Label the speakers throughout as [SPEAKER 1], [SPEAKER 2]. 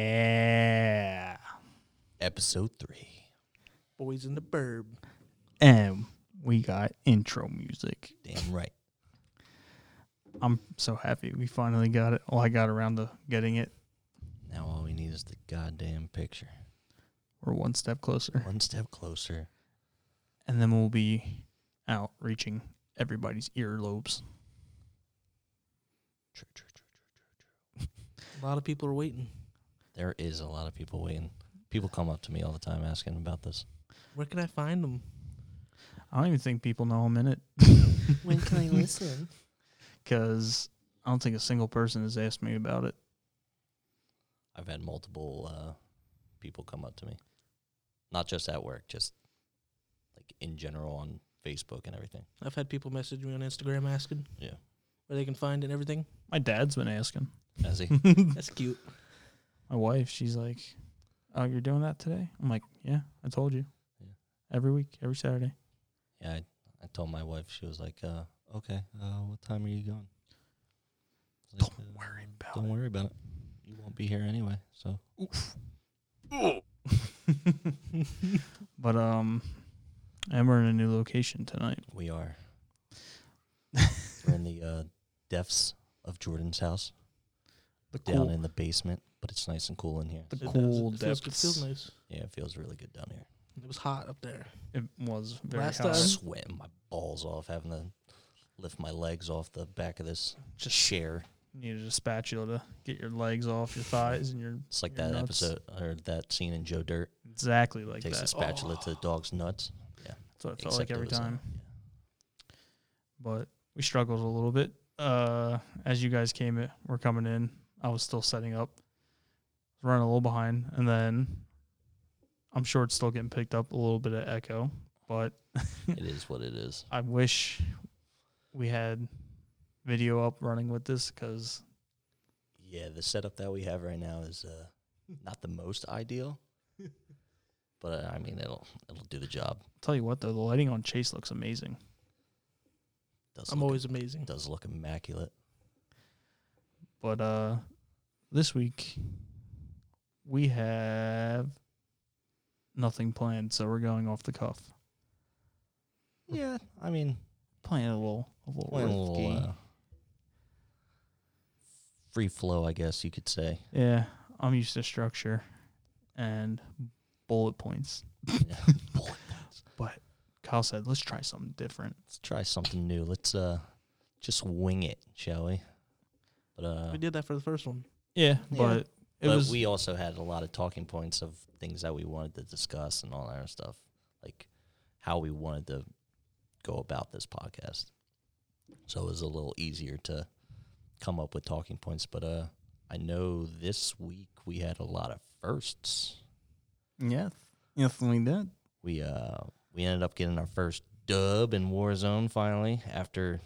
[SPEAKER 1] Yeah.
[SPEAKER 2] Episode three.
[SPEAKER 1] Boys in the Burb. And we got intro music.
[SPEAKER 2] Damn right.
[SPEAKER 1] I'm so happy we finally got it. Well, I got around to getting it.
[SPEAKER 2] Now all we need is the goddamn picture.
[SPEAKER 1] We're one step closer.
[SPEAKER 2] One step closer.
[SPEAKER 1] And then we'll be out reaching everybody's earlobes.
[SPEAKER 2] True, true, true, true,
[SPEAKER 3] A lot of people are waiting.
[SPEAKER 2] true. There is a lot of people waiting. People come up to me all the time asking about this.
[SPEAKER 3] Where can I find them?
[SPEAKER 1] I don't even think people know I'm in it
[SPEAKER 3] When can I listen?
[SPEAKER 1] because I don't think a single person has asked me about it.
[SPEAKER 2] I've had multiple uh, people come up to me, not just at work, just like in general on Facebook and everything.
[SPEAKER 3] I've had people message me on Instagram asking
[SPEAKER 2] Yeah.
[SPEAKER 3] where they can find it and everything.
[SPEAKER 1] My dad's been asking.
[SPEAKER 2] As he,
[SPEAKER 1] My
[SPEAKER 3] That's cute.
[SPEAKER 1] wife, she's like, Oh, you're doing that today? I'm like, Yeah, I told you.
[SPEAKER 2] Yeah.
[SPEAKER 1] Every week, every Saturday.
[SPEAKER 2] yeah, I, I told my wife. She was like, uh, "Okay, uh, what time are you going?" I was like, uh,
[SPEAKER 1] Don't worry about
[SPEAKER 2] Don't worry about it. You won't be here anyway, so
[SPEAKER 1] But um, and we're in a new location tonight.
[SPEAKER 2] We are. We're in the uh, depths of Jordan's house,
[SPEAKER 1] The
[SPEAKER 2] down
[SPEAKER 1] cool,
[SPEAKER 2] in the basement, but it's nice and cool in here.
[SPEAKER 1] the
[SPEAKER 3] It does.
[SPEAKER 1] cool
[SPEAKER 3] it feels, it
[SPEAKER 1] depths.
[SPEAKER 3] feels nice.
[SPEAKER 2] Yeah, it feels really good down here.
[SPEAKER 3] It was hot up there.
[SPEAKER 1] It was very
[SPEAKER 3] Last
[SPEAKER 1] hot.
[SPEAKER 2] I'm
[SPEAKER 3] time-
[SPEAKER 2] sweating my balls off, having to lift my legs off the back of this
[SPEAKER 1] Just-
[SPEAKER 2] chair.
[SPEAKER 1] Needed a spatula to get your legs off your thighs and your
[SPEAKER 2] It's like
[SPEAKER 1] You're
[SPEAKER 2] that
[SPEAKER 1] nuts.
[SPEAKER 2] episode or that scene in Joe Dirt.
[SPEAKER 1] exactly like
[SPEAKER 2] takes
[SPEAKER 1] that. Oh.
[SPEAKER 2] a spatula to the dog's nuts.
[SPEAKER 1] That's what it felt
[SPEAKER 2] except
[SPEAKER 1] like
[SPEAKER 2] it
[SPEAKER 1] every
[SPEAKER 2] was, uh,
[SPEAKER 1] time.
[SPEAKER 2] yeah.
[SPEAKER 1] But we struggled a little bit. Uh, as you guys came, in, were coming in. I was still setting up, running a little behind, and then I'm sure it's still getting picked up a little bit of echo. But
[SPEAKER 2] it is what it is.
[SPEAKER 1] I wish we had video up running with this because
[SPEAKER 2] Yeah, the setup that we have right now is uh, not the most ideal, but uh, I mean it'll it'll do the job.
[SPEAKER 1] I'll tell you what though, the lighting on Chase looks amazing.
[SPEAKER 2] Does
[SPEAKER 3] I'm
[SPEAKER 2] look-
[SPEAKER 3] always amazing.
[SPEAKER 2] does look immaculate.
[SPEAKER 1] But uh this week we have nothing planned, so we're going off the cuff.
[SPEAKER 2] Yeah, I mean,
[SPEAKER 1] Playing a little a little,
[SPEAKER 2] a
[SPEAKER 1] riff
[SPEAKER 2] little,
[SPEAKER 1] game.
[SPEAKER 2] uh, free flow, I guess you could say.
[SPEAKER 1] Yeah, I'm used to structure and bullet points.
[SPEAKER 2] Yeah. Bullet points.
[SPEAKER 1] Kyle said, let's try something different.
[SPEAKER 2] Let's try something new. Let's uh, just wing it, shall we? But uh,
[SPEAKER 3] We did that for the first one.
[SPEAKER 1] Yeah,
[SPEAKER 2] Yeah.
[SPEAKER 1] but it
[SPEAKER 2] but
[SPEAKER 1] was
[SPEAKER 2] we also had a lot of talking points of things that we wanted to discuss and all that other stuff, like how we wanted to go about this podcast. So it was a little easier to come up with talking points. But uh, I know this week we had a lot of firsts.
[SPEAKER 1] yeah. Yes, we did.
[SPEAKER 2] We uh we ended up getting our first dub in Warzone finally after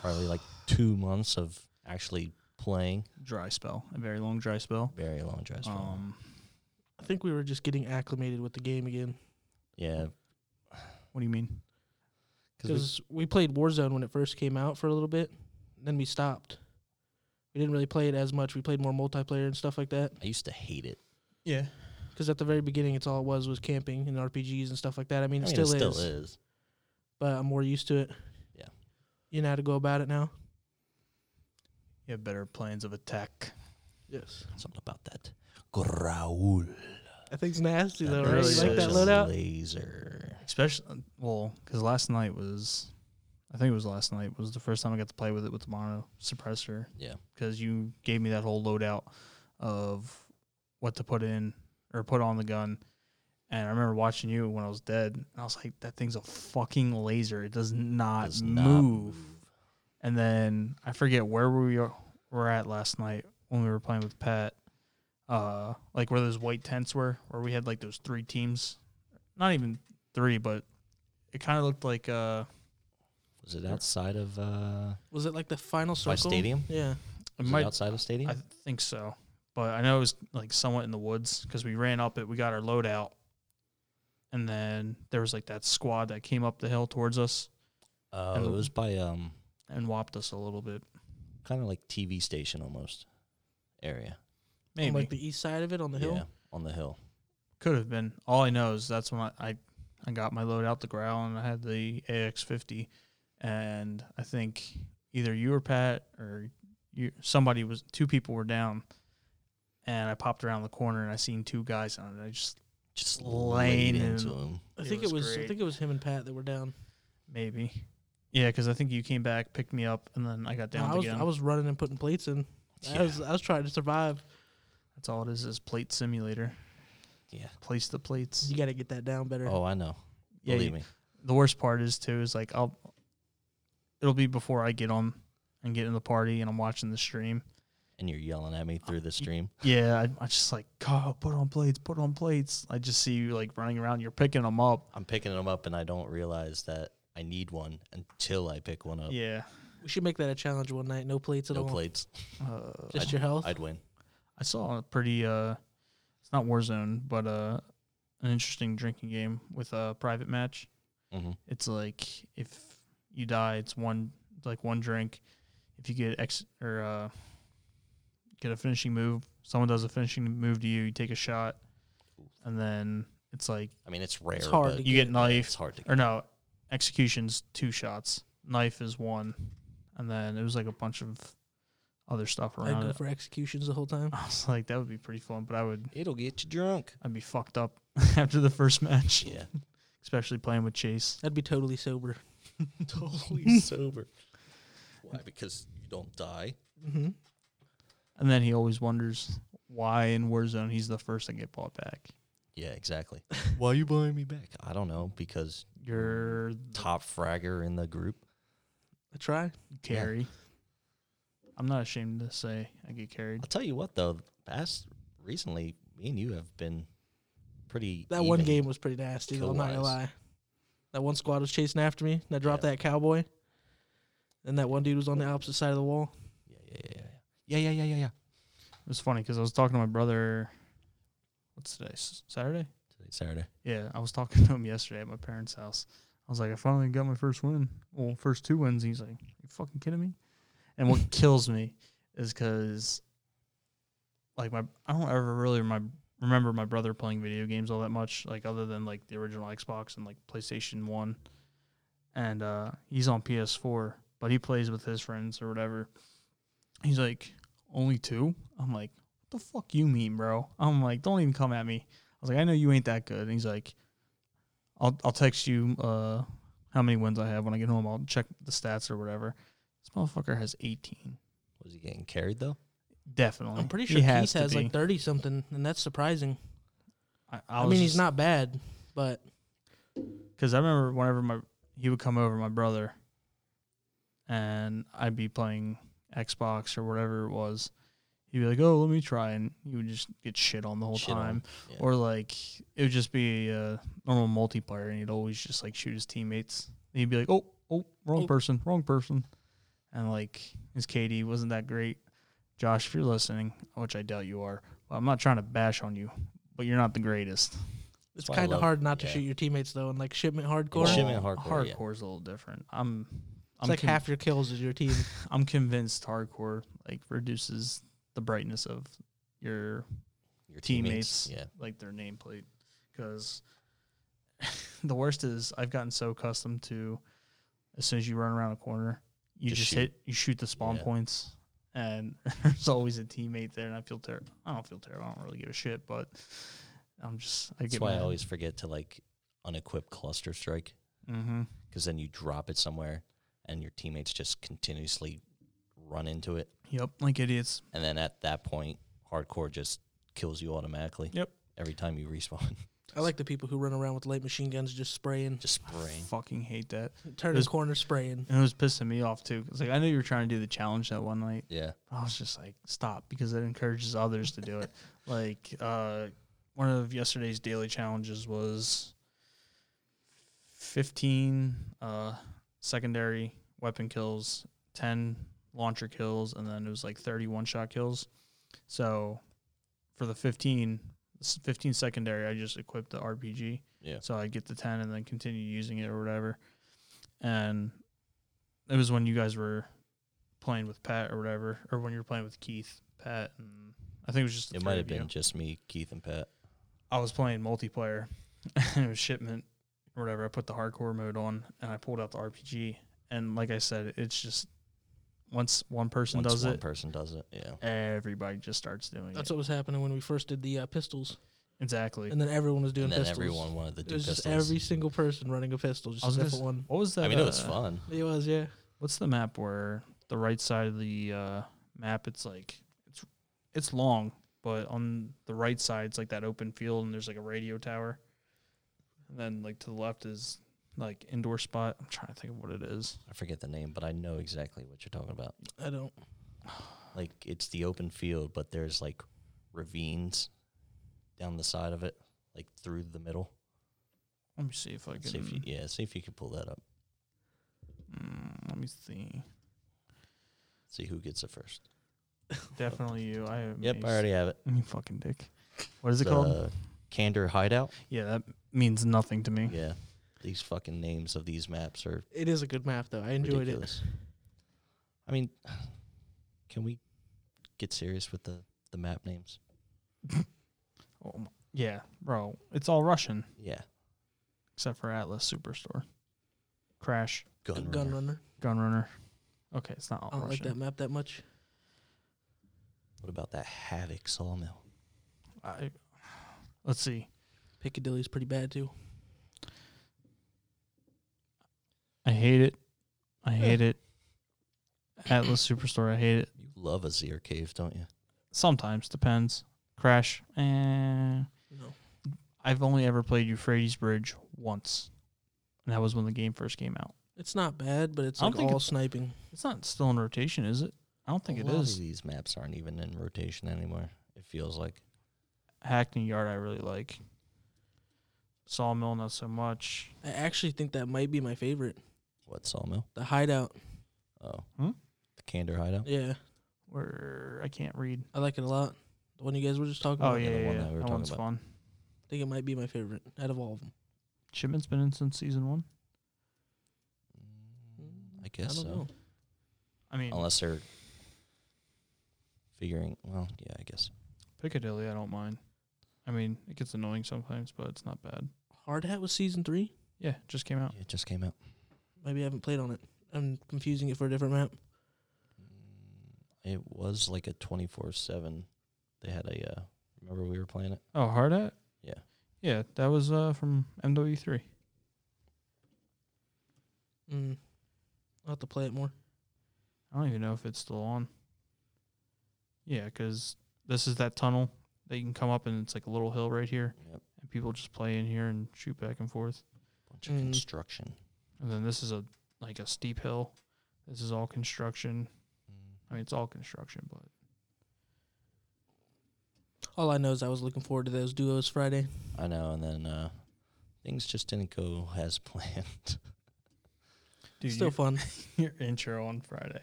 [SPEAKER 2] probably like two months of actually playing.
[SPEAKER 1] Dry spell, a very long dry spell.
[SPEAKER 2] Very long dress. Um,
[SPEAKER 1] Um,
[SPEAKER 3] I think we were just getting acclimated with the game again
[SPEAKER 2] yeah,
[SPEAKER 1] what do you mean?
[SPEAKER 2] because
[SPEAKER 3] because we played Warzone when it first came out for a little bit. Then we stopped. We didn't really play it as much. We played more multiplayer and stuff like that.
[SPEAKER 2] I used to hate it.
[SPEAKER 1] Yeah.
[SPEAKER 3] Because at the very beginning, it's all it was was camping and RPGs and stuff like that. I mean,
[SPEAKER 2] I
[SPEAKER 3] it,
[SPEAKER 2] mean,
[SPEAKER 3] still,
[SPEAKER 2] it still
[SPEAKER 3] is,
[SPEAKER 2] is.
[SPEAKER 3] but I'm more used to it.
[SPEAKER 2] Yeah.
[SPEAKER 3] You know how to go about it now.
[SPEAKER 1] You have better plans of attack.
[SPEAKER 3] Yes.
[SPEAKER 2] Something about that. Growl.
[SPEAKER 3] That thing's nasty
[SPEAKER 1] That
[SPEAKER 3] though, right?
[SPEAKER 1] really
[SPEAKER 3] You like that
[SPEAKER 1] is.
[SPEAKER 3] loadout?
[SPEAKER 2] Laser.
[SPEAKER 1] especially well because last night was i think it was last night was the first time i got to play with it with the mono suppressor
[SPEAKER 2] Yeah.
[SPEAKER 1] because you gave me that whole loadout of what to put in or put on the gun and i remember watching you when i was dead and i was like that thing's a fucking laser it does not
[SPEAKER 2] Does
[SPEAKER 1] move
[SPEAKER 2] not
[SPEAKER 1] and then i forget where we were at last night when we were playing with pat uh like where those white tents were where we had like those three teams not even three but it kind of looked like uh
[SPEAKER 2] Was it outside of uh,
[SPEAKER 3] Was it like the final circle?
[SPEAKER 2] my stadium?
[SPEAKER 3] Yeah.
[SPEAKER 1] it
[SPEAKER 2] Was it
[SPEAKER 1] might
[SPEAKER 2] outside of stadium?
[SPEAKER 1] I th- think so, but I know it was like somewhat in the woods because we ran up it. We got our load out, and then there was like that squad that came up the hill towards us
[SPEAKER 2] uh,
[SPEAKER 1] and
[SPEAKER 2] it
[SPEAKER 1] the-
[SPEAKER 2] was by um,
[SPEAKER 1] and whopped us a little bit.
[SPEAKER 2] kind of like TV station almost area.
[SPEAKER 3] on
[SPEAKER 1] Maybe
[SPEAKER 3] like the east side of it on the hill.
[SPEAKER 2] Yeah, on the hill.
[SPEAKER 1] could have been. All I know is that's when I, I I got my load out the growl and I had the AX50, and I think either you or Pat or you somebody was two people were down, and I popped around the corner and I seen two guys on it. I just
[SPEAKER 2] Just
[SPEAKER 1] Laying
[SPEAKER 2] laid
[SPEAKER 1] in.
[SPEAKER 2] into him.
[SPEAKER 3] I
[SPEAKER 1] It
[SPEAKER 3] think
[SPEAKER 1] was
[SPEAKER 3] it was. I
[SPEAKER 1] great.
[SPEAKER 3] think it was him and Pat that were down.
[SPEAKER 1] maybe. Yeah, because I think you came back, picked me up, and then I got
[SPEAKER 3] No,
[SPEAKER 1] down
[SPEAKER 3] I was
[SPEAKER 1] again.
[SPEAKER 3] I was running and putting plates in. I
[SPEAKER 2] Yeah.
[SPEAKER 3] was uh, I was trying to survive.
[SPEAKER 1] That's all it is is plate simulator.
[SPEAKER 2] Yeah.
[SPEAKER 1] Place the plates.
[SPEAKER 3] You got to get that down better.
[SPEAKER 2] Oh, I know.
[SPEAKER 1] Yeah,
[SPEAKER 2] Believe
[SPEAKER 1] you-
[SPEAKER 2] me.
[SPEAKER 1] the worst part is too is like I'll it'll be before I get on and get in the party and I'm watching the stream.
[SPEAKER 2] And you're yelling at me through the stream.
[SPEAKER 1] Yeah, I, I just like God, put on plates, put on plates. I just see you like running around, you're picking them up.
[SPEAKER 2] I'm picking them up, and I don't realize that I need one until I pick one up.
[SPEAKER 1] Yeah,
[SPEAKER 3] We should make that a challenge one Oh. night. No plates at
[SPEAKER 2] No
[SPEAKER 3] all.
[SPEAKER 2] plates.
[SPEAKER 1] uh,
[SPEAKER 3] Just your health.
[SPEAKER 2] I'd win.
[SPEAKER 1] I saw a pretty uh, it's not Warzone, but uh, an interesting drinking game with a private match.
[SPEAKER 2] hmm
[SPEAKER 1] It's like if you die, it's one like one drink. If you get X or uh, get a finishing move, someone does a finishing move to you, you take a shot, and then it's like
[SPEAKER 2] I mean, it's rare.
[SPEAKER 3] hard
[SPEAKER 2] but
[SPEAKER 3] to
[SPEAKER 1] you get
[SPEAKER 2] It's
[SPEAKER 1] knife
[SPEAKER 2] hard to.
[SPEAKER 1] or no executions two shots, knife is one, and then it was like a bunch of other stuff
[SPEAKER 3] I'd
[SPEAKER 1] around
[SPEAKER 3] go
[SPEAKER 1] it.
[SPEAKER 3] for executions the whole time.
[SPEAKER 1] I was like, that would be pretty fun, but I would
[SPEAKER 2] It'll get you drunk.
[SPEAKER 1] I'd be fucked up after the first match,
[SPEAKER 2] Yeah.
[SPEAKER 1] especially playing with Chase.
[SPEAKER 3] I'd be totally sober.
[SPEAKER 2] totally sober. Why? Because you don't die.
[SPEAKER 3] hmm
[SPEAKER 1] And then he always wonders why in Warzone he's the first to get bought back.
[SPEAKER 2] Yeah, exactly. Why are you buying me back? I don't know because
[SPEAKER 1] You're
[SPEAKER 2] top fragger in the group.
[SPEAKER 3] I try.
[SPEAKER 1] carry. I'm not ashamed to say I get carried.
[SPEAKER 2] I'll tell you what though, past recently, me and you have been pretty.
[SPEAKER 3] That one
[SPEAKER 2] even.
[SPEAKER 3] game was pretty nasty. though, I'm not gonna
[SPEAKER 2] Kill-wise.
[SPEAKER 3] lie. That one squad was chasing after me. And I dropped
[SPEAKER 2] Yeah.
[SPEAKER 3] that cowboy. And that one dude was on the opposite side of the wall.
[SPEAKER 2] Yeah, yeah, yeah, yeah, yeah, yeah, yeah, yeah. yeah.
[SPEAKER 1] It was funny because I was talking to my brother. What's today? S- Saturday?
[SPEAKER 2] Today's Saturday.
[SPEAKER 1] Yeah, I was talking to him yesterday at my parents' house. I was like, I finally got my first win. Well, first two wins. He's like, you fucking kidding me? And what kills me is because, like, my I don't ever really my, remember my brother playing video games all that much, like, other than, like, the original Xbox and, like, PlayStation 1. And uh, he's on PS4, but he plays with his friends or whatever. He's like, only two? I'm like, what the fuck you mean, bro? I'm like, don't even come at me. I was like, I know you ain't that good. And he's like, I'll I'll text you uh how many wins I have when I get home. I'll check the stats or whatever. This motherfucker has 18.
[SPEAKER 2] Was he getting carried though?
[SPEAKER 1] Definitely.
[SPEAKER 3] I'm pretty
[SPEAKER 1] He
[SPEAKER 3] sure Keith
[SPEAKER 1] to
[SPEAKER 3] has
[SPEAKER 1] be.
[SPEAKER 3] like 30 something, and that's surprising.
[SPEAKER 1] I,
[SPEAKER 3] I,
[SPEAKER 1] I,
[SPEAKER 3] mean, he's not bad, but
[SPEAKER 1] because I remember whenever my he would come over, my brother, and I'd be playing Xbox or whatever it was. He'd be like, "Oh, let me try," and he would just get shit on the whole
[SPEAKER 2] Shit on
[SPEAKER 1] time.
[SPEAKER 2] him, yeah.
[SPEAKER 1] Or like it would just be a normal multiplayer, and he'd always just like shoot his teammates. And he'd be like, "Oh, oh, wrong
[SPEAKER 3] Oh.
[SPEAKER 1] person, wrong person," and like his KD wasn't that great. Josh, if you're listening, which I doubt you are, I'm not trying to bash on you, but you're not the greatest.
[SPEAKER 3] it's
[SPEAKER 2] why I
[SPEAKER 3] kind of
[SPEAKER 2] love-
[SPEAKER 3] hard not to
[SPEAKER 2] yeah.
[SPEAKER 3] shoot your teammates though. And like shipment hardcore,
[SPEAKER 2] Shipment
[SPEAKER 3] it's
[SPEAKER 2] hardcore, yeah.
[SPEAKER 1] Hardcore's a little different. I'm. I'm
[SPEAKER 3] like
[SPEAKER 1] con-
[SPEAKER 3] half your kills is your team.
[SPEAKER 1] I'm convinced hardcore like reduces the brightness of your
[SPEAKER 2] Your
[SPEAKER 1] teammates,
[SPEAKER 2] Yeah.
[SPEAKER 1] like their nameplate because the worst is I've gotten so accustomed to as soon as you run around a corner, you
[SPEAKER 2] Just
[SPEAKER 1] just,
[SPEAKER 2] shoot.
[SPEAKER 1] hit you shoot the spawn
[SPEAKER 2] Yeah.
[SPEAKER 1] points and there's always a teammate there and I feel terrible. I don't feel terrible. I don't really give a shit, but I'm just I
[SPEAKER 2] That's
[SPEAKER 1] get
[SPEAKER 2] why I
[SPEAKER 1] mad.
[SPEAKER 2] always forget to like unequip cluster strike
[SPEAKER 1] Mhm.
[SPEAKER 2] because then you drop it somewhere and your teammates just continuously run into it,
[SPEAKER 1] Yep, like idiots.
[SPEAKER 2] and then at that point, hardcore just kills you automatically.
[SPEAKER 1] Yep.
[SPEAKER 2] Every time you respawn,
[SPEAKER 3] I like the people who run around with light machine guns just spraying,
[SPEAKER 2] just spraying.
[SPEAKER 1] Fucking hate that.
[SPEAKER 3] turning
[SPEAKER 1] There's-
[SPEAKER 3] corner spraying.
[SPEAKER 1] And it was pissing me off too. 'cause, like I know you were trying to do the challenge that one night.
[SPEAKER 2] Yeah.
[SPEAKER 1] I was just like, stop, because it encourages others to do it. like uh, one of yesterday's daily challenges was 15 uh, secondary weapon kills, 10 launcher kills, and then it was like 30 one shot kills. So for the 15, s- 15 secondary, I just equipped the RPG.
[SPEAKER 2] Yeah.
[SPEAKER 1] So I get the 10 and then continue using it or whatever. And it was when you guys were playing with Pat or whatever, or when you were playing with Keith, Pat, and I think it was just. the
[SPEAKER 2] It
[SPEAKER 1] three
[SPEAKER 2] might
[SPEAKER 1] of
[SPEAKER 2] have
[SPEAKER 1] you.
[SPEAKER 2] been just me, Keith, and Pat.
[SPEAKER 1] I was playing multiplayer and it was shipment or whatever. I put the hardcore mode on and I pulled out the RPG. And like I said, it's just once one person
[SPEAKER 2] Once
[SPEAKER 1] does
[SPEAKER 2] one
[SPEAKER 1] it,
[SPEAKER 2] person does it. Yeah.
[SPEAKER 1] everybody just starts doing
[SPEAKER 3] That's
[SPEAKER 1] it.
[SPEAKER 3] what was happening when we first did the uh, pistols,
[SPEAKER 1] exactly.
[SPEAKER 3] and then everyone was doing
[SPEAKER 2] and then
[SPEAKER 3] pistols.
[SPEAKER 2] everyone wanted to
[SPEAKER 3] it
[SPEAKER 2] do
[SPEAKER 3] was
[SPEAKER 2] pistols.
[SPEAKER 3] just every single person running a pistol, just
[SPEAKER 1] I was
[SPEAKER 3] a
[SPEAKER 1] gonna
[SPEAKER 3] different one.
[SPEAKER 1] What was that?
[SPEAKER 2] I mean, it was
[SPEAKER 1] uh,
[SPEAKER 2] fun.
[SPEAKER 3] It was, yeah.
[SPEAKER 1] What's the map where the right side of the uh, map? It's like it's it's long, but on the right side, it's like that open field, and there's like a radio tower. And then like to the left is like indoor spot. I'm trying to think of what it is.
[SPEAKER 2] I forget the name, but I know exactly what you're talking about.
[SPEAKER 3] I don't.
[SPEAKER 2] Like it's the open field, but there's like ravines down the side of it, like through the middle.
[SPEAKER 1] Let me see if I can.
[SPEAKER 2] See if you, yeah, see if you can pull that up.
[SPEAKER 1] Mm, let me see.
[SPEAKER 2] See who gets it first.
[SPEAKER 1] Definitely you. I have
[SPEAKER 2] Yep,
[SPEAKER 1] Mace.
[SPEAKER 2] I already have it.
[SPEAKER 1] You fucking dick. What is it called?
[SPEAKER 2] Candor Hideout.
[SPEAKER 1] Yeah, that means nothing to me.
[SPEAKER 2] Yeah, these fucking names of these maps are
[SPEAKER 3] It is a good map though. I enjoyed
[SPEAKER 2] ridiculous. I mean, can we get serious with the the map names?
[SPEAKER 1] Oh my, yeah, bro. It's all Russian
[SPEAKER 2] Yeah,
[SPEAKER 1] except for Atlas Superstore, Crash,
[SPEAKER 3] it.
[SPEAKER 2] Gun,
[SPEAKER 3] Gunrunner.
[SPEAKER 2] Runner.
[SPEAKER 1] Gunrunner. Okay, it's not all
[SPEAKER 3] I don't like
[SPEAKER 1] Russian.
[SPEAKER 3] that map that much.
[SPEAKER 2] What about that Havoc Sawmill?
[SPEAKER 1] I, let's see.
[SPEAKER 3] Piccadilly's pretty bad too.
[SPEAKER 1] I hate it. I hate it. Atlas Superstore. I hate it.
[SPEAKER 2] You love a Zir Cave, don't you?
[SPEAKER 1] Sometimes depends. Crash. Eh.
[SPEAKER 3] No.
[SPEAKER 1] I've only ever played Euphrates Bridge once, and that was when the game first came out.
[SPEAKER 3] It's not bad, but it's
[SPEAKER 1] I don't
[SPEAKER 3] like
[SPEAKER 1] think
[SPEAKER 3] all sniping.
[SPEAKER 1] It's not still in rotation, is it? I don't think
[SPEAKER 2] a
[SPEAKER 1] it
[SPEAKER 2] lot
[SPEAKER 1] is.
[SPEAKER 2] Of these maps aren't even in rotation anymore. It feels like
[SPEAKER 1] Hackney Yard, I really like. Sawmill, not so much.
[SPEAKER 3] I actually think that might be my favorite.
[SPEAKER 2] what Sawmill?
[SPEAKER 3] The hideout.
[SPEAKER 2] Oh,
[SPEAKER 1] Hmm?
[SPEAKER 2] the Candor Hideout.
[SPEAKER 3] Yeah.
[SPEAKER 1] Where I can't read.
[SPEAKER 3] I like it a lot. The one you guys were just talking
[SPEAKER 1] Oh
[SPEAKER 3] about.
[SPEAKER 1] yeah,
[SPEAKER 2] the
[SPEAKER 1] yeah,
[SPEAKER 2] one
[SPEAKER 1] yeah.
[SPEAKER 2] that we were
[SPEAKER 1] that
[SPEAKER 2] talking
[SPEAKER 1] one's
[SPEAKER 2] about.
[SPEAKER 1] fun.
[SPEAKER 3] I think it might be my favorite out of all of them.
[SPEAKER 1] Shipment's been in since season one.
[SPEAKER 2] Mm, I guess
[SPEAKER 3] I don't
[SPEAKER 2] so.
[SPEAKER 3] know.
[SPEAKER 1] I mean,
[SPEAKER 2] Unless they're figuring. Well, yeah, I guess.
[SPEAKER 1] Piccadilly, I don't mind. I mean, it gets annoying sometimes, but it's not bad.
[SPEAKER 3] Hard Hat was season three.
[SPEAKER 1] Yeah, it just came out.
[SPEAKER 2] Yeah, it just came out.
[SPEAKER 3] Maybe I haven't played on it. I'm confusing it for a different map.
[SPEAKER 2] It was like a twenty four seven. They had a. Uh, remember we were playing it.
[SPEAKER 1] Oh, Hard Hat?
[SPEAKER 2] Yeah.
[SPEAKER 1] Yeah, that was uh, from MW3.
[SPEAKER 3] Mm. I'll have to play it more.
[SPEAKER 1] I don't even know if it's still on. Yeah, 'cause this is that tunnel that you can come up and it's like a little hill right here.
[SPEAKER 2] Yep.
[SPEAKER 1] And people just play in here and shoot back and forth.
[SPEAKER 2] Bunch of
[SPEAKER 3] Mm.
[SPEAKER 2] construction.
[SPEAKER 1] And then this is a like a steep hill. This is all construction. I mean, it's all construction, but
[SPEAKER 3] All I know is I was looking forward to those duos Friday.
[SPEAKER 2] I know, and then uh, things just didn't go as planned.
[SPEAKER 1] dude,
[SPEAKER 3] Still fun.
[SPEAKER 1] your intro on Friday.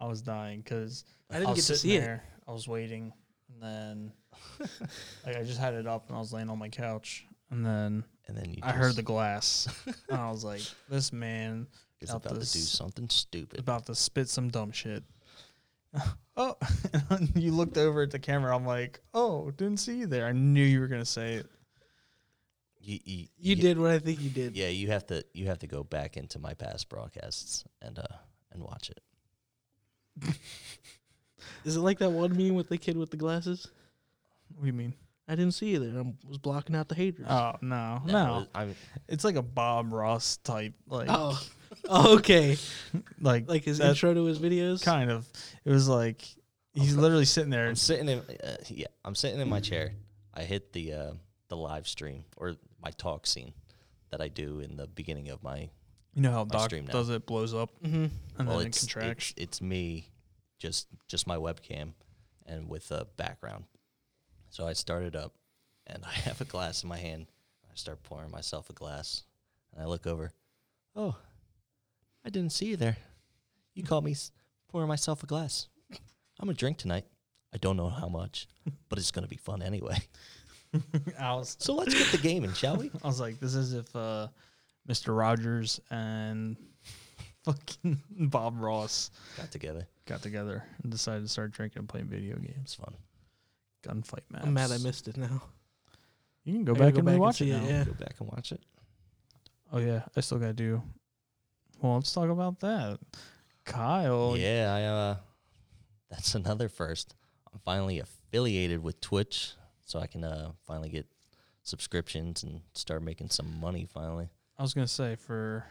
[SPEAKER 1] I was dying because
[SPEAKER 3] I didn't get to see it.
[SPEAKER 1] I was waiting, and then like I just had it up, and I was laying on my couch, and then
[SPEAKER 2] and then you.
[SPEAKER 1] I heard
[SPEAKER 2] just-
[SPEAKER 1] the glass, and I was like, "This man
[SPEAKER 2] is
[SPEAKER 1] out
[SPEAKER 2] about to do
[SPEAKER 1] this-
[SPEAKER 2] something
[SPEAKER 1] is
[SPEAKER 2] stupid.
[SPEAKER 1] about to spit some dumb shit." oh, and you looked over at the camera. I'm like, "Oh, didn't see you there. I knew you were gonna say it."
[SPEAKER 2] You, you,
[SPEAKER 3] You did what I think you did.
[SPEAKER 2] Yeah, you have to you have to go back into my past broadcasts and uh and watch it.
[SPEAKER 3] Is it like that one meme with the kid with the glasses?
[SPEAKER 1] What do you mean?
[SPEAKER 3] I didn't see you there. I was blocking out the haters.
[SPEAKER 1] Oh no, no,
[SPEAKER 2] I mean,
[SPEAKER 1] it's like a Bob Ross type, like,
[SPEAKER 3] Oh. Oh, okay.
[SPEAKER 1] like,
[SPEAKER 3] Like his
[SPEAKER 1] That-
[SPEAKER 3] intro to his videos.
[SPEAKER 1] kind of. It was like he's literally sitting there.
[SPEAKER 2] I'm sitting in uh, yeah, I'm sitting in my chair. I hit the uh, the live stream or my talk scene that I do in the beginning of my
[SPEAKER 1] You know how Doc
[SPEAKER 2] stream now.
[SPEAKER 1] does it, blows up,
[SPEAKER 3] hmm
[SPEAKER 1] and
[SPEAKER 2] well,
[SPEAKER 1] then it
[SPEAKER 2] it's,
[SPEAKER 1] contracts.
[SPEAKER 2] it's it's me just just my webcam and with a background. So I started up and I have a glass in my hand. I start pouring myself a glass and I look over. Oh, I didn't see you there. You called me s- pouring myself a glass. I'm gonna drink tonight. I don't know how much, but it's gonna be fun anyway.
[SPEAKER 1] I was,
[SPEAKER 2] So let's get the gaming, shall we?
[SPEAKER 1] I was like, this is if uh, Mr. Rogers and fucking Bob Ross
[SPEAKER 2] Got together.
[SPEAKER 1] got together and decided to start drinking and playing video games.
[SPEAKER 2] It's fun.
[SPEAKER 1] gunfight maps.
[SPEAKER 3] I'm mad I missed it now.
[SPEAKER 1] You can go
[SPEAKER 3] I gotta
[SPEAKER 1] back and rewatch
[SPEAKER 3] see
[SPEAKER 1] it. now.
[SPEAKER 3] Yeah.
[SPEAKER 2] Go back and watch it.
[SPEAKER 1] Oh yeah, I still gotta do. Well, let's talk about that, Kyle.
[SPEAKER 2] Yeah, I uh that's another first. I'm finally affiliated with Twitch so I can uh finally get subscriptions and start making some money finally.
[SPEAKER 1] I was gonna say for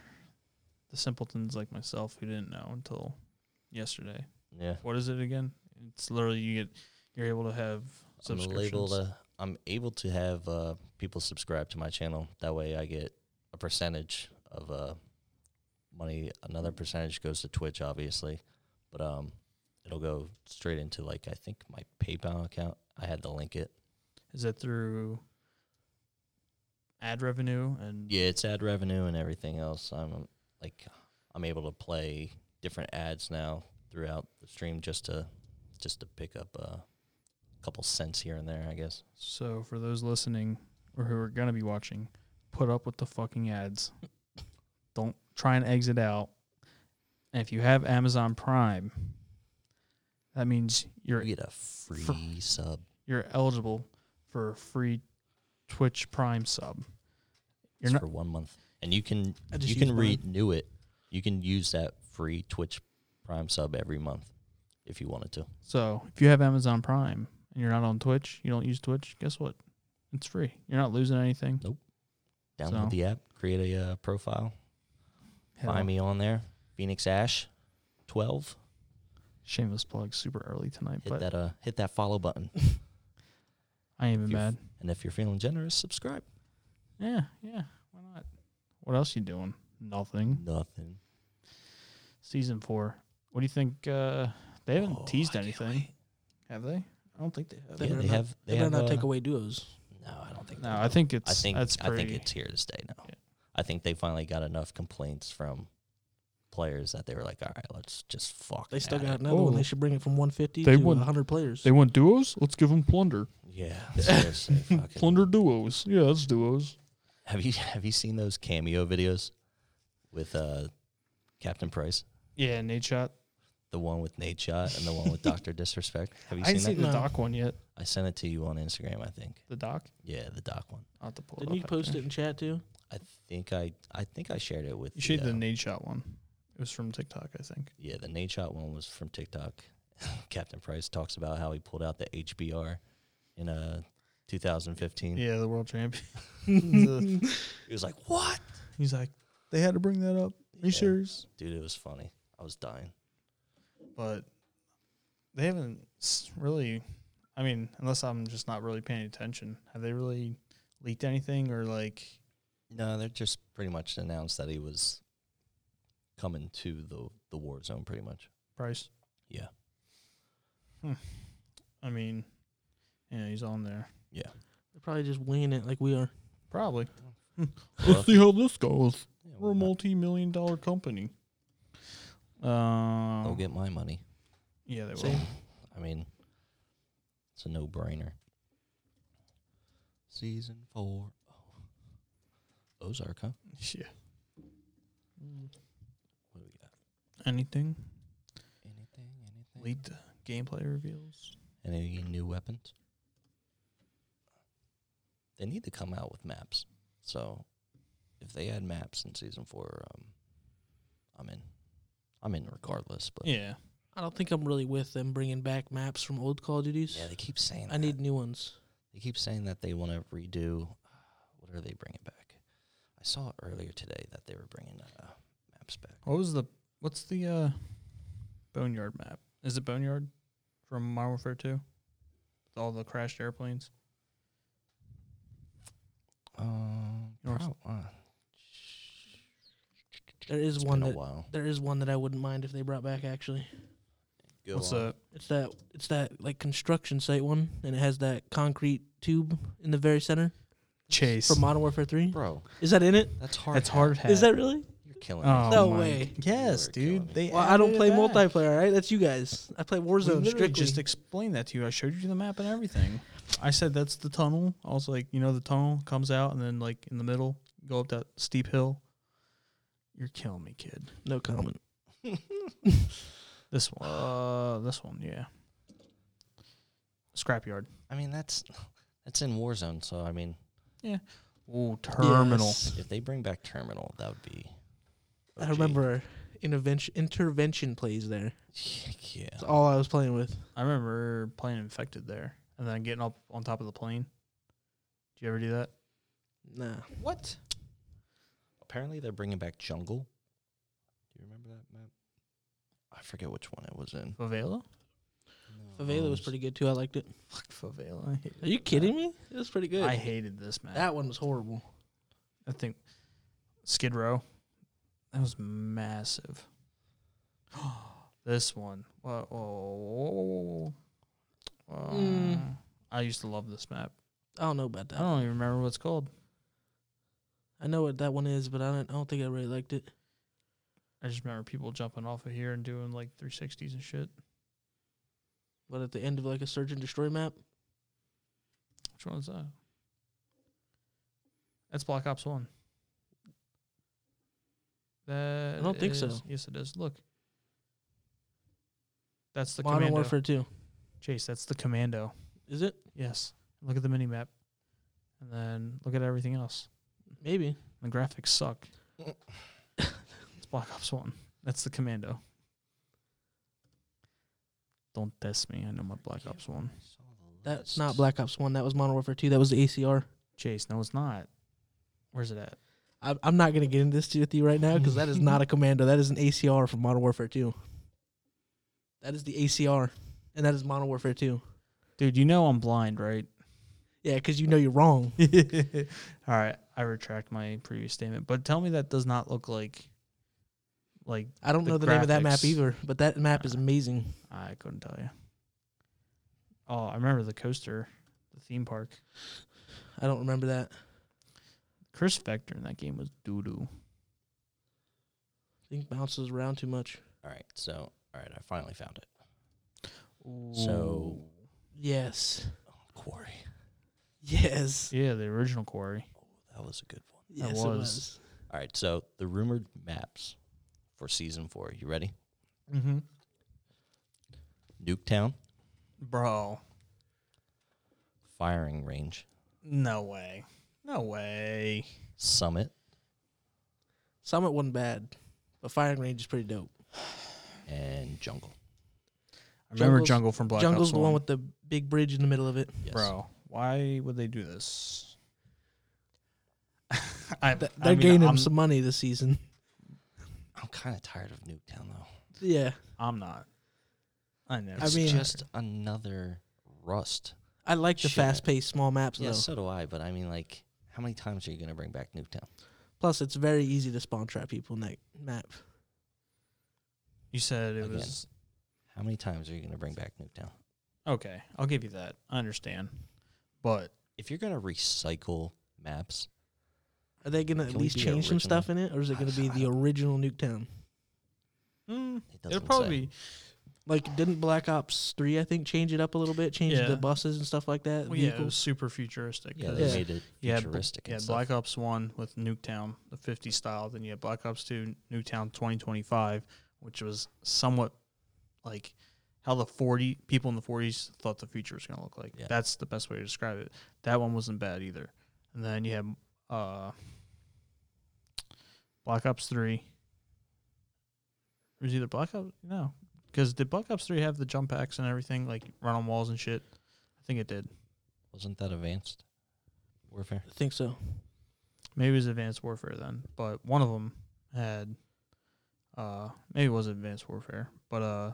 [SPEAKER 1] the simpletons like myself who didn't know until yesterday.
[SPEAKER 2] Yeah.
[SPEAKER 1] What is it again? It's literally you get you're able to have
[SPEAKER 2] I'm able
[SPEAKER 1] subscriptions.
[SPEAKER 2] to I'm able to have uh people subscribe to my channel. That way I get a percentage of uh money. Another percentage goes to Twitch obviously. But um it'll go straight into like I think my PayPal account. I had to link it.
[SPEAKER 1] Is it through ad revenue and
[SPEAKER 2] Yeah, it's ad revenue and everything else. I'm um, like, I'm able to play different ads now throughout the stream just to just to pick up uh, a couple cents here and there, I guess.
[SPEAKER 1] So for those listening or who are gonna be watching, put up with the fucking ads. Don't try and exit out. And if you have Amazon Prime, that means you're
[SPEAKER 2] You get a free sub.
[SPEAKER 1] you're eligible for a free Twitch Prime sub. You're
[SPEAKER 2] It's
[SPEAKER 1] not-
[SPEAKER 2] for one month, and you can
[SPEAKER 3] I just
[SPEAKER 2] you can
[SPEAKER 3] used
[SPEAKER 2] renew it. You can use that free Twitch Prime sub every month if you wanted to.
[SPEAKER 1] So if you have Amazon Prime and you're not on Twitch, you don't use Twitch, guess what? It's free. You're not losing anything.
[SPEAKER 2] Download
[SPEAKER 1] So-
[SPEAKER 2] the app, create a uh, profile, find me on there. Phoenix Ash, twelve.
[SPEAKER 1] Shameless plug super early tonight,
[SPEAKER 2] Hit
[SPEAKER 1] but
[SPEAKER 2] that uh, hit that follow button,
[SPEAKER 1] I ain't even
[SPEAKER 2] if you-
[SPEAKER 1] mad.
[SPEAKER 2] and if you're feeling generous, subscribe.
[SPEAKER 1] Yeah, yeah. Why not? What else you doing? Nothing.
[SPEAKER 2] Nothing.
[SPEAKER 1] Season four. What do you think? Uh, they haven't
[SPEAKER 2] Oh,
[SPEAKER 1] teased
[SPEAKER 2] I can't
[SPEAKER 1] anything, have they? I don't think they have.
[SPEAKER 3] They
[SPEAKER 2] yeah,
[SPEAKER 3] better
[SPEAKER 2] they
[SPEAKER 3] not-
[SPEAKER 2] have. They,
[SPEAKER 3] They better
[SPEAKER 2] have.
[SPEAKER 3] not
[SPEAKER 2] uh,
[SPEAKER 3] take away duos.
[SPEAKER 2] no, I don't think.
[SPEAKER 1] No,
[SPEAKER 2] they
[SPEAKER 1] I
[SPEAKER 2] do.
[SPEAKER 1] think it's.
[SPEAKER 2] I think.
[SPEAKER 1] That's
[SPEAKER 2] I
[SPEAKER 1] pretty,
[SPEAKER 2] think it's here to stay now.
[SPEAKER 1] Yeah.
[SPEAKER 2] I think they finally got enough complaints from players that they were like, "All right, let's just fuck."
[SPEAKER 3] They still
[SPEAKER 2] at
[SPEAKER 3] got
[SPEAKER 2] it."
[SPEAKER 3] another one.
[SPEAKER 1] Oh.
[SPEAKER 3] They should bring it from 150
[SPEAKER 1] They
[SPEAKER 3] to
[SPEAKER 1] wouldn't-
[SPEAKER 3] 100 players.
[SPEAKER 1] They want duos. Let's give them plunder.
[SPEAKER 2] Yeah. seriously, fucking-
[SPEAKER 1] Plunder duos. Yeah, that's duos.
[SPEAKER 2] Have you Have you seen those cameo videos with uh, Captain Price?
[SPEAKER 1] Yeah, Nate shot.
[SPEAKER 2] The one with Nate Shot and the one with Doctor Disrespect. Have you
[SPEAKER 1] I
[SPEAKER 2] seen
[SPEAKER 1] ain't
[SPEAKER 2] that?
[SPEAKER 1] seen the
[SPEAKER 3] No.
[SPEAKER 1] doc one yet.
[SPEAKER 2] I sent it to you on Instagram. I think.
[SPEAKER 1] The doc.
[SPEAKER 2] Yeah, the doc one.
[SPEAKER 1] I'll have to pull.
[SPEAKER 3] Didn't
[SPEAKER 1] it
[SPEAKER 3] you
[SPEAKER 1] up
[SPEAKER 3] post
[SPEAKER 1] after.
[SPEAKER 3] it in chat too?
[SPEAKER 2] I think I. I think I shared it with.
[SPEAKER 1] You should
[SPEAKER 2] the,
[SPEAKER 1] do the
[SPEAKER 2] um,
[SPEAKER 1] Nate shot one. It was from TikTok, I think.
[SPEAKER 2] Yeah, the Nate Shot one was from TikTok. Captain Price talks about how he pulled out the HBR in uh, 2015.
[SPEAKER 1] Yeah, the world champion.
[SPEAKER 2] He was like, "What,
[SPEAKER 1] He's like, they had to bring that up. Are you
[SPEAKER 2] Yeah.
[SPEAKER 1] serious?
[SPEAKER 2] dude? It was funny. I was dying."
[SPEAKER 1] but they haven't s- really. I mean, unless I'm just not really paying attention, have they really leaked anything or like?
[SPEAKER 2] No, they're just pretty much announced that he was coming to the the war zone. Pretty much.
[SPEAKER 1] Price.
[SPEAKER 2] Yeah.
[SPEAKER 1] Hmm. I mean, yeah, he's on there.
[SPEAKER 3] They're probably just winging it like we are.
[SPEAKER 1] Probably.
[SPEAKER 2] Well,
[SPEAKER 1] see how this goes.
[SPEAKER 2] yeah,
[SPEAKER 1] We're
[SPEAKER 2] well,
[SPEAKER 1] a multi-million dollar company. Um.
[SPEAKER 2] I'll get my money.
[SPEAKER 1] Yeah, they will.
[SPEAKER 3] Same.
[SPEAKER 2] I mean, it's a no brainer. Season four. Oh. Ozark, huh?
[SPEAKER 1] Yeah.
[SPEAKER 2] What do we got?
[SPEAKER 1] Anything
[SPEAKER 2] Anything? Anything?
[SPEAKER 1] leaked gameplay reveals?
[SPEAKER 2] Any new weapons? They need to come out with maps. So, if they had maps in season four, um, I'm in. I'm in regardless. But
[SPEAKER 1] Yeah.
[SPEAKER 3] I don't think I'm really with them bringing back maps from old Call of Duties.
[SPEAKER 2] Yeah, they keep saying.
[SPEAKER 3] I
[SPEAKER 2] that.
[SPEAKER 3] need new ones.
[SPEAKER 2] They keep saying that they want to redo. uh, What are they bringing back? I saw earlier today that they were bringing uh, maps back.
[SPEAKER 1] What was the? What's the uh, boneyard map? Is it boneyard from Modern Warfare Two? All the crashed airplanes.
[SPEAKER 2] Um,
[SPEAKER 1] You know,
[SPEAKER 2] prob- uh,
[SPEAKER 3] There is
[SPEAKER 2] it's
[SPEAKER 3] one
[SPEAKER 2] been a
[SPEAKER 3] that
[SPEAKER 2] while.
[SPEAKER 3] there is one that I wouldn't mind if they brought back actually.
[SPEAKER 2] Go
[SPEAKER 1] what's
[SPEAKER 2] on.
[SPEAKER 1] that?
[SPEAKER 3] It's that it's that like construction site one and it has that concrete tube in the very center
[SPEAKER 1] Chase.
[SPEAKER 3] from Modern Warfare 3.
[SPEAKER 2] bro?
[SPEAKER 3] Is that in it?
[SPEAKER 2] That's hard.
[SPEAKER 1] That's
[SPEAKER 2] hat.
[SPEAKER 1] hard
[SPEAKER 3] Is that really?
[SPEAKER 2] You're killing
[SPEAKER 1] Oh,
[SPEAKER 2] me.
[SPEAKER 3] No
[SPEAKER 1] my
[SPEAKER 3] way.
[SPEAKER 1] g- Yes,
[SPEAKER 2] You are killing
[SPEAKER 1] dude.
[SPEAKER 2] me.
[SPEAKER 1] They
[SPEAKER 3] Well, I don't
[SPEAKER 1] added
[SPEAKER 3] play
[SPEAKER 1] it back.
[SPEAKER 3] multiplayer, all right? That's you guys. I play
[SPEAKER 1] We
[SPEAKER 3] Warzone
[SPEAKER 1] literally
[SPEAKER 3] strictly.
[SPEAKER 1] just explained that to you. I showed you the map and everything. I said that's the tunnel. I was like, you know, the tunnel comes out and then like in the middle, go up that steep hill. You're killing me, kid.
[SPEAKER 3] no comment.
[SPEAKER 1] This one. Uh, this one. Yeah. Scrapyard.
[SPEAKER 2] I mean, that's that's in Warzone. So I mean,
[SPEAKER 1] Ooh, terminal.
[SPEAKER 3] Yes.
[SPEAKER 2] if they bring back Terminal, that would be.
[SPEAKER 3] I
[SPEAKER 2] OG.
[SPEAKER 3] remember intervention intervention plays there.
[SPEAKER 2] Yeah.
[SPEAKER 3] That's all I was playing with.
[SPEAKER 1] I remember playing infected there and then getting up on top of the plane. Did you ever do that?
[SPEAKER 3] Nah.
[SPEAKER 2] What? Apparently, they're bringing back Jungle. Do you remember that map? I forget which one it was in. Oh,
[SPEAKER 1] Favela?
[SPEAKER 3] Favela was pretty good too. I liked it.
[SPEAKER 1] Fuck Favela. I hated
[SPEAKER 3] Are you
[SPEAKER 1] that.
[SPEAKER 3] kidding me? It was pretty good.
[SPEAKER 1] I hated this map.
[SPEAKER 3] that one was horrible.
[SPEAKER 1] I think Skid Row. That was massive. this one. Whoa, whoa, whoa, whoa, whoa, whoa.
[SPEAKER 3] Mm.
[SPEAKER 1] Uh, I used to love this map.
[SPEAKER 3] I don't know about that.
[SPEAKER 1] I don't even remember what it's called.
[SPEAKER 3] I know what that one is, but I don't, I don't think I really liked it.
[SPEAKER 1] I just remember people jumping off of here and doing like 360s and shit.
[SPEAKER 3] But at the end of like a search and destroy map,
[SPEAKER 1] Which one is that? That's Black Ops 1. That
[SPEAKER 3] don't think so.
[SPEAKER 1] is- Yes, it is. Look. That's the
[SPEAKER 3] Modern
[SPEAKER 1] commando.
[SPEAKER 3] Warfare 2.
[SPEAKER 1] Chase, that's the commando.
[SPEAKER 3] Is it?
[SPEAKER 1] Yes. Look at the mini map. And then look at everything else.
[SPEAKER 3] Maybe.
[SPEAKER 1] The graphics suck. it's Black Ops 1. That's the commando. Don't test me. I know my Black Ops 1.
[SPEAKER 3] That's not Black Ops 1. That was Modern Warfare 2. That was the ACR.
[SPEAKER 1] Chase, no, it's not. Where's it at?
[SPEAKER 3] I, I'm not going to get into this with you right now because that is not a commando. That is an ACR from Modern Warfare 2. That is the ACR, and that is Modern Warfare 2.
[SPEAKER 1] Dude, you know I'm blind, right?
[SPEAKER 3] Yeah, because you know you're wrong.
[SPEAKER 1] All right, I retract my previous statement. But tell me that does not look like like
[SPEAKER 3] I don't
[SPEAKER 1] The
[SPEAKER 3] know the name of that map
[SPEAKER 1] graphics.
[SPEAKER 3] either, but that map is
[SPEAKER 1] Uh,
[SPEAKER 3] amazing.
[SPEAKER 1] I couldn't tell you. Oh, I remember the coaster, the theme park.
[SPEAKER 3] I don't remember that.
[SPEAKER 1] Chris Vector in that game was doo doo.
[SPEAKER 3] I think bounces around too much.
[SPEAKER 2] All right. So, all right. I finally found it. So-
[SPEAKER 3] Yes.
[SPEAKER 2] Quarry.
[SPEAKER 3] Yes.
[SPEAKER 1] yeah, the original quarry.
[SPEAKER 2] That was a good one.
[SPEAKER 3] Yes,
[SPEAKER 1] That
[SPEAKER 3] it
[SPEAKER 1] was.
[SPEAKER 3] was.
[SPEAKER 2] All right. So the rumored maps for season four. You ready?
[SPEAKER 1] Mm-hmm.
[SPEAKER 2] Nuketown,
[SPEAKER 1] Bro,
[SPEAKER 2] firing range,
[SPEAKER 1] no way, no way.
[SPEAKER 2] summit,
[SPEAKER 3] Summit wasn't bad, but firing range is pretty dope.
[SPEAKER 2] and jungle.
[SPEAKER 1] I remember
[SPEAKER 3] Jungle's-
[SPEAKER 1] Jungle from Black
[SPEAKER 3] Jungle's
[SPEAKER 1] Ops
[SPEAKER 3] the one with the big bridge in the middle of it.
[SPEAKER 2] Yes.
[SPEAKER 1] Bro, why would they do this? I,
[SPEAKER 3] Th-
[SPEAKER 1] I
[SPEAKER 3] they're
[SPEAKER 1] mean,
[SPEAKER 3] gaining
[SPEAKER 1] I'm-
[SPEAKER 3] some money this season.
[SPEAKER 2] I'm kind of tired of Nuketown though.
[SPEAKER 3] Yeah.
[SPEAKER 1] I'm not. I never.
[SPEAKER 3] I
[SPEAKER 2] It's
[SPEAKER 3] mean-
[SPEAKER 2] just another Rust.
[SPEAKER 3] I like the
[SPEAKER 2] Shit.
[SPEAKER 3] fast paced small maps
[SPEAKER 2] Yeah,
[SPEAKER 3] though.
[SPEAKER 2] so do I. But I mean, like, how many times are you gonna bring back Nuketown?
[SPEAKER 3] Plus it's very easy to spawn trap people in that map.
[SPEAKER 1] you said it
[SPEAKER 2] Again.
[SPEAKER 1] was
[SPEAKER 2] How many times are you gonna bring back Nuketown?
[SPEAKER 1] okay. I'll give you that. I understand, but
[SPEAKER 2] If you're gonna recycle maps,
[SPEAKER 3] Are they gonna at
[SPEAKER 2] Can we
[SPEAKER 3] least
[SPEAKER 2] be
[SPEAKER 3] change some
[SPEAKER 2] original?
[SPEAKER 3] stuff in it? Or is it
[SPEAKER 2] I-
[SPEAKER 3] gonna be
[SPEAKER 2] I
[SPEAKER 3] the original Nuketown?
[SPEAKER 1] mm,
[SPEAKER 2] it doesn't
[SPEAKER 1] it'll probably
[SPEAKER 2] say.
[SPEAKER 1] be
[SPEAKER 3] Like didn't Black Ops three I think change it up a little bit, change
[SPEAKER 1] Yeah.
[SPEAKER 3] the buses and stuff like that?
[SPEAKER 1] well, yeah, it was
[SPEAKER 3] vehicles.
[SPEAKER 1] super futuristic.
[SPEAKER 2] Yeah,
[SPEAKER 1] 'cause-
[SPEAKER 2] they
[SPEAKER 3] Yeah.
[SPEAKER 2] made it
[SPEAKER 1] Yeah, bl-
[SPEAKER 2] futuristic.
[SPEAKER 1] Yeah,
[SPEAKER 2] and stuff.
[SPEAKER 1] Black Ops 1 with Nuketown, the 50 style. Then you had Black Ops 2, Nuketown 2025, which was somewhat like how the 40 people in the 40s thought the future was going to look like.
[SPEAKER 2] Yeah.
[SPEAKER 1] That's the best way to describe it. That one wasn't bad either. And then you had uh, Black Ops 3. It was either Black Ops, no. Because did Black Ops 3 have the jump packs and everything, like run on walls and shit? I think it did.
[SPEAKER 2] Wasn't that advanced warfare?
[SPEAKER 3] I think so.
[SPEAKER 1] maybe it was Advanced Warfare then, but one of them had, uh, maybe it was Advanced Warfare, but uh,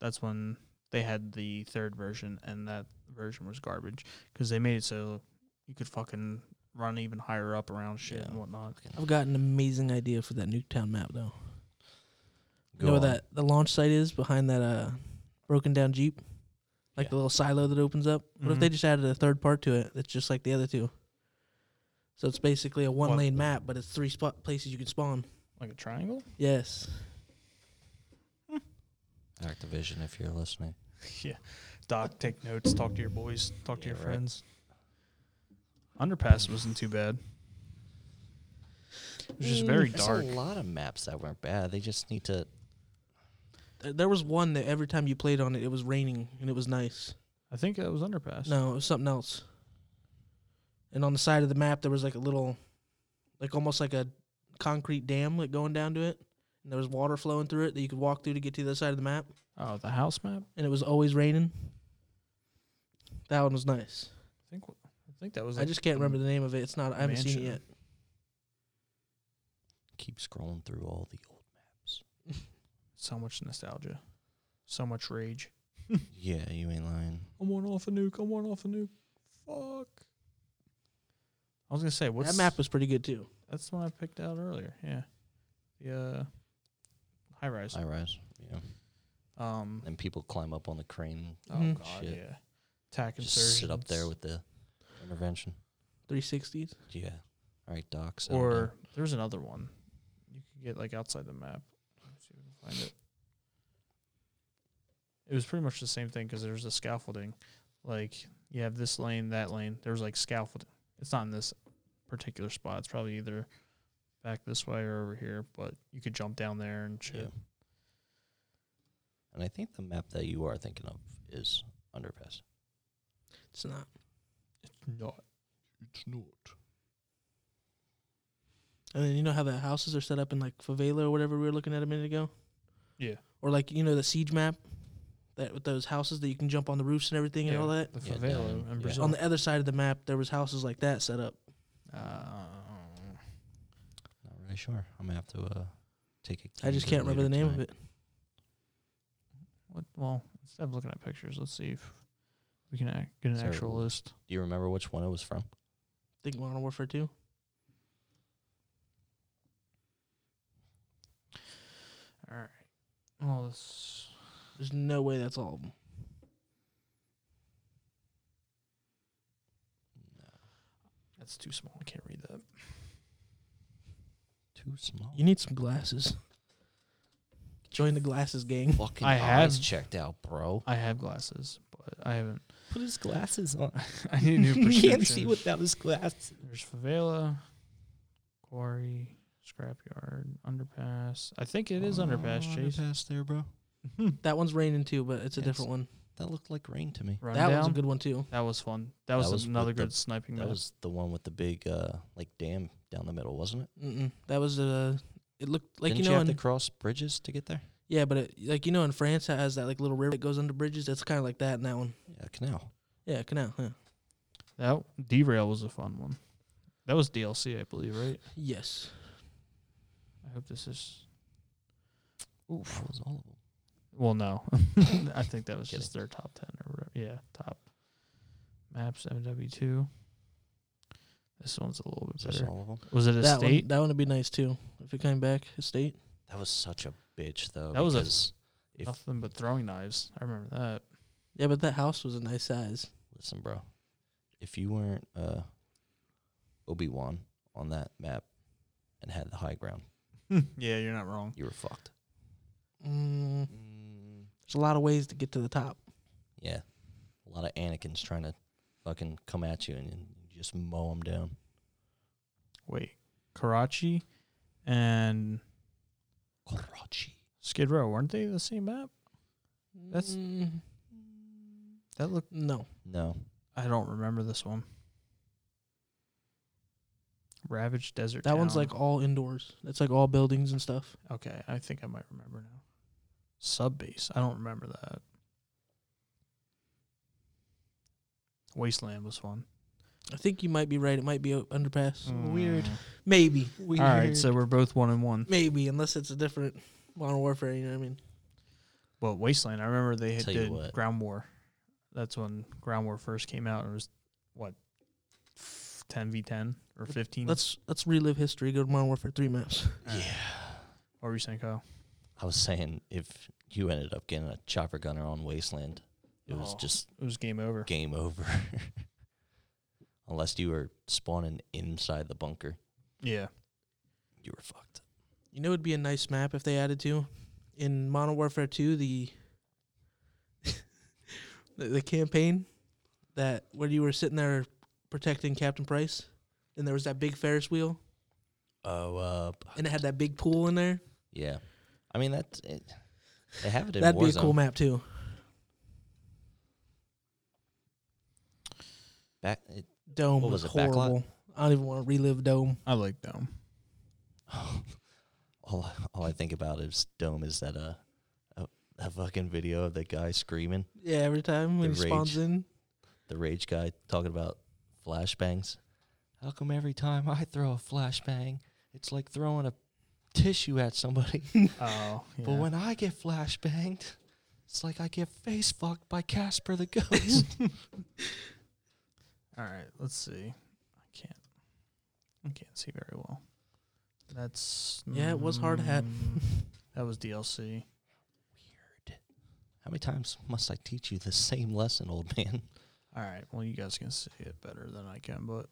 [SPEAKER 1] that's when they had the third version, and that version was garbage because they made it so you could fucking run even higher up around shit
[SPEAKER 2] Yeah.
[SPEAKER 1] and whatnot.
[SPEAKER 3] I've got an amazing idea for that Nuketown map though. You
[SPEAKER 2] Go
[SPEAKER 3] know where
[SPEAKER 2] on.
[SPEAKER 3] that the launch site is behind that uh broken down Jeep? Like
[SPEAKER 2] Yeah.
[SPEAKER 3] the little silo that opens up. What if they
[SPEAKER 1] Mhm.
[SPEAKER 3] just added a third part to it that's just like the other two? So it's basically a one
[SPEAKER 1] What?
[SPEAKER 3] lane map, but it's three spot places you can spawn.
[SPEAKER 1] Like a triangle?
[SPEAKER 3] Yes.
[SPEAKER 2] Activision, if you're listening.
[SPEAKER 1] yeah. Doc, take notes, talk to your boys, talk to
[SPEAKER 2] Yeah,
[SPEAKER 1] your
[SPEAKER 2] right.
[SPEAKER 1] friends. Underpass wasn't too bad. It was just very
[SPEAKER 2] There's
[SPEAKER 1] dark.
[SPEAKER 2] Mm, a lot of maps that weren't bad. They just need to.
[SPEAKER 3] Th- There was one that every time you played on it, it was raining and it was nice.
[SPEAKER 1] I think that was underpass.
[SPEAKER 3] No, it was something else. And on the side of the map, there was like a little, like almost like a concrete dam like going down to it, and there was water flowing through it that you could walk through to get to the other side of the map,
[SPEAKER 1] Oh, the house map.
[SPEAKER 3] and it was always raining. That one was nice.
[SPEAKER 1] I think. w- I think that was.
[SPEAKER 3] I just can't remember the name of it. It's not. I haven't seen it yet.
[SPEAKER 1] mansion.
[SPEAKER 2] Keep scrolling through all the old maps.
[SPEAKER 1] so much nostalgia, so much rage.
[SPEAKER 2] yeah, you ain't lying.
[SPEAKER 1] I'm one off a nuke. I'm one off a nuke. Fuck. I was gonna say what's
[SPEAKER 3] that map was pretty good too.
[SPEAKER 1] That's the one I picked out earlier. Yeah, the uh, high rise.
[SPEAKER 2] I rise. Yeah.
[SPEAKER 1] Um.
[SPEAKER 2] And people climb up on the crane.
[SPEAKER 1] Oh
[SPEAKER 3] Mhm.
[SPEAKER 1] god.
[SPEAKER 2] Shit.
[SPEAKER 1] Yeah. Attack and
[SPEAKER 2] Just sit up there with the intervention.
[SPEAKER 3] 360s.
[SPEAKER 2] Yeah. All right, Doc. settle down.
[SPEAKER 1] Or there's another one. You could get like outside the map. Let's see if we can find it. It was pretty much the same thing because there's the scaffolding. Like you have this lane, that lane. There's like scaffolding. It's not in this particular spot. It's probably either back this way or over here. But you could jump down there and shit.
[SPEAKER 2] Yeah. And I think the map that you are thinking of is underpass.
[SPEAKER 3] It's not.
[SPEAKER 1] No,
[SPEAKER 2] It's not.
[SPEAKER 3] And then you know how the houses are set up in like favela or whatever we were looking at a minute ago.
[SPEAKER 1] Yeah.
[SPEAKER 3] Or like you know the siege map, that with those houses that you can jump on the roofs and everything
[SPEAKER 1] Yeah,
[SPEAKER 3] and all that.
[SPEAKER 1] The
[SPEAKER 2] Yeah,
[SPEAKER 1] favela
[SPEAKER 2] down,
[SPEAKER 1] in
[SPEAKER 2] yeah.
[SPEAKER 1] Brazil.
[SPEAKER 3] On the other side of the map, there was houses like that set up.
[SPEAKER 1] Uh,
[SPEAKER 2] Not really sure. I'm gonna have to uh, take a.
[SPEAKER 3] I just can't remember the name of it.
[SPEAKER 1] what? Well, instead of looking at pictures, let's see if we can ac- get an
[SPEAKER 2] Sorry,
[SPEAKER 1] actual
[SPEAKER 2] what-
[SPEAKER 1] list.
[SPEAKER 2] Do you remember which one it was from?
[SPEAKER 3] Think Modern Warfare Two.
[SPEAKER 1] All right. Well, this
[SPEAKER 3] There's no way that's all of them.
[SPEAKER 2] No,
[SPEAKER 1] that's too small. I can't read that.
[SPEAKER 2] too small.
[SPEAKER 3] You need some glasses. Join the glasses gang.
[SPEAKER 2] fucking
[SPEAKER 1] I
[SPEAKER 2] eyes
[SPEAKER 1] have-
[SPEAKER 2] checked out, bro.
[SPEAKER 1] I have glasses, but I haven't.
[SPEAKER 2] Put his glasses on.
[SPEAKER 1] I need a new prescription.
[SPEAKER 2] without his glasses.
[SPEAKER 1] There's favela, quarry, scrapyard, underpass. I think it is underpass, Chase.
[SPEAKER 2] Oh, Underpass there, bro.
[SPEAKER 3] That one's raining too, but it's a
[SPEAKER 2] Yes.
[SPEAKER 3] different one.
[SPEAKER 2] That looked like rain to me.
[SPEAKER 1] Rundown.
[SPEAKER 3] That one's a good one too.
[SPEAKER 1] That was fun. That was,
[SPEAKER 2] That was
[SPEAKER 1] another
[SPEAKER 2] with the-
[SPEAKER 1] good sniping
[SPEAKER 2] That
[SPEAKER 1] map.
[SPEAKER 2] was the one with the big uh, like dam down the middle, wasn't it?
[SPEAKER 3] Mm-mm. That was a. It looked like
[SPEAKER 2] Didn't
[SPEAKER 3] you know,
[SPEAKER 2] have to
[SPEAKER 3] in,
[SPEAKER 2] cross bridges to get there.
[SPEAKER 3] yeah, but it, like you know, in France, it has that like little river that goes under bridges. That's kind of like that in that one.
[SPEAKER 2] Yeah, canal.
[SPEAKER 3] Yeah, canal. Yeah.
[SPEAKER 1] that derail was a fun one. That was DLC, I believe, right?
[SPEAKER 3] Yes.
[SPEAKER 1] I hope this is.
[SPEAKER 2] That was all of them.
[SPEAKER 1] Well, no, I think that was
[SPEAKER 2] Kidding.
[SPEAKER 1] just their top ten or whatever. Yeah, top maps MW two. This one's a little bit
[SPEAKER 2] Is this
[SPEAKER 1] better.
[SPEAKER 2] all of them?
[SPEAKER 1] Was it a
[SPEAKER 3] that
[SPEAKER 1] state?
[SPEAKER 3] one. That one would be nice too if it came back. A state.
[SPEAKER 2] That was such a bitch, though.
[SPEAKER 1] That was a-
[SPEAKER 2] because if
[SPEAKER 1] Nothing but throwing knives. I remember that.
[SPEAKER 3] Yeah, but that house was a nice size.
[SPEAKER 2] listen, bro. If you weren't uh, Obi Wan on that map and had the high ground,
[SPEAKER 1] yeah, you're not wrong.
[SPEAKER 2] you were fucked.
[SPEAKER 3] Mm, there's a lot of ways to get to the top.
[SPEAKER 2] Yeah, a lot of Anakin's trying to fucking come at you and, and you just mow them down.
[SPEAKER 1] Wait, Karachi and
[SPEAKER 2] Karachi.
[SPEAKER 1] Skid Row weren't they the same map? That's-
[SPEAKER 3] Mm,
[SPEAKER 1] That look.
[SPEAKER 3] no.
[SPEAKER 2] No,
[SPEAKER 1] I don't remember this one. Ravaged Desert.
[SPEAKER 3] That one's
[SPEAKER 1] Town.
[SPEAKER 3] like all indoors. That's like all buildings and stuff.
[SPEAKER 1] Okay, I think I might remember now. Sub base. I don't remember that. Wasteland was fun.
[SPEAKER 3] I think you might be right. It might be a underpass.
[SPEAKER 1] Mm.
[SPEAKER 2] Weird.
[SPEAKER 3] Maybe.
[SPEAKER 1] All right, so we're both one and one.
[SPEAKER 3] Maybe unless it's a different Modern Warfare. You know what I mean?
[SPEAKER 1] Well, Wasteland. I remember they had
[SPEAKER 2] Tell you
[SPEAKER 1] did
[SPEAKER 2] what.
[SPEAKER 1] Ground War. That's when Ground War first came out, and it was what ten v ten or
[SPEAKER 2] Mm.
[SPEAKER 1] fifteen.
[SPEAKER 3] Let's let's relive history. Go to Modern Warfare three maps.
[SPEAKER 2] yeah.
[SPEAKER 1] what were you saying, Kyle?
[SPEAKER 2] I was saying if you ended up getting a chopper gunner on Wasteland, it was
[SPEAKER 1] Oh.
[SPEAKER 2] just
[SPEAKER 1] It was game over.
[SPEAKER 2] game over. Unless you were spawning inside the bunker,
[SPEAKER 1] Yeah,
[SPEAKER 2] you were fucked.
[SPEAKER 3] You know, it'd be a nice map if they added to in Modern Warfare two the the, the campaign that where you were sitting there protecting Captain Price, and there was that big Ferris wheel,
[SPEAKER 2] Oh, uh,
[SPEAKER 3] and it had that big pool in there.
[SPEAKER 2] yeah. I mean that's it. They have it in
[SPEAKER 3] That'd be a
[SPEAKER 2] Warzone.
[SPEAKER 3] cool map too.
[SPEAKER 2] Back, it,
[SPEAKER 3] Dome
[SPEAKER 2] What
[SPEAKER 3] was,
[SPEAKER 2] was it, backlot?
[SPEAKER 3] horrible. I don't even want to relive Dome.
[SPEAKER 1] I like Dome.
[SPEAKER 2] all, I- all I think about is Dome is that a, a, a fucking video of the guy screaming,
[SPEAKER 3] Yeah, every time when
[SPEAKER 2] The
[SPEAKER 3] he spawns
[SPEAKER 2] rage.
[SPEAKER 3] in.
[SPEAKER 2] the rage guy talking about flashbangs. How come every time I throw a flashbang, it's like throwing a tissue at somebody?
[SPEAKER 1] Oh,
[SPEAKER 2] But when I get flashbanged, it's like I get face fucked by Casper the Ghost.
[SPEAKER 1] all right, let's see. I can't. I can't see very well. That's
[SPEAKER 3] Yeah, it was hard hat.
[SPEAKER 1] mm, that was DLC.
[SPEAKER 2] Weird. How many times must I teach you the same lesson, old man?
[SPEAKER 1] All right, well you guys can see it better than I can, but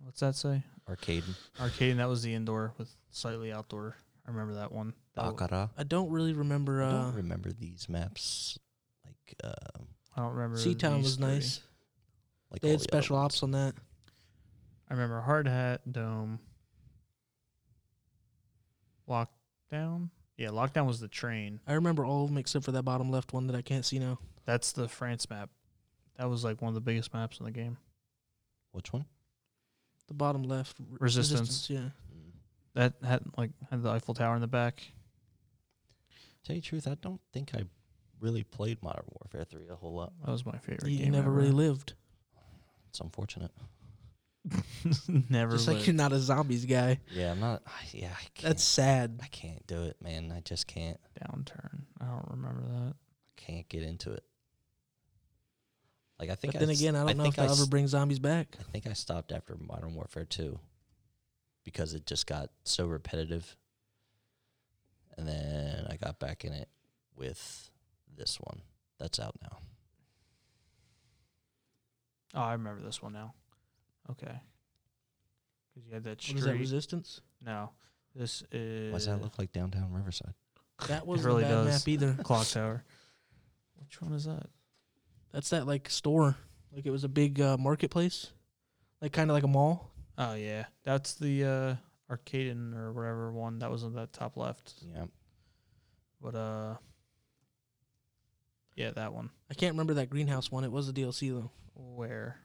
[SPEAKER 1] what's that say?
[SPEAKER 2] Arcade
[SPEAKER 1] Arcade. and That was the indoor with slightly outdoor. I remember that one. Oh,
[SPEAKER 2] Baccarat.
[SPEAKER 3] I don't really remember.
[SPEAKER 2] I
[SPEAKER 3] Uh,
[SPEAKER 2] don't remember these maps. Like, uh,
[SPEAKER 1] I don't remember.
[SPEAKER 3] Sea Town
[SPEAKER 1] these
[SPEAKER 3] was
[SPEAKER 1] three.
[SPEAKER 3] nice.
[SPEAKER 2] like
[SPEAKER 3] They
[SPEAKER 2] all
[SPEAKER 3] had
[SPEAKER 2] the other
[SPEAKER 3] special
[SPEAKER 2] ones.
[SPEAKER 3] ops on that.
[SPEAKER 1] I remember Hard Hat, Dome, Lockdown. Yeah, Lockdown was the train.
[SPEAKER 3] I remember all of them except for that bottom left one that I can't see now.
[SPEAKER 1] That's the France map. That was like one of the biggest maps in the game.
[SPEAKER 2] Which one?
[SPEAKER 3] The bottom left. r-
[SPEAKER 1] Resistance.
[SPEAKER 3] Yeah.
[SPEAKER 1] That had like had the Eiffel Tower in the back.
[SPEAKER 2] Tell you the truth, I don't think I really played Modern Warfare 3 a whole lot.
[SPEAKER 1] That was my favorite
[SPEAKER 3] You, you
[SPEAKER 1] game.
[SPEAKER 3] never
[SPEAKER 1] ever.
[SPEAKER 3] really lived.
[SPEAKER 2] It's unfortunate.
[SPEAKER 1] never
[SPEAKER 3] Just like
[SPEAKER 1] lived.
[SPEAKER 3] you're not a zombies guy.
[SPEAKER 2] Yeah, I'm not. I, yeah, I can't.
[SPEAKER 3] That's sad.
[SPEAKER 2] I can't do it, man. I just can't.
[SPEAKER 1] downturn. I don't remember that.
[SPEAKER 2] Can't get into it. Like I think.
[SPEAKER 3] But then
[SPEAKER 2] I s-
[SPEAKER 3] again, I don't know
[SPEAKER 2] think
[SPEAKER 3] if they'll
[SPEAKER 2] s-
[SPEAKER 3] ever bring zombies back.
[SPEAKER 2] I think I stopped after Modern Warfare 2 because it just got so repetitive. And then I got back in it with this one that's out now.
[SPEAKER 1] Oh, I remember this one now. Okay. Because you had that
[SPEAKER 3] What is that,
[SPEAKER 1] street.
[SPEAKER 3] Resistance?
[SPEAKER 1] no, this is
[SPEAKER 2] Why does that look like downtown Riverside?
[SPEAKER 3] That wasn't
[SPEAKER 1] really
[SPEAKER 3] a bad
[SPEAKER 1] does.
[SPEAKER 3] map either.
[SPEAKER 1] clock tower. Which one is that?
[SPEAKER 3] That's that like store. Like it was a big uh, marketplace. Like kind of like a mall.
[SPEAKER 1] Oh yeah, that's the uh, Arcaden or whatever one that was on that top left.
[SPEAKER 2] Yeah,
[SPEAKER 1] But uh, yeah, that one.
[SPEAKER 3] I can't remember that greenhouse one. It was a DLC though.
[SPEAKER 1] Where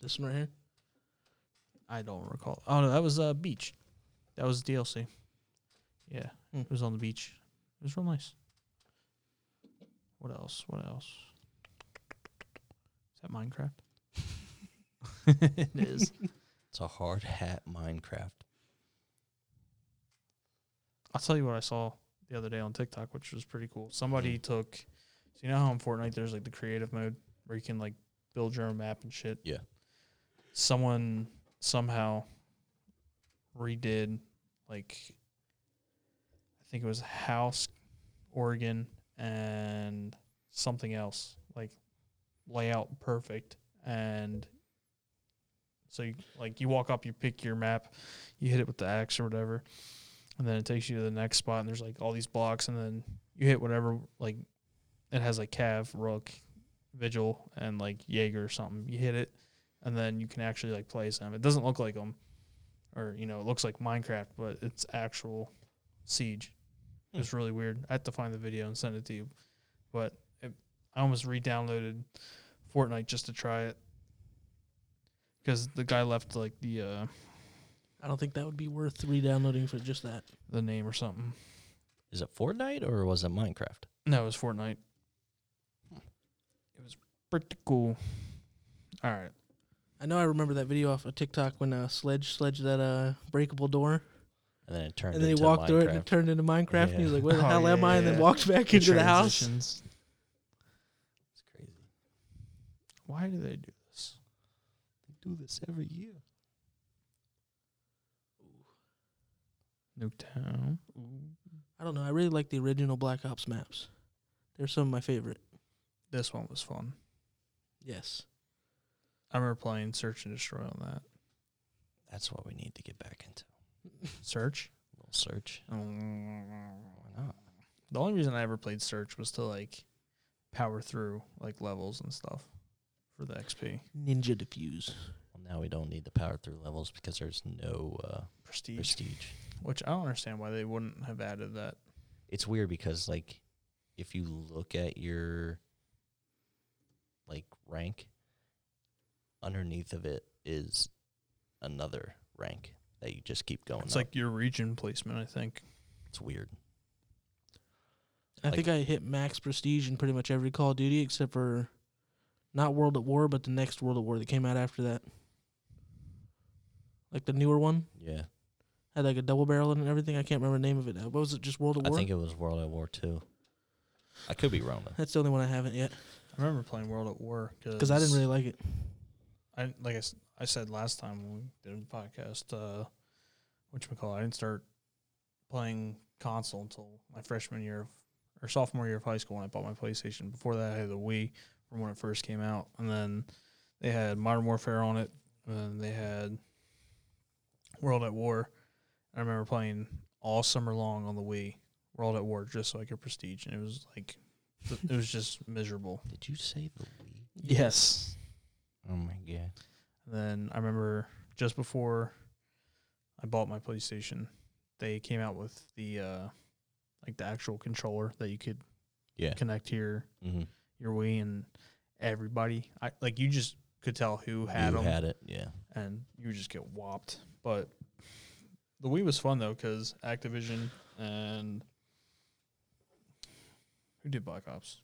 [SPEAKER 3] This one right here.
[SPEAKER 1] I don't recall. Oh no, that was uh, beach. That was DLC. Yeah,
[SPEAKER 3] Hmm.
[SPEAKER 1] it was on the beach. It was real nice. What else? What else? Is that Minecraft? it is.
[SPEAKER 2] it's a hard hat Minecraft.
[SPEAKER 1] I'll tell you what I saw the other day on TikTok, which was pretty cool. Somebody took, so you know how in Fortnite there's like the creative mode where you can like build your own map and shit.
[SPEAKER 2] Yeah.
[SPEAKER 1] Someone somehow redid like, I think it was House, Oregon, and something else like layout perfect and. So you, like you walk up, you pick your map, you hit it with the axe or whatever, and then it takes you to the next spot and there's like all these blocks and then you hit whatever like it has like cav rook vigil and like jaeger or something you hit it and then you can actually like play some it doesn't look like them or you know it looks like minecraft but it's actual siege it's really weird i have to find the video and send it to you but it, i almost re-downloaded fortnite just to try it because the guy left like the uh
[SPEAKER 3] I don't think that would be worth re-downloading for just that.
[SPEAKER 1] the name or something
[SPEAKER 2] Is it Fortnite or was it Minecraft?
[SPEAKER 1] No, it was Fortnite. It was pretty cool. All right.
[SPEAKER 3] I know I remember that video off of TikTok when uh, Sledge sledged that uh, breakable door,
[SPEAKER 2] And then it turned
[SPEAKER 3] and then he
[SPEAKER 2] into
[SPEAKER 3] walked
[SPEAKER 2] Minecraft.
[SPEAKER 3] through it and it turned into Minecraft. And he was
[SPEAKER 2] Yeah.
[SPEAKER 3] like, "Where the
[SPEAKER 1] Oh,
[SPEAKER 3] hell am
[SPEAKER 1] yeah,
[SPEAKER 3] I?" And then
[SPEAKER 1] yeah.
[SPEAKER 3] walked back into the house.
[SPEAKER 1] Transitions.
[SPEAKER 2] it's crazy.
[SPEAKER 1] Why do they do this?
[SPEAKER 2] They do this every year.
[SPEAKER 1] Nuketown.
[SPEAKER 3] I don't know. I really like the original Black Ops maps. They're some of my favorite.
[SPEAKER 1] This one was fun.
[SPEAKER 3] Yes.
[SPEAKER 1] I remember playing Search and Destroy on that.
[SPEAKER 2] That's what we need to get back into.
[SPEAKER 1] Search?
[SPEAKER 2] A little search. Why not?
[SPEAKER 1] The only reason I ever played Search was to like power through like levels and stuff for the XP.
[SPEAKER 3] Ninja Diffuse.
[SPEAKER 2] Well, now we don't need the power through levels because there's no uh,
[SPEAKER 1] Prestige.
[SPEAKER 2] prestige.
[SPEAKER 1] Which I don't understand why they wouldn't have added that.
[SPEAKER 2] it's weird because like if you look at your like rank underneath of it is another rank that you just keep going.
[SPEAKER 1] It's
[SPEAKER 2] up.
[SPEAKER 1] like your region placement, I think.
[SPEAKER 2] it's weird.
[SPEAKER 3] I
[SPEAKER 2] Like-
[SPEAKER 3] think I hit max prestige in pretty much every Call of Duty except for not World at War, but the next World at War that came out after that. Like the newer one
[SPEAKER 2] Yeah,
[SPEAKER 3] had like a double barrel in it and everything. I can't remember the name of it now. What was it? Just World at
[SPEAKER 2] I
[SPEAKER 3] War.
[SPEAKER 2] think it was World at War Two. I could be wrong though.
[SPEAKER 3] That's the only one I haven't yet
[SPEAKER 1] I remember playing World at War
[SPEAKER 3] because I didn't really like it.
[SPEAKER 1] I like I, s- I said last time when we did the podcast, uh, which I didn't start playing console until my freshman year of, or sophomore year of high school when I bought my PlayStation. Before that, I had the Wii from when it first came out, and then they had Modern Warfare on it, and then they had World at War. I remember playing all summer long on the Wii World at War just so I could prestige, and it was like th- it was just miserable.
[SPEAKER 2] Did you say the Wii?
[SPEAKER 1] Yes.
[SPEAKER 2] Oh my god.
[SPEAKER 1] And then I remember just before I bought my PlayStation, they came out with the uh, like the actual controller that you could
[SPEAKER 2] Yeah.
[SPEAKER 1] connect to your
[SPEAKER 2] Mm-hmm.
[SPEAKER 1] your Wii, and everybody I like you just could tell who had
[SPEAKER 2] you
[SPEAKER 1] them,
[SPEAKER 2] had it. Yeah.
[SPEAKER 1] and you would just get whopped. But the Wii was fun though because Activision and who did Black Ops?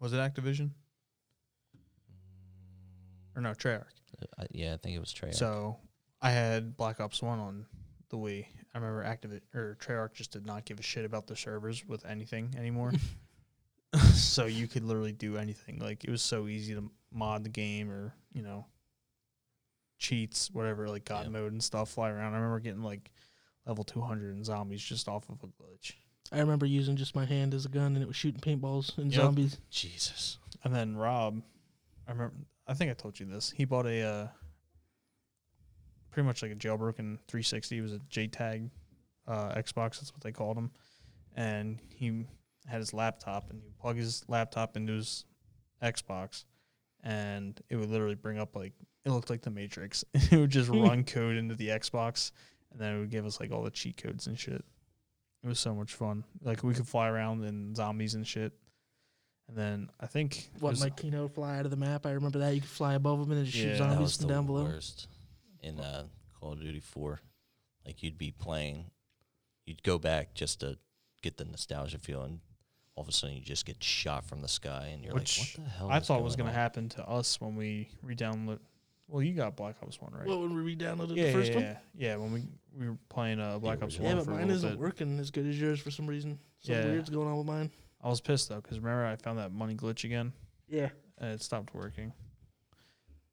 [SPEAKER 1] Was it Activision or no Treyarch?
[SPEAKER 2] I, Uh, yeah, I think it was Treyarch.
[SPEAKER 1] So I had Black Ops One on the Wii. I remember Activate or Treyarch just did not give a shit about their servers with anything anymore. so you could literally do anything. Like it was so easy to mod the game or you know cheats, whatever, like God
[SPEAKER 2] Yeah.
[SPEAKER 1] mode and stuff. Fly around. I remember getting like level two hundred and zombies just off of a glitch.
[SPEAKER 3] I remember using just my hand as a gun and it was shooting paintballs and
[SPEAKER 1] Yep.
[SPEAKER 3] zombies.
[SPEAKER 2] Jesus.
[SPEAKER 1] And then Rob, I remember. I think I told you this. He bought a uh, pretty much like a jailbroken 360. It was a JTAG uh, Xbox. That's what they called him. And he had his laptop, and you plug his laptop into his Xbox, and it would literally bring up like it looked like the Matrix. it would just run code into the Xbox, and then it would give us like all the cheat codes and shit. It was so much fun. Like we could fly around in zombies and shit. And then I think it
[SPEAKER 3] What
[SPEAKER 1] was-
[SPEAKER 3] my Kino fly out of the map? I remember that you could fly above them and then shoot
[SPEAKER 1] Yeah. That
[SPEAKER 2] That
[SPEAKER 3] zombies
[SPEAKER 2] was
[SPEAKER 3] from
[SPEAKER 2] the
[SPEAKER 3] down below.
[SPEAKER 2] worst. In uh, Call of Duty 4, like you'd be playing, you'd go back just to get the nostalgia feel, and all of a sudden you just get shot from the sky, and you're
[SPEAKER 1] Which
[SPEAKER 2] like, "What the hell?"
[SPEAKER 1] I
[SPEAKER 2] is
[SPEAKER 1] thought was
[SPEAKER 2] going
[SPEAKER 1] going to
[SPEAKER 2] on?"
[SPEAKER 1] happen to us when we re-download. Well, you got Black Ops One, right?
[SPEAKER 3] What when we redownloaded
[SPEAKER 1] yeah,
[SPEAKER 3] the first
[SPEAKER 1] yeah,
[SPEAKER 3] one?
[SPEAKER 1] yeah, yeah. When we we were playing uh, Black Ops
[SPEAKER 2] original.
[SPEAKER 1] One
[SPEAKER 3] Yeah, but
[SPEAKER 1] for a
[SPEAKER 3] mine
[SPEAKER 1] little
[SPEAKER 3] isn't
[SPEAKER 1] bit,
[SPEAKER 3] working as good as yours for some reason. Something
[SPEAKER 1] Yeah.
[SPEAKER 3] weird's going on with mine.
[SPEAKER 1] I was pissed though because remember I found that money glitch again
[SPEAKER 3] Yeah.
[SPEAKER 1] and it stopped working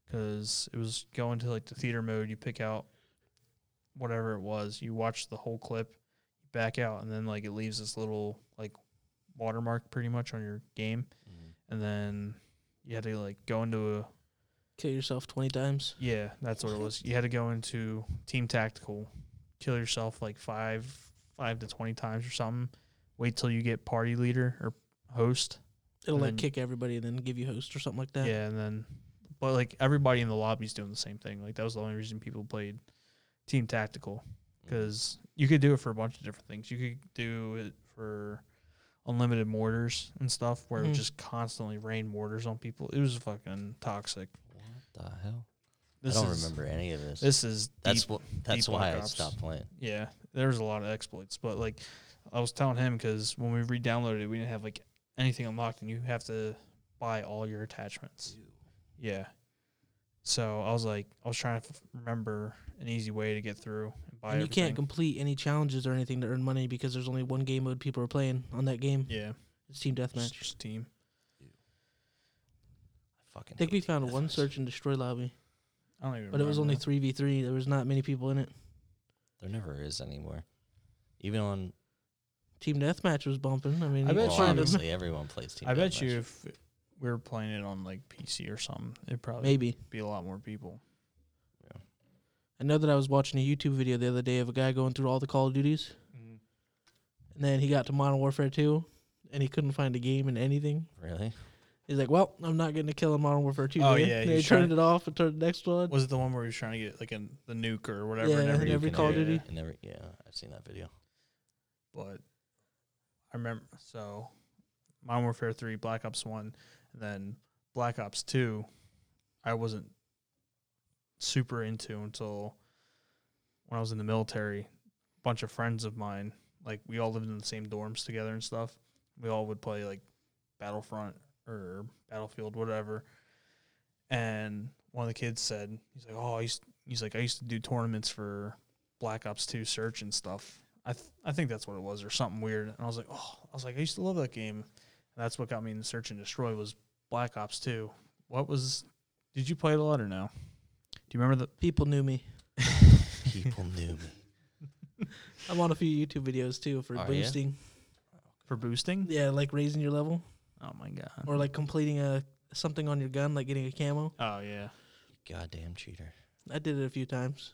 [SPEAKER 1] because it was going to like the theater mode. You pick out whatever it was, you watch the whole clip, back out, and then like it leaves this little like watermark pretty much on your game,
[SPEAKER 2] Mhm.
[SPEAKER 1] and then you had to like go into a
[SPEAKER 3] Kill yourself twenty times.
[SPEAKER 1] Yeah, that's what it was. You had to go into team tactical, kill yourself like five, five to twenty times or something. Wait till you get party leader or host.
[SPEAKER 3] It'll
[SPEAKER 1] And
[SPEAKER 3] like
[SPEAKER 1] then-
[SPEAKER 3] kick everybody and then give you host or something like
[SPEAKER 1] Yeah,
[SPEAKER 3] that.
[SPEAKER 1] and then, but like everybody in the lobby's doing the same thing. Like that was the only reason people played team tactical because you could do it for a bunch of different things. You could do it for unlimited mortars and stuff, where it
[SPEAKER 3] Mhm.
[SPEAKER 1] would just constantly rain mortars on people. It was fucking toxic.
[SPEAKER 2] What the hell?
[SPEAKER 1] This
[SPEAKER 2] I don't
[SPEAKER 1] is,
[SPEAKER 2] remember any of this.
[SPEAKER 1] This is deep
[SPEAKER 2] that's what. That's
[SPEAKER 1] deep
[SPEAKER 2] why
[SPEAKER 1] Black
[SPEAKER 2] I
[SPEAKER 1] Ops.
[SPEAKER 2] stopped playing.
[SPEAKER 1] Yeah, there was a lot of exploits, but like I was telling him because when we re-downloaded it, we didn't have like anything unlocked, and you have to buy all your attachments. Yeah. So I was like, I was trying to f- remember an easy way to get through and buy.
[SPEAKER 3] And you can't
[SPEAKER 1] everything.
[SPEAKER 3] complete any challenges or anything to earn money because there's only one game mode people are playing on that game.
[SPEAKER 1] yeah,
[SPEAKER 3] It's Team
[SPEAKER 1] just-
[SPEAKER 3] Deathmatch.
[SPEAKER 1] just team.
[SPEAKER 2] I fucking.
[SPEAKER 3] I think
[SPEAKER 2] hate
[SPEAKER 3] we
[SPEAKER 2] the
[SPEAKER 3] found
[SPEAKER 2] Death
[SPEAKER 3] one
[SPEAKER 2] Race.
[SPEAKER 3] search and destroy lobby,
[SPEAKER 1] I don't even.
[SPEAKER 3] but it was only
[SPEAKER 1] remember.
[SPEAKER 3] three v three. There was not many people in it.
[SPEAKER 2] There never is anymore. Even on.
[SPEAKER 3] Team Deathmatch was bumping. I mean,
[SPEAKER 1] I bet
[SPEAKER 3] you could
[SPEAKER 2] Well,
[SPEAKER 1] you-
[SPEAKER 3] find 'em.
[SPEAKER 2] obviously, everyone plays Team
[SPEAKER 1] I bet
[SPEAKER 2] Deathmatch.
[SPEAKER 1] you if we were playing it on like PC or something, it'd probably
[SPEAKER 3] maybe.
[SPEAKER 1] be a lot more people.
[SPEAKER 3] I know that I was watching a YouTube video the other day of a guy going through all the Call of Duties, and then he got to Modern Warfare two, and he couldn't find a game in anything.
[SPEAKER 2] Really?
[SPEAKER 3] He's like, "Well, I'm not getting to kill in Modern Warfare 2."
[SPEAKER 1] Oh,
[SPEAKER 3] today."
[SPEAKER 1] yeah,
[SPEAKER 3] And
[SPEAKER 1] he's
[SPEAKER 3] he
[SPEAKER 1] trying-
[SPEAKER 3] turned it off and turned the next one.
[SPEAKER 1] Was it the one where he was trying to get like a, the nuke or whatever?
[SPEAKER 3] Yeah,
[SPEAKER 1] and
[SPEAKER 3] in every
[SPEAKER 2] Nuke
[SPEAKER 3] Call of
[SPEAKER 1] yeah.
[SPEAKER 2] every-
[SPEAKER 3] Duty.
[SPEAKER 2] in every- yeah, I've seen that video.
[SPEAKER 1] but I remember so Modern Warfare three, Black Ops one, and then Black Ops two. I I wasn't super into until when I was in the military. A bunch of friends of mine, like we all lived in the same dorms together and stuff. We all would play like Battlefront or Battlefield, whatever. And one of the kids said, "He's like, oh, I used, he's like, I used to do tournaments for Black Ops Two Search and stuff. I th- I think that's what it was, or something weird." And I was like, "Oh, I was like, I used to love that game." And that's what got me into Search and Destroy was Black Ops Two. What was? Did you play it a lot or no? Do you remember the?
[SPEAKER 3] People knew me.
[SPEAKER 2] People knew me.
[SPEAKER 3] I'm on a few YouTube videos too
[SPEAKER 1] Oh,
[SPEAKER 3] for
[SPEAKER 2] Are ya?
[SPEAKER 3] boosting.
[SPEAKER 1] for boosting?
[SPEAKER 3] Yeah, like raising your level
[SPEAKER 1] Oh my god.
[SPEAKER 3] or like completing a something on your gun, like getting a camo.
[SPEAKER 1] oh yeah.
[SPEAKER 2] Goddamn cheater.
[SPEAKER 3] I did it a few times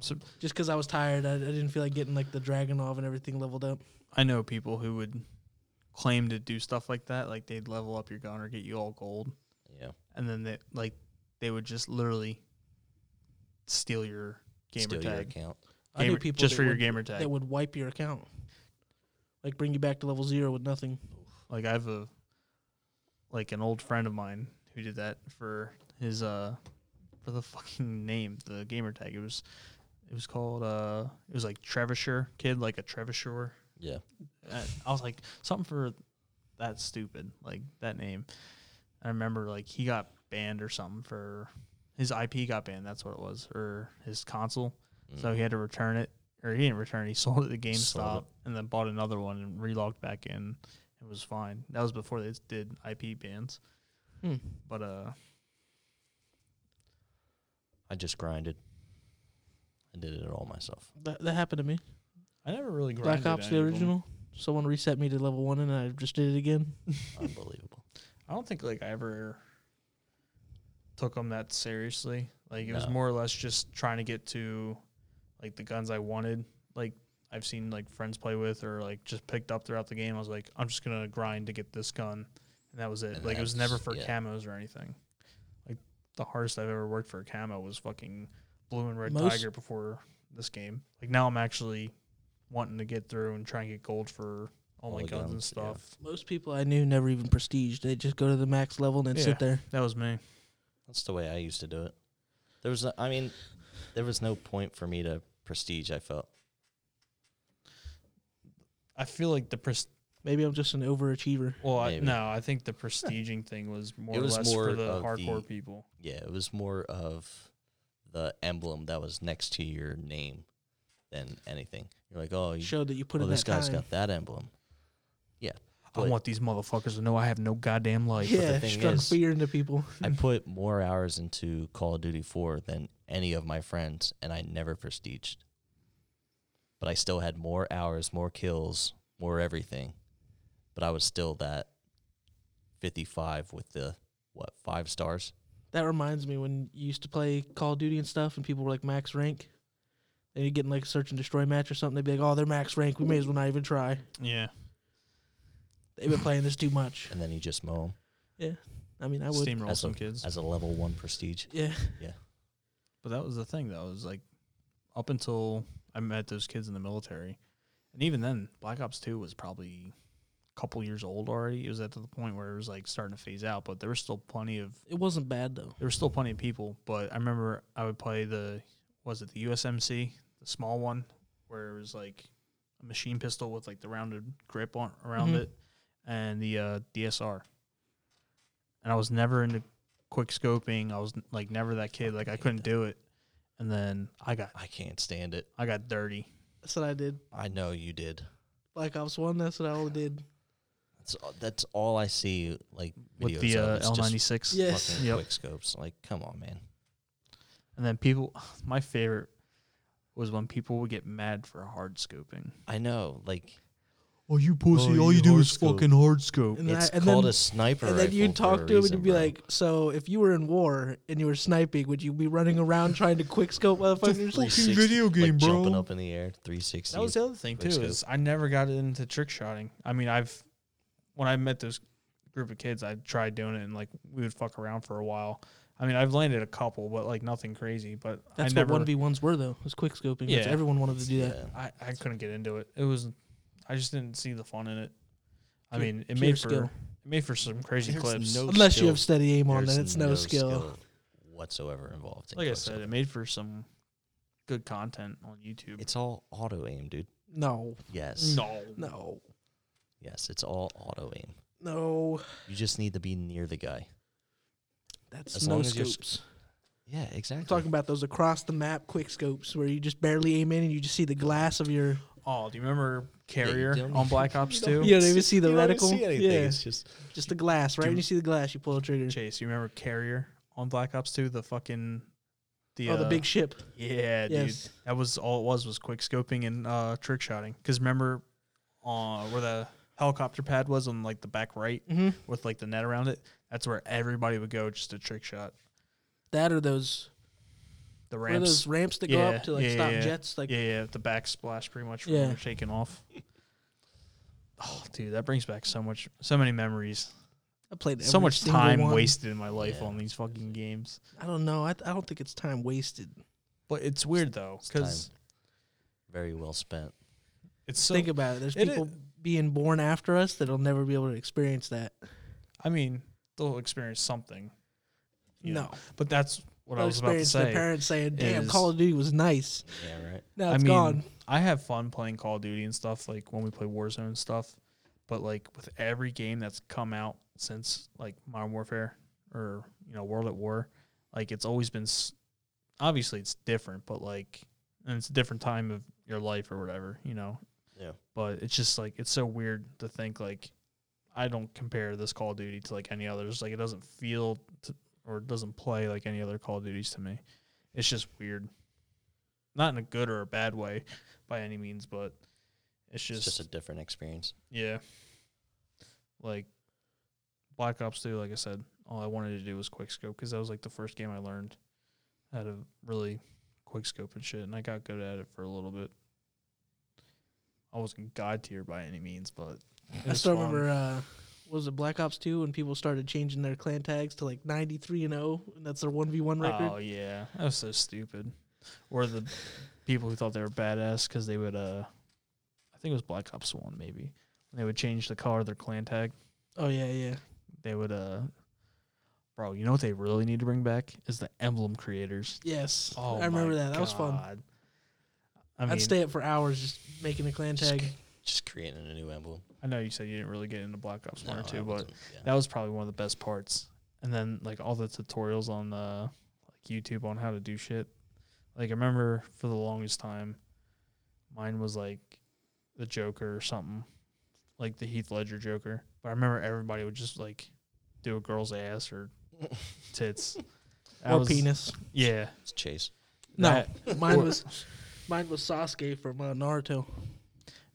[SPEAKER 1] So
[SPEAKER 3] just because I was tired. I, I didn't feel like getting like the Dragonov and everything leveled up.
[SPEAKER 1] I know people who would claim to do stuff like that, like they'd level up your gun or get you all gold,
[SPEAKER 2] Yeah.
[SPEAKER 1] and then they like they would just literally steal your gamer
[SPEAKER 2] Steal your
[SPEAKER 1] tag.
[SPEAKER 2] account.
[SPEAKER 3] I knew
[SPEAKER 1] Gamer-
[SPEAKER 3] people
[SPEAKER 1] just
[SPEAKER 3] that
[SPEAKER 1] for your
[SPEAKER 3] would-
[SPEAKER 1] gamer
[SPEAKER 3] that
[SPEAKER 1] tag.
[SPEAKER 3] would wipe your account, like bring you back to level zero with nothing.
[SPEAKER 1] Like I have a like an old friend of mine who did that for his uh for the fucking name, the gamer tag. It was it was called uh it was like Trevisher kid, like a Trevisher
[SPEAKER 2] Yeah.
[SPEAKER 1] I I was like something for that stupid, like that name. I remember like he got banned or something for his IP got banned. That's what it was, or his console.
[SPEAKER 2] Mm.
[SPEAKER 1] So
[SPEAKER 3] Mm-hmm.
[SPEAKER 1] he had to return it, or he didn't return. it, He sold it to GameStop
[SPEAKER 2] Sold
[SPEAKER 1] and then bought another one and relogged back in. It was fine. That was before they did IP bans,
[SPEAKER 3] Hmm.
[SPEAKER 1] but uh,
[SPEAKER 2] I just grinded. I did it all myself.
[SPEAKER 3] That that happened to me.
[SPEAKER 1] I never really
[SPEAKER 3] Black Ops the original. Someone reset me to level one and I just did it again.
[SPEAKER 2] Unbelievable.
[SPEAKER 1] I don't think like I ever took them that seriously. Like it was
[SPEAKER 2] No.
[SPEAKER 1] more or less just trying to get to like the guns I wanted. Like I've seen like friends play with or like just picked up throughout the game. I was like, I'm just gonna grind to get this gun, and that was it.
[SPEAKER 2] And
[SPEAKER 1] like it
[SPEAKER 2] that
[SPEAKER 1] was never
[SPEAKER 2] was-
[SPEAKER 1] for
[SPEAKER 2] yeah.
[SPEAKER 1] camos or anything. Like the hardest I've ever worked for a camo was fucking blue and red
[SPEAKER 3] Most-
[SPEAKER 1] tiger before this game. Like now I'm actually wanting to get through and try and get gold for all,
[SPEAKER 2] All
[SPEAKER 1] my
[SPEAKER 2] the
[SPEAKER 1] guns, and
[SPEAKER 2] guns, yeah.
[SPEAKER 1] stuff.
[SPEAKER 3] Most people I knew never even prestige. They just go to the max level and then
[SPEAKER 1] Yeah.
[SPEAKER 3] sit there.
[SPEAKER 1] That was me.
[SPEAKER 2] That's the way I used to do it. There was, no, I mean, there was no point for me to prestige. I felt
[SPEAKER 1] I feel like the pres-
[SPEAKER 3] Maybe I'm just an overachiever.
[SPEAKER 1] Well, I,
[SPEAKER 2] Maybe.
[SPEAKER 1] no, I think the prestiging thing was more
[SPEAKER 2] was
[SPEAKER 1] or less
[SPEAKER 2] more
[SPEAKER 1] for the
[SPEAKER 2] of
[SPEAKER 1] hardcore
[SPEAKER 2] the-
[SPEAKER 1] people.
[SPEAKER 2] yeah, it was more of the emblem that was next to your name than anything. You're like, oh, you,
[SPEAKER 3] Showed that you put
[SPEAKER 2] oh
[SPEAKER 3] in
[SPEAKER 2] this
[SPEAKER 3] that
[SPEAKER 2] guy's
[SPEAKER 3] time.
[SPEAKER 2] got that emblem.
[SPEAKER 1] I
[SPEAKER 2] But-
[SPEAKER 1] want these motherfuckers to know I have no goddamn life.
[SPEAKER 2] the
[SPEAKER 3] yeah,
[SPEAKER 2] thing
[SPEAKER 3] struck
[SPEAKER 2] is-
[SPEAKER 3] fear into people.
[SPEAKER 2] I
[SPEAKER 1] Hmm.
[SPEAKER 2] put more hours into Call of Duty 4 than any of my friends, and I never prestiged. But I still had more hours, more kills, more everything. But I was still that 55 with the, what, five stars?
[SPEAKER 3] That reminds me when you used to play Call of Duty and stuff, and people were like max rank. And you get in like a search and destroy match or something. They'd be like, "Oh, they're max rank. We may as well not even try."
[SPEAKER 1] Yeah,
[SPEAKER 3] They've been playing this too much.
[SPEAKER 2] And then you just mow 'em
[SPEAKER 3] I mean, I would.
[SPEAKER 1] steamroll
[SPEAKER 2] As
[SPEAKER 1] some
[SPEAKER 2] of-
[SPEAKER 1] kids.
[SPEAKER 2] as a level one prestige.
[SPEAKER 3] Yeah,
[SPEAKER 1] But that was the thing, though. It was like up until I met those kids in the military, and even then, Black Ops Two was probably a couple years old already. It was at the point where it was like starting to phase out, but there was still plenty of
[SPEAKER 3] it wasn't bad though.
[SPEAKER 1] there were still plenty of people, but I remember I would play the was it the USMC, the small one, where it was like a machine pistol with like the rounded grip on around
[SPEAKER 2] Mm-hmm.
[SPEAKER 3] Mhm.
[SPEAKER 1] it, and the uh, DSR. And I was never into quick scoping. I was like never that kid. Like I couldn't do it. And then I got
[SPEAKER 2] I can't stand it.
[SPEAKER 1] I got dirty.
[SPEAKER 3] That's what I did.
[SPEAKER 2] I know you did.
[SPEAKER 3] Black Ops One. That's what I only did.
[SPEAKER 2] That's all, that's all I see, like, videos
[SPEAKER 1] With the
[SPEAKER 2] of.
[SPEAKER 1] uh,
[SPEAKER 2] It's
[SPEAKER 1] L
[SPEAKER 2] just
[SPEAKER 1] ninety six,
[SPEAKER 3] Yes.
[SPEAKER 2] fucking
[SPEAKER 1] Yep.
[SPEAKER 2] quick scopes. Like, come on, man.
[SPEAKER 1] and then people. My favorite was when people would get mad for hard scoping.
[SPEAKER 2] I know. Like,
[SPEAKER 1] Oh, you
[SPEAKER 2] pussy, all you do is fucking
[SPEAKER 1] hard scope.
[SPEAKER 3] And then
[SPEAKER 2] it's
[SPEAKER 3] I- and
[SPEAKER 2] called
[SPEAKER 3] then-
[SPEAKER 2] a sniper
[SPEAKER 3] And then
[SPEAKER 2] rifle
[SPEAKER 3] you'd
[SPEAKER 2] for
[SPEAKER 3] talk
[SPEAKER 2] a
[SPEAKER 3] to him and
[SPEAKER 2] reason,
[SPEAKER 3] you'd be
[SPEAKER 2] bro.
[SPEAKER 3] like, "So if you were in war and you were sniping, would you be running around trying to quick scope motherfuckers?"
[SPEAKER 1] fuck?
[SPEAKER 3] Like,
[SPEAKER 2] 360,
[SPEAKER 1] video game,
[SPEAKER 2] like Jumping
[SPEAKER 1] bro.
[SPEAKER 2] up in the air, 360.
[SPEAKER 1] That was the other thing
[SPEAKER 2] Quick
[SPEAKER 1] too is I never got into trick shotting. I mean, I've when I met this group of kids, I tried doing it and like we would fuck around for a while. I mean, I've landed a couple, but like nothing crazy. But
[SPEAKER 3] That's
[SPEAKER 1] I
[SPEAKER 3] what
[SPEAKER 1] never,
[SPEAKER 3] one v ones were though. Was quick scoping.
[SPEAKER 1] Yeah.
[SPEAKER 3] Yeah. Everyone wanted to do that.
[SPEAKER 2] Yeah.
[SPEAKER 1] I, I couldn't get into it. It was, I just didn't see the fun in it. I
[SPEAKER 3] Pure-
[SPEAKER 1] mean, it
[SPEAKER 3] pure
[SPEAKER 1] made for
[SPEAKER 3] skill.
[SPEAKER 1] it made for some crazy
[SPEAKER 2] There's
[SPEAKER 1] clips.
[SPEAKER 2] no
[SPEAKER 3] Unless you
[SPEAKER 2] skill.
[SPEAKER 3] have steady aim on, then
[SPEAKER 2] There's
[SPEAKER 3] it's no, skill.
[SPEAKER 2] whatsoever involved. in
[SPEAKER 1] Like I
[SPEAKER 2] Quicksilver.
[SPEAKER 1] said, it made for some good content on YouTube.
[SPEAKER 2] it's all auto aim, dude.
[SPEAKER 3] No, Mm.
[SPEAKER 2] Yes,
[SPEAKER 1] no,
[SPEAKER 3] no,
[SPEAKER 2] yes, it's all auto aim.
[SPEAKER 3] no.
[SPEAKER 2] You just need to be near the guy.
[SPEAKER 3] That's
[SPEAKER 2] As
[SPEAKER 3] no
[SPEAKER 2] long as you're s-
[SPEAKER 3] scopes.
[SPEAKER 2] Yeah,
[SPEAKER 3] I'm
[SPEAKER 2] exactly.
[SPEAKER 3] talking about those across the map quick scopes where you just barely aim in and you just see the glass of your.
[SPEAKER 1] Oh, do you remember Carrier
[SPEAKER 2] don't-
[SPEAKER 1] on Black Ops
[SPEAKER 2] don't-
[SPEAKER 1] Two?
[SPEAKER 3] You don't even see the
[SPEAKER 2] You don't even
[SPEAKER 3] reticle.
[SPEAKER 2] see anything.
[SPEAKER 3] Yeah,
[SPEAKER 2] It's just
[SPEAKER 3] just the glass. Right when you see the glass, you pull the trigger.
[SPEAKER 1] Chase, you remember Carrier on Black Ops Two? The fucking the
[SPEAKER 3] Oh, the
[SPEAKER 1] uh,
[SPEAKER 3] big ship.
[SPEAKER 1] yeah,
[SPEAKER 3] Yes.
[SPEAKER 1] dude. That was all it was was quick scoping and uh, trick shotting. Because remember, uh, where the helicopter pad was on like the back right
[SPEAKER 3] hmm
[SPEAKER 1] with like the net around it. That's where everybody would go just to trick shot
[SPEAKER 3] That or those
[SPEAKER 1] the
[SPEAKER 3] ramps.
[SPEAKER 1] ramps.
[SPEAKER 3] those ramps that go
[SPEAKER 1] Yeah,
[SPEAKER 3] up to like
[SPEAKER 1] yeah,
[SPEAKER 3] stop
[SPEAKER 1] yeah.
[SPEAKER 3] jets. Like
[SPEAKER 1] yeah, yeah, the backsplash pretty much when
[SPEAKER 3] Yeah.
[SPEAKER 1] you're shaking off. Oh, dude, that brings back so much, so many memories,
[SPEAKER 3] I played
[SPEAKER 1] so
[SPEAKER 3] every
[SPEAKER 1] much
[SPEAKER 3] single
[SPEAKER 1] time
[SPEAKER 3] one.
[SPEAKER 1] wasted in my life
[SPEAKER 2] Yeah.
[SPEAKER 1] on these fucking games.
[SPEAKER 3] I don't know. I, I don't think it's time wasted.
[SPEAKER 1] But it's weird though,
[SPEAKER 2] It's
[SPEAKER 1] because
[SPEAKER 2] very well spent.
[SPEAKER 1] it's so.
[SPEAKER 3] Think about it. There's
[SPEAKER 1] it i-
[SPEAKER 3] people being born after us that'll never be able to experience that.
[SPEAKER 1] I mean, they'll experience something. you know,
[SPEAKER 3] No,
[SPEAKER 1] but that's what I
[SPEAKER 3] They'll
[SPEAKER 1] was about to
[SPEAKER 3] experience their
[SPEAKER 1] say.
[SPEAKER 3] parents saying, "Damn,
[SPEAKER 1] is-
[SPEAKER 3] Call of Duty was nice."
[SPEAKER 2] Yeah, right.
[SPEAKER 3] Now
[SPEAKER 1] I
[SPEAKER 3] it's
[SPEAKER 1] mean,
[SPEAKER 3] gone.
[SPEAKER 1] I have fun playing Call of Duty and stuff, like when we play Warzone and stuff. But like with every game that's come out since like Modern Warfare or you know World at War, like it's always been. s- Obviously, it's different, but like, and it's a different time of your life or whatever, you know.
[SPEAKER 2] Yeah.
[SPEAKER 1] But it's just like it's so weird to think like, I don't compare this Call of Duty to like any others. Like it doesn't feel to, or it doesn't play like any other Call of Duties to me. It's just weird. Not in a good or a bad way by any means, but it's
[SPEAKER 2] It's
[SPEAKER 1] just,
[SPEAKER 2] just a different experience.
[SPEAKER 1] yeah. Like Black Ops 2, like I said, all I wanted to do was quick scope because that was like the first game I learned how to really quick scope and shit, and I got good at it for a little bit. I wasn't god tier by any means, but it
[SPEAKER 3] I
[SPEAKER 1] was
[SPEAKER 3] still
[SPEAKER 1] fun.
[SPEAKER 3] remember. Uh, what was it Black Ops Two when people started changing their clan tags to like 93 and 0, and that's their 1v1 record?
[SPEAKER 1] Oh yeah, that was so stupid. Or the people who thought they were badass because they would, uh, I think it was Black Ops One maybe. They would change the color of their clan tag.
[SPEAKER 3] Oh yeah, yeah.
[SPEAKER 1] they would uh bro you know what they really need to bring back is the emblem creators
[SPEAKER 3] Yes,
[SPEAKER 1] oh
[SPEAKER 3] I remember
[SPEAKER 1] my
[SPEAKER 3] that. That was fun.
[SPEAKER 1] God. i
[SPEAKER 3] I
[SPEAKER 1] mean
[SPEAKER 3] would stay up for hours just making a clan
[SPEAKER 2] Just,
[SPEAKER 3] tag.
[SPEAKER 2] just creating a new emblem.
[SPEAKER 1] i know you said you didn't really get into black ops one or
[SPEAKER 2] No, I
[SPEAKER 1] two but
[SPEAKER 2] wasn't- yeah.
[SPEAKER 1] that was probably one of the best parts and then like all the tutorials on uh like youtube on how to do shit like i remember for the longest time mine was like the joker or something like the heath ledger joker but i remember everybody would just like do a girl's ass or tits That
[SPEAKER 3] or
[SPEAKER 1] was-
[SPEAKER 3] penis.
[SPEAKER 1] yeah
[SPEAKER 2] It's Chase.
[SPEAKER 3] No, mine
[SPEAKER 1] or-
[SPEAKER 3] was mine was Sasuke from uh, Naruto.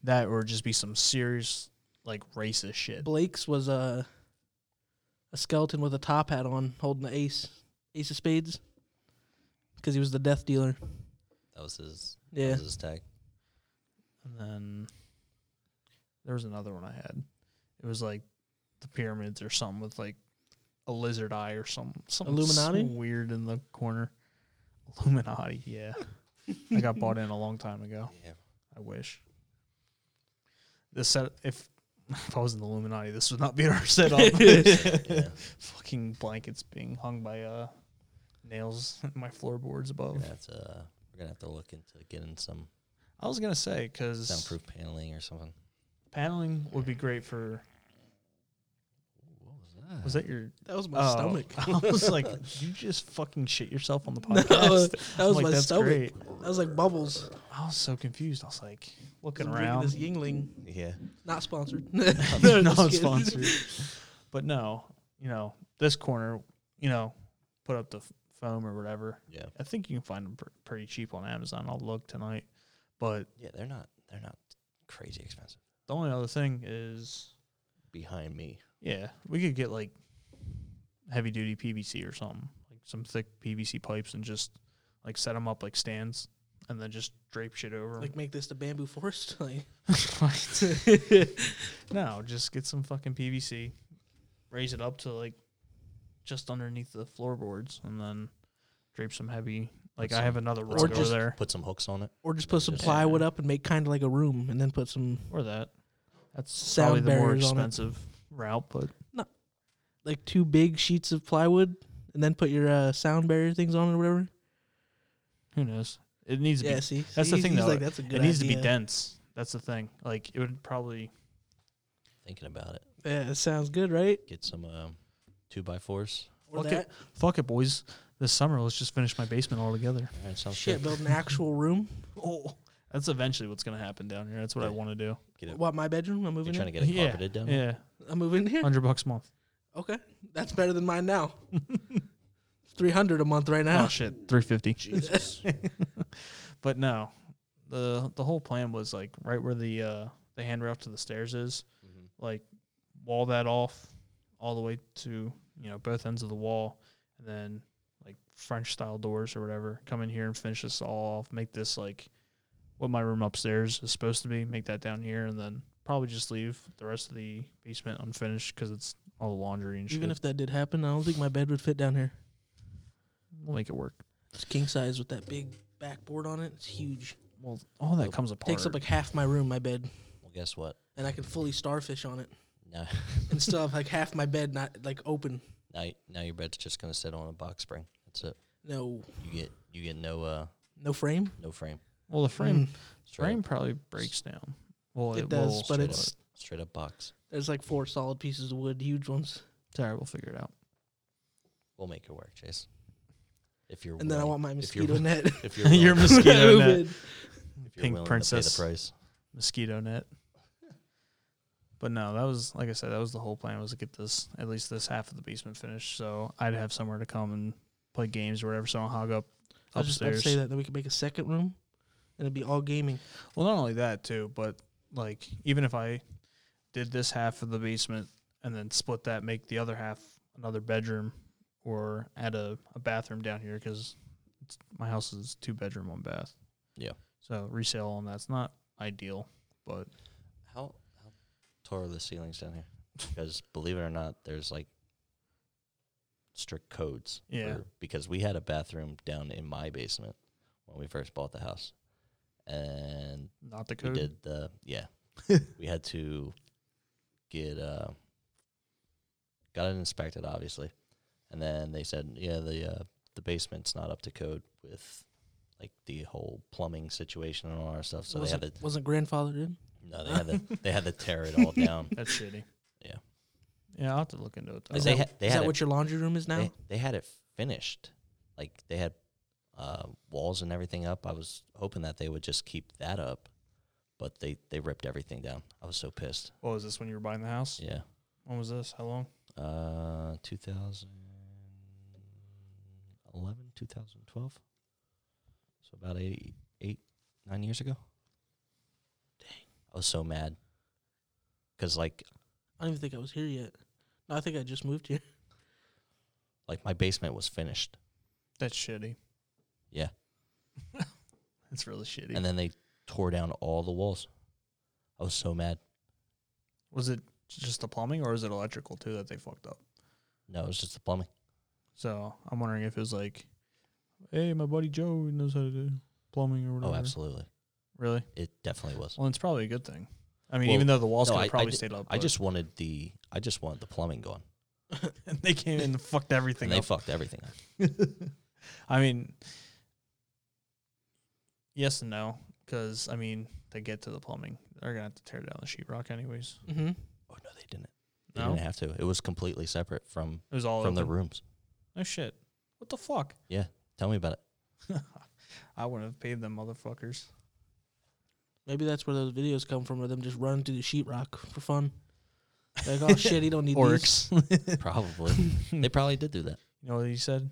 [SPEAKER 1] that or just be some serious like racist shit.
[SPEAKER 3] Blake's was a a skeleton with a top hat on, holding the ace, ace of spades, because he was the death dealer.
[SPEAKER 2] That was his. Yeah.
[SPEAKER 3] Yeah,
[SPEAKER 2] was his tag.
[SPEAKER 1] And then there was another one I had. It was like the pyramids or something with like a lizard eye or something. something
[SPEAKER 3] Illuminati?
[SPEAKER 1] so weird in the corner. Illuminati, yeah. I got bought in a long time ago.
[SPEAKER 2] Yeah.
[SPEAKER 1] I wish. This set if if I was in the Illuminati, this would not be our setup.
[SPEAKER 2] yeah.
[SPEAKER 1] Fucking blankets being hung by uh nails in my floorboards
[SPEAKER 2] We're
[SPEAKER 1] above.
[SPEAKER 2] gonna have to. Uh, we're gonna have to look into getting some
[SPEAKER 1] I was gonna say because
[SPEAKER 2] soundproof paneling or something.
[SPEAKER 1] paneling would be great for.
[SPEAKER 2] What was that?
[SPEAKER 1] Was that your
[SPEAKER 3] that was my
[SPEAKER 1] oh.
[SPEAKER 3] stomach.
[SPEAKER 1] I was like, you just fucking shit yourself on the
[SPEAKER 3] No,
[SPEAKER 1] podcast.
[SPEAKER 3] that
[SPEAKER 1] I'm
[SPEAKER 3] was
[SPEAKER 1] like,
[SPEAKER 3] my
[SPEAKER 1] that's
[SPEAKER 3] stomach.
[SPEAKER 1] great.
[SPEAKER 3] That was like bubbles.
[SPEAKER 1] I was so confused. I was like looking
[SPEAKER 3] I'm drinking
[SPEAKER 1] around.
[SPEAKER 3] This Yingling,
[SPEAKER 2] Yeah.
[SPEAKER 3] not sponsored.
[SPEAKER 1] no,
[SPEAKER 3] Just kidding.
[SPEAKER 1] sponsored. but no, you know this corner. You know, put up the f- foam or whatever.
[SPEAKER 2] Yeah.
[SPEAKER 1] I think you can find them pr- pretty cheap on Amazon. I'll look tonight. But
[SPEAKER 2] Yeah. They're not. They're not crazy expensive.
[SPEAKER 1] the only other thing is,
[SPEAKER 2] Behind me.
[SPEAKER 1] yeah, we could get like heavy duty PVC or something, like some thick PVC pipes, and just like set them up like stands, and then just drape shit over 'em.
[SPEAKER 3] Like make this the bamboo forest. Like,
[SPEAKER 1] no, just get some fucking PVC, raise it up to like just underneath the floorboards, and then drape some heavy. Like I have another
[SPEAKER 2] Or
[SPEAKER 1] rug over
[SPEAKER 3] just-
[SPEAKER 1] there,
[SPEAKER 2] Put some hooks on it.
[SPEAKER 3] or just put some
[SPEAKER 2] Just-
[SPEAKER 3] plywood up and make kind of like a room, and then put some
[SPEAKER 1] or that. That's
[SPEAKER 3] Sound
[SPEAKER 1] probably the more
[SPEAKER 3] barriers on it.
[SPEAKER 1] expensive route, but
[SPEAKER 3] like two big sheets of plywood and then put your uh, sound barrier things on or whatever.
[SPEAKER 1] Who knows? It needs to
[SPEAKER 3] Yeah,
[SPEAKER 1] be.
[SPEAKER 3] see,
[SPEAKER 1] that's
[SPEAKER 3] See,
[SPEAKER 1] the thing,
[SPEAKER 3] he's
[SPEAKER 1] though.
[SPEAKER 3] Like, that's a good
[SPEAKER 1] it needs to be
[SPEAKER 3] idea.
[SPEAKER 1] dense. That's the thing. Like it would probably.
[SPEAKER 2] Thinking about it,
[SPEAKER 3] Yeah, it sounds good, right?
[SPEAKER 2] get some um, two by fours.
[SPEAKER 3] Or
[SPEAKER 1] Fuck
[SPEAKER 3] that.
[SPEAKER 1] it, fuck it, boys. This summer, let's just finish my basement altogether.
[SPEAKER 2] All right, sounds
[SPEAKER 3] Shit,
[SPEAKER 2] good.
[SPEAKER 3] build an actual room.
[SPEAKER 1] Oh, that's eventually what's gonna happen down here. That's what I
[SPEAKER 2] Yeah.
[SPEAKER 1] want to do.
[SPEAKER 2] Get it.
[SPEAKER 3] What my bedroom? I'm
[SPEAKER 2] You're
[SPEAKER 3] moving.
[SPEAKER 2] trying to
[SPEAKER 3] In.
[SPEAKER 2] get it
[SPEAKER 1] Yeah,
[SPEAKER 2] carpeted down.
[SPEAKER 1] Yeah,
[SPEAKER 3] I'm moving in here.
[SPEAKER 1] hundred bucks a month.
[SPEAKER 3] Okay, that's better than mine now. Three hundred a month right now.
[SPEAKER 1] Oh shit, three fifty.
[SPEAKER 2] Jesus.
[SPEAKER 1] But no, the the whole plan was like right where the uh, the handrail to the stairs is,
[SPEAKER 2] Mhm.
[SPEAKER 3] Mm-hmm.
[SPEAKER 1] like wall that off all the way to you know both ends of the wall, and then like French style doors or whatever. Come in here and finish this all off. Make this like what my room upstairs is supposed to be. Make that down here, and then probably just leave the rest of the basement unfinished because it's all the laundry and shit.
[SPEAKER 3] Even if that did happen, I don't think my bed would fit down here.
[SPEAKER 1] we'll make it work.
[SPEAKER 3] It's king size with that big backboard on it. It's huge.
[SPEAKER 1] Well, all that comes apart.
[SPEAKER 3] Takes up like half my room, my bed,
[SPEAKER 2] Well, guess what?
[SPEAKER 3] and I can fully starfish on it
[SPEAKER 2] Now,
[SPEAKER 3] and still have like half my bed not like open.
[SPEAKER 2] now, now your bed's just gonna sit on a box spring. That's it.
[SPEAKER 3] No,
[SPEAKER 2] You get you get no uh
[SPEAKER 3] no frame.
[SPEAKER 2] no frame.
[SPEAKER 1] well, the frame
[SPEAKER 2] Straight
[SPEAKER 1] frame
[SPEAKER 2] up,
[SPEAKER 1] probably breaks down. Well,
[SPEAKER 3] It
[SPEAKER 1] it,
[SPEAKER 3] does,
[SPEAKER 1] will,
[SPEAKER 3] but
[SPEAKER 1] so
[SPEAKER 2] straight
[SPEAKER 3] it's-
[SPEAKER 2] up, straight up box.
[SPEAKER 3] There's like four solid pieces of wood, huge ones.
[SPEAKER 1] Sorry, we'll figure it out.
[SPEAKER 2] We'll make it work, Chase. If you're
[SPEAKER 3] And then I
[SPEAKER 2] willing-
[SPEAKER 3] want my
[SPEAKER 2] if you're
[SPEAKER 3] mosquito net.
[SPEAKER 2] if you're willing,
[SPEAKER 1] Your
[SPEAKER 2] if
[SPEAKER 1] mosquito
[SPEAKER 3] Move
[SPEAKER 1] net.
[SPEAKER 3] it.
[SPEAKER 2] you're
[SPEAKER 1] Pink
[SPEAKER 2] willing
[SPEAKER 1] princess.
[SPEAKER 2] to pay the price.
[SPEAKER 1] Mosquito net. But no, that was like I said, that was the whole plan was to get this at least this half of the basement finished, so I'd have somewhere to come and play games or whatever. So I'll hog up
[SPEAKER 3] I was just about to
[SPEAKER 1] upstairs.
[SPEAKER 3] say that, then we could make a second room, and it'd be all gaming.
[SPEAKER 1] Well, not only that too, but like even if I did this half of the basement and then split that, make the other half another bedroom or add a, a bathroom down here because my house is two bedroom, one bath.
[SPEAKER 2] Yeah.
[SPEAKER 1] So resale on that's not ideal, but
[SPEAKER 2] How how tall are the ceilings down here? Because believe it or not, there's like strict codes.
[SPEAKER 1] Yeah.
[SPEAKER 2] for- because we had a bathroom down in my basement when we first bought the house, and
[SPEAKER 1] not the
[SPEAKER 2] we
[SPEAKER 1] code.
[SPEAKER 2] did the yeah, we had to get uh got it inspected obviously, and then they said yeah the uh, the basement's not up to code with like the whole plumbing situation and all our stuff, so they had
[SPEAKER 3] wasn't,
[SPEAKER 2] to
[SPEAKER 3] wasn't grandfathered in.
[SPEAKER 2] no they had to they had to tear it all down.
[SPEAKER 1] That's shitty.
[SPEAKER 2] Yeah.
[SPEAKER 1] Yeah, I'll have to look into it. Though.
[SPEAKER 3] Is
[SPEAKER 2] They
[SPEAKER 3] that,
[SPEAKER 2] ha- they
[SPEAKER 3] is
[SPEAKER 2] had
[SPEAKER 3] that
[SPEAKER 2] it-
[SPEAKER 3] what your laundry room is now?
[SPEAKER 2] They, they had it finished. Like they had uh, walls and everything up. I was hoping that they would just keep that up, but they, they ripped everything down. I was so pissed.
[SPEAKER 1] what was this when you were buying the house?
[SPEAKER 2] Yeah.
[SPEAKER 1] When was this? How long?
[SPEAKER 2] Uh, 2011, 2012. So about eight, eight, nine years ago. Dang. I was so mad. Because, like,
[SPEAKER 3] I don't even think I was here yet. No, I think I just moved here.
[SPEAKER 2] like, my basement was finished.
[SPEAKER 1] That's shitty.
[SPEAKER 2] Yeah.
[SPEAKER 1] That's really shitty.
[SPEAKER 2] And then they tore down all the walls. I was so mad.
[SPEAKER 1] was it just the plumbing or is it electrical too that they fucked up?
[SPEAKER 2] No, it was just the plumbing.
[SPEAKER 1] So I'm wondering if it was like, hey, my buddy Joe knows how to do plumbing or whatever.
[SPEAKER 2] Oh, absolutely.
[SPEAKER 1] Really?
[SPEAKER 2] It definitely was.
[SPEAKER 1] Well, it's probably a good thing. I mean,
[SPEAKER 2] Well,
[SPEAKER 1] even though the walls
[SPEAKER 2] no,
[SPEAKER 1] could
[SPEAKER 2] I- I
[SPEAKER 1] have probably
[SPEAKER 2] ju-
[SPEAKER 1] stayed up,
[SPEAKER 2] I
[SPEAKER 1] but-
[SPEAKER 2] just wanted the I just wanted the plumbing gone.
[SPEAKER 1] they came in and fucked everything
[SPEAKER 2] And they
[SPEAKER 1] up.
[SPEAKER 2] fucked everything up.
[SPEAKER 1] I mean, yes and no, because I mean, to get to the plumbing, they're gonna have to tear down the sheetrock anyways.
[SPEAKER 3] Mm-hmm.
[SPEAKER 2] Oh no, they didn't. They
[SPEAKER 1] No,
[SPEAKER 2] didn't have to. It was completely separate from
[SPEAKER 1] it was all
[SPEAKER 2] from the
[SPEAKER 1] open.
[SPEAKER 2] rooms.
[SPEAKER 1] No shit. What the fuck?
[SPEAKER 2] Tell me about it.
[SPEAKER 1] I wouldn't have paid them motherfuckers.
[SPEAKER 3] Maybe that's where those videos come from, of them just running through the sheetrock for fun. Like, oh shit, he don't need
[SPEAKER 1] Oryx.
[SPEAKER 3] these.
[SPEAKER 1] you
[SPEAKER 2] Probably. they probably did do that.
[SPEAKER 1] know what he said?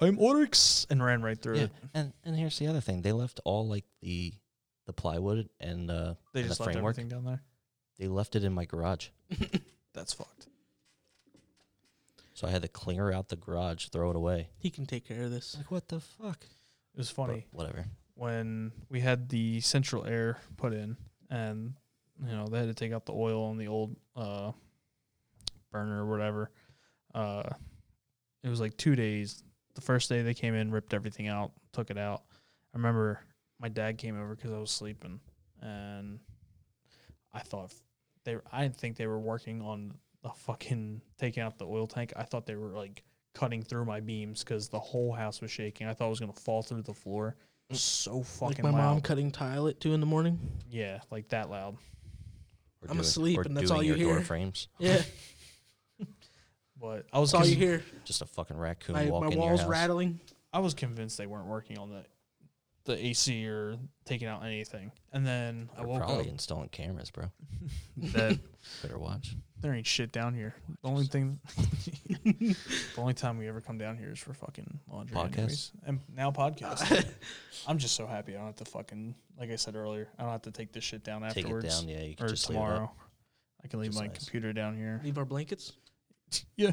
[SPEAKER 1] I'm Oryx, and ran right through
[SPEAKER 2] Yeah.
[SPEAKER 1] it.
[SPEAKER 2] And and here's the other thing. They left all like the the plywood and uh
[SPEAKER 1] They
[SPEAKER 2] and
[SPEAKER 1] just
[SPEAKER 2] the
[SPEAKER 1] left
[SPEAKER 2] framework.
[SPEAKER 1] everything down there.
[SPEAKER 2] They left it in my garage.
[SPEAKER 1] That's fucked.
[SPEAKER 2] So I had to clear out the garage, throw it away.
[SPEAKER 3] He can take care of this.
[SPEAKER 2] Like what the fuck?
[SPEAKER 1] It was
[SPEAKER 2] But
[SPEAKER 1] funny.
[SPEAKER 2] whatever.
[SPEAKER 1] when we had the central air put in and you know they had to take out the oil on the old uh burner or whatever uh it was like two days the first day they came in ripped everything out took it out i remember my dad came over because i was sleeping and i thought they i didn't think they were working on the fucking taking out the oil tank i thought they were like cutting through my beams because the whole house was shaking. I thought I was gonna fall through the floor. So
[SPEAKER 3] Mm. Like
[SPEAKER 1] fucking
[SPEAKER 3] my
[SPEAKER 1] loud.
[SPEAKER 3] mom cutting tile at two in the morning.
[SPEAKER 1] yeah, like that loud.
[SPEAKER 2] Or
[SPEAKER 3] I'm asleep
[SPEAKER 2] or
[SPEAKER 3] and that's
[SPEAKER 2] doing
[SPEAKER 3] all you
[SPEAKER 2] your door
[SPEAKER 3] hear.
[SPEAKER 2] frames.
[SPEAKER 3] Yeah,
[SPEAKER 1] But I was
[SPEAKER 3] that's all you
[SPEAKER 1] con-
[SPEAKER 3] hear.
[SPEAKER 2] Just a fucking raccoon
[SPEAKER 3] My,
[SPEAKER 2] walk
[SPEAKER 3] my
[SPEAKER 2] in your
[SPEAKER 3] walls
[SPEAKER 2] house.
[SPEAKER 3] rattling.
[SPEAKER 1] I was convinced they weren't working on the the AC or taking out anything. And then I
[SPEAKER 2] They're
[SPEAKER 1] woke
[SPEAKER 2] probably
[SPEAKER 1] up
[SPEAKER 2] installing cameras, bro.
[SPEAKER 1] that
[SPEAKER 2] Better watch.
[SPEAKER 1] there ain't shit down here. The only thing, the only time we ever come down here is for fucking laundry,
[SPEAKER 2] Podcast?
[SPEAKER 1] anyways. and now podcast. I'm just so happy I don't have to fucking like I said earlier. I don't have to take this shit down afterwards
[SPEAKER 2] Take it down, yeah. You can
[SPEAKER 1] or
[SPEAKER 2] just leave it
[SPEAKER 1] tomorrow.
[SPEAKER 2] up.
[SPEAKER 1] I can leave
[SPEAKER 2] Just
[SPEAKER 1] my
[SPEAKER 2] nice.
[SPEAKER 1] computer down here.
[SPEAKER 3] Leave our blankets.
[SPEAKER 1] Yeah,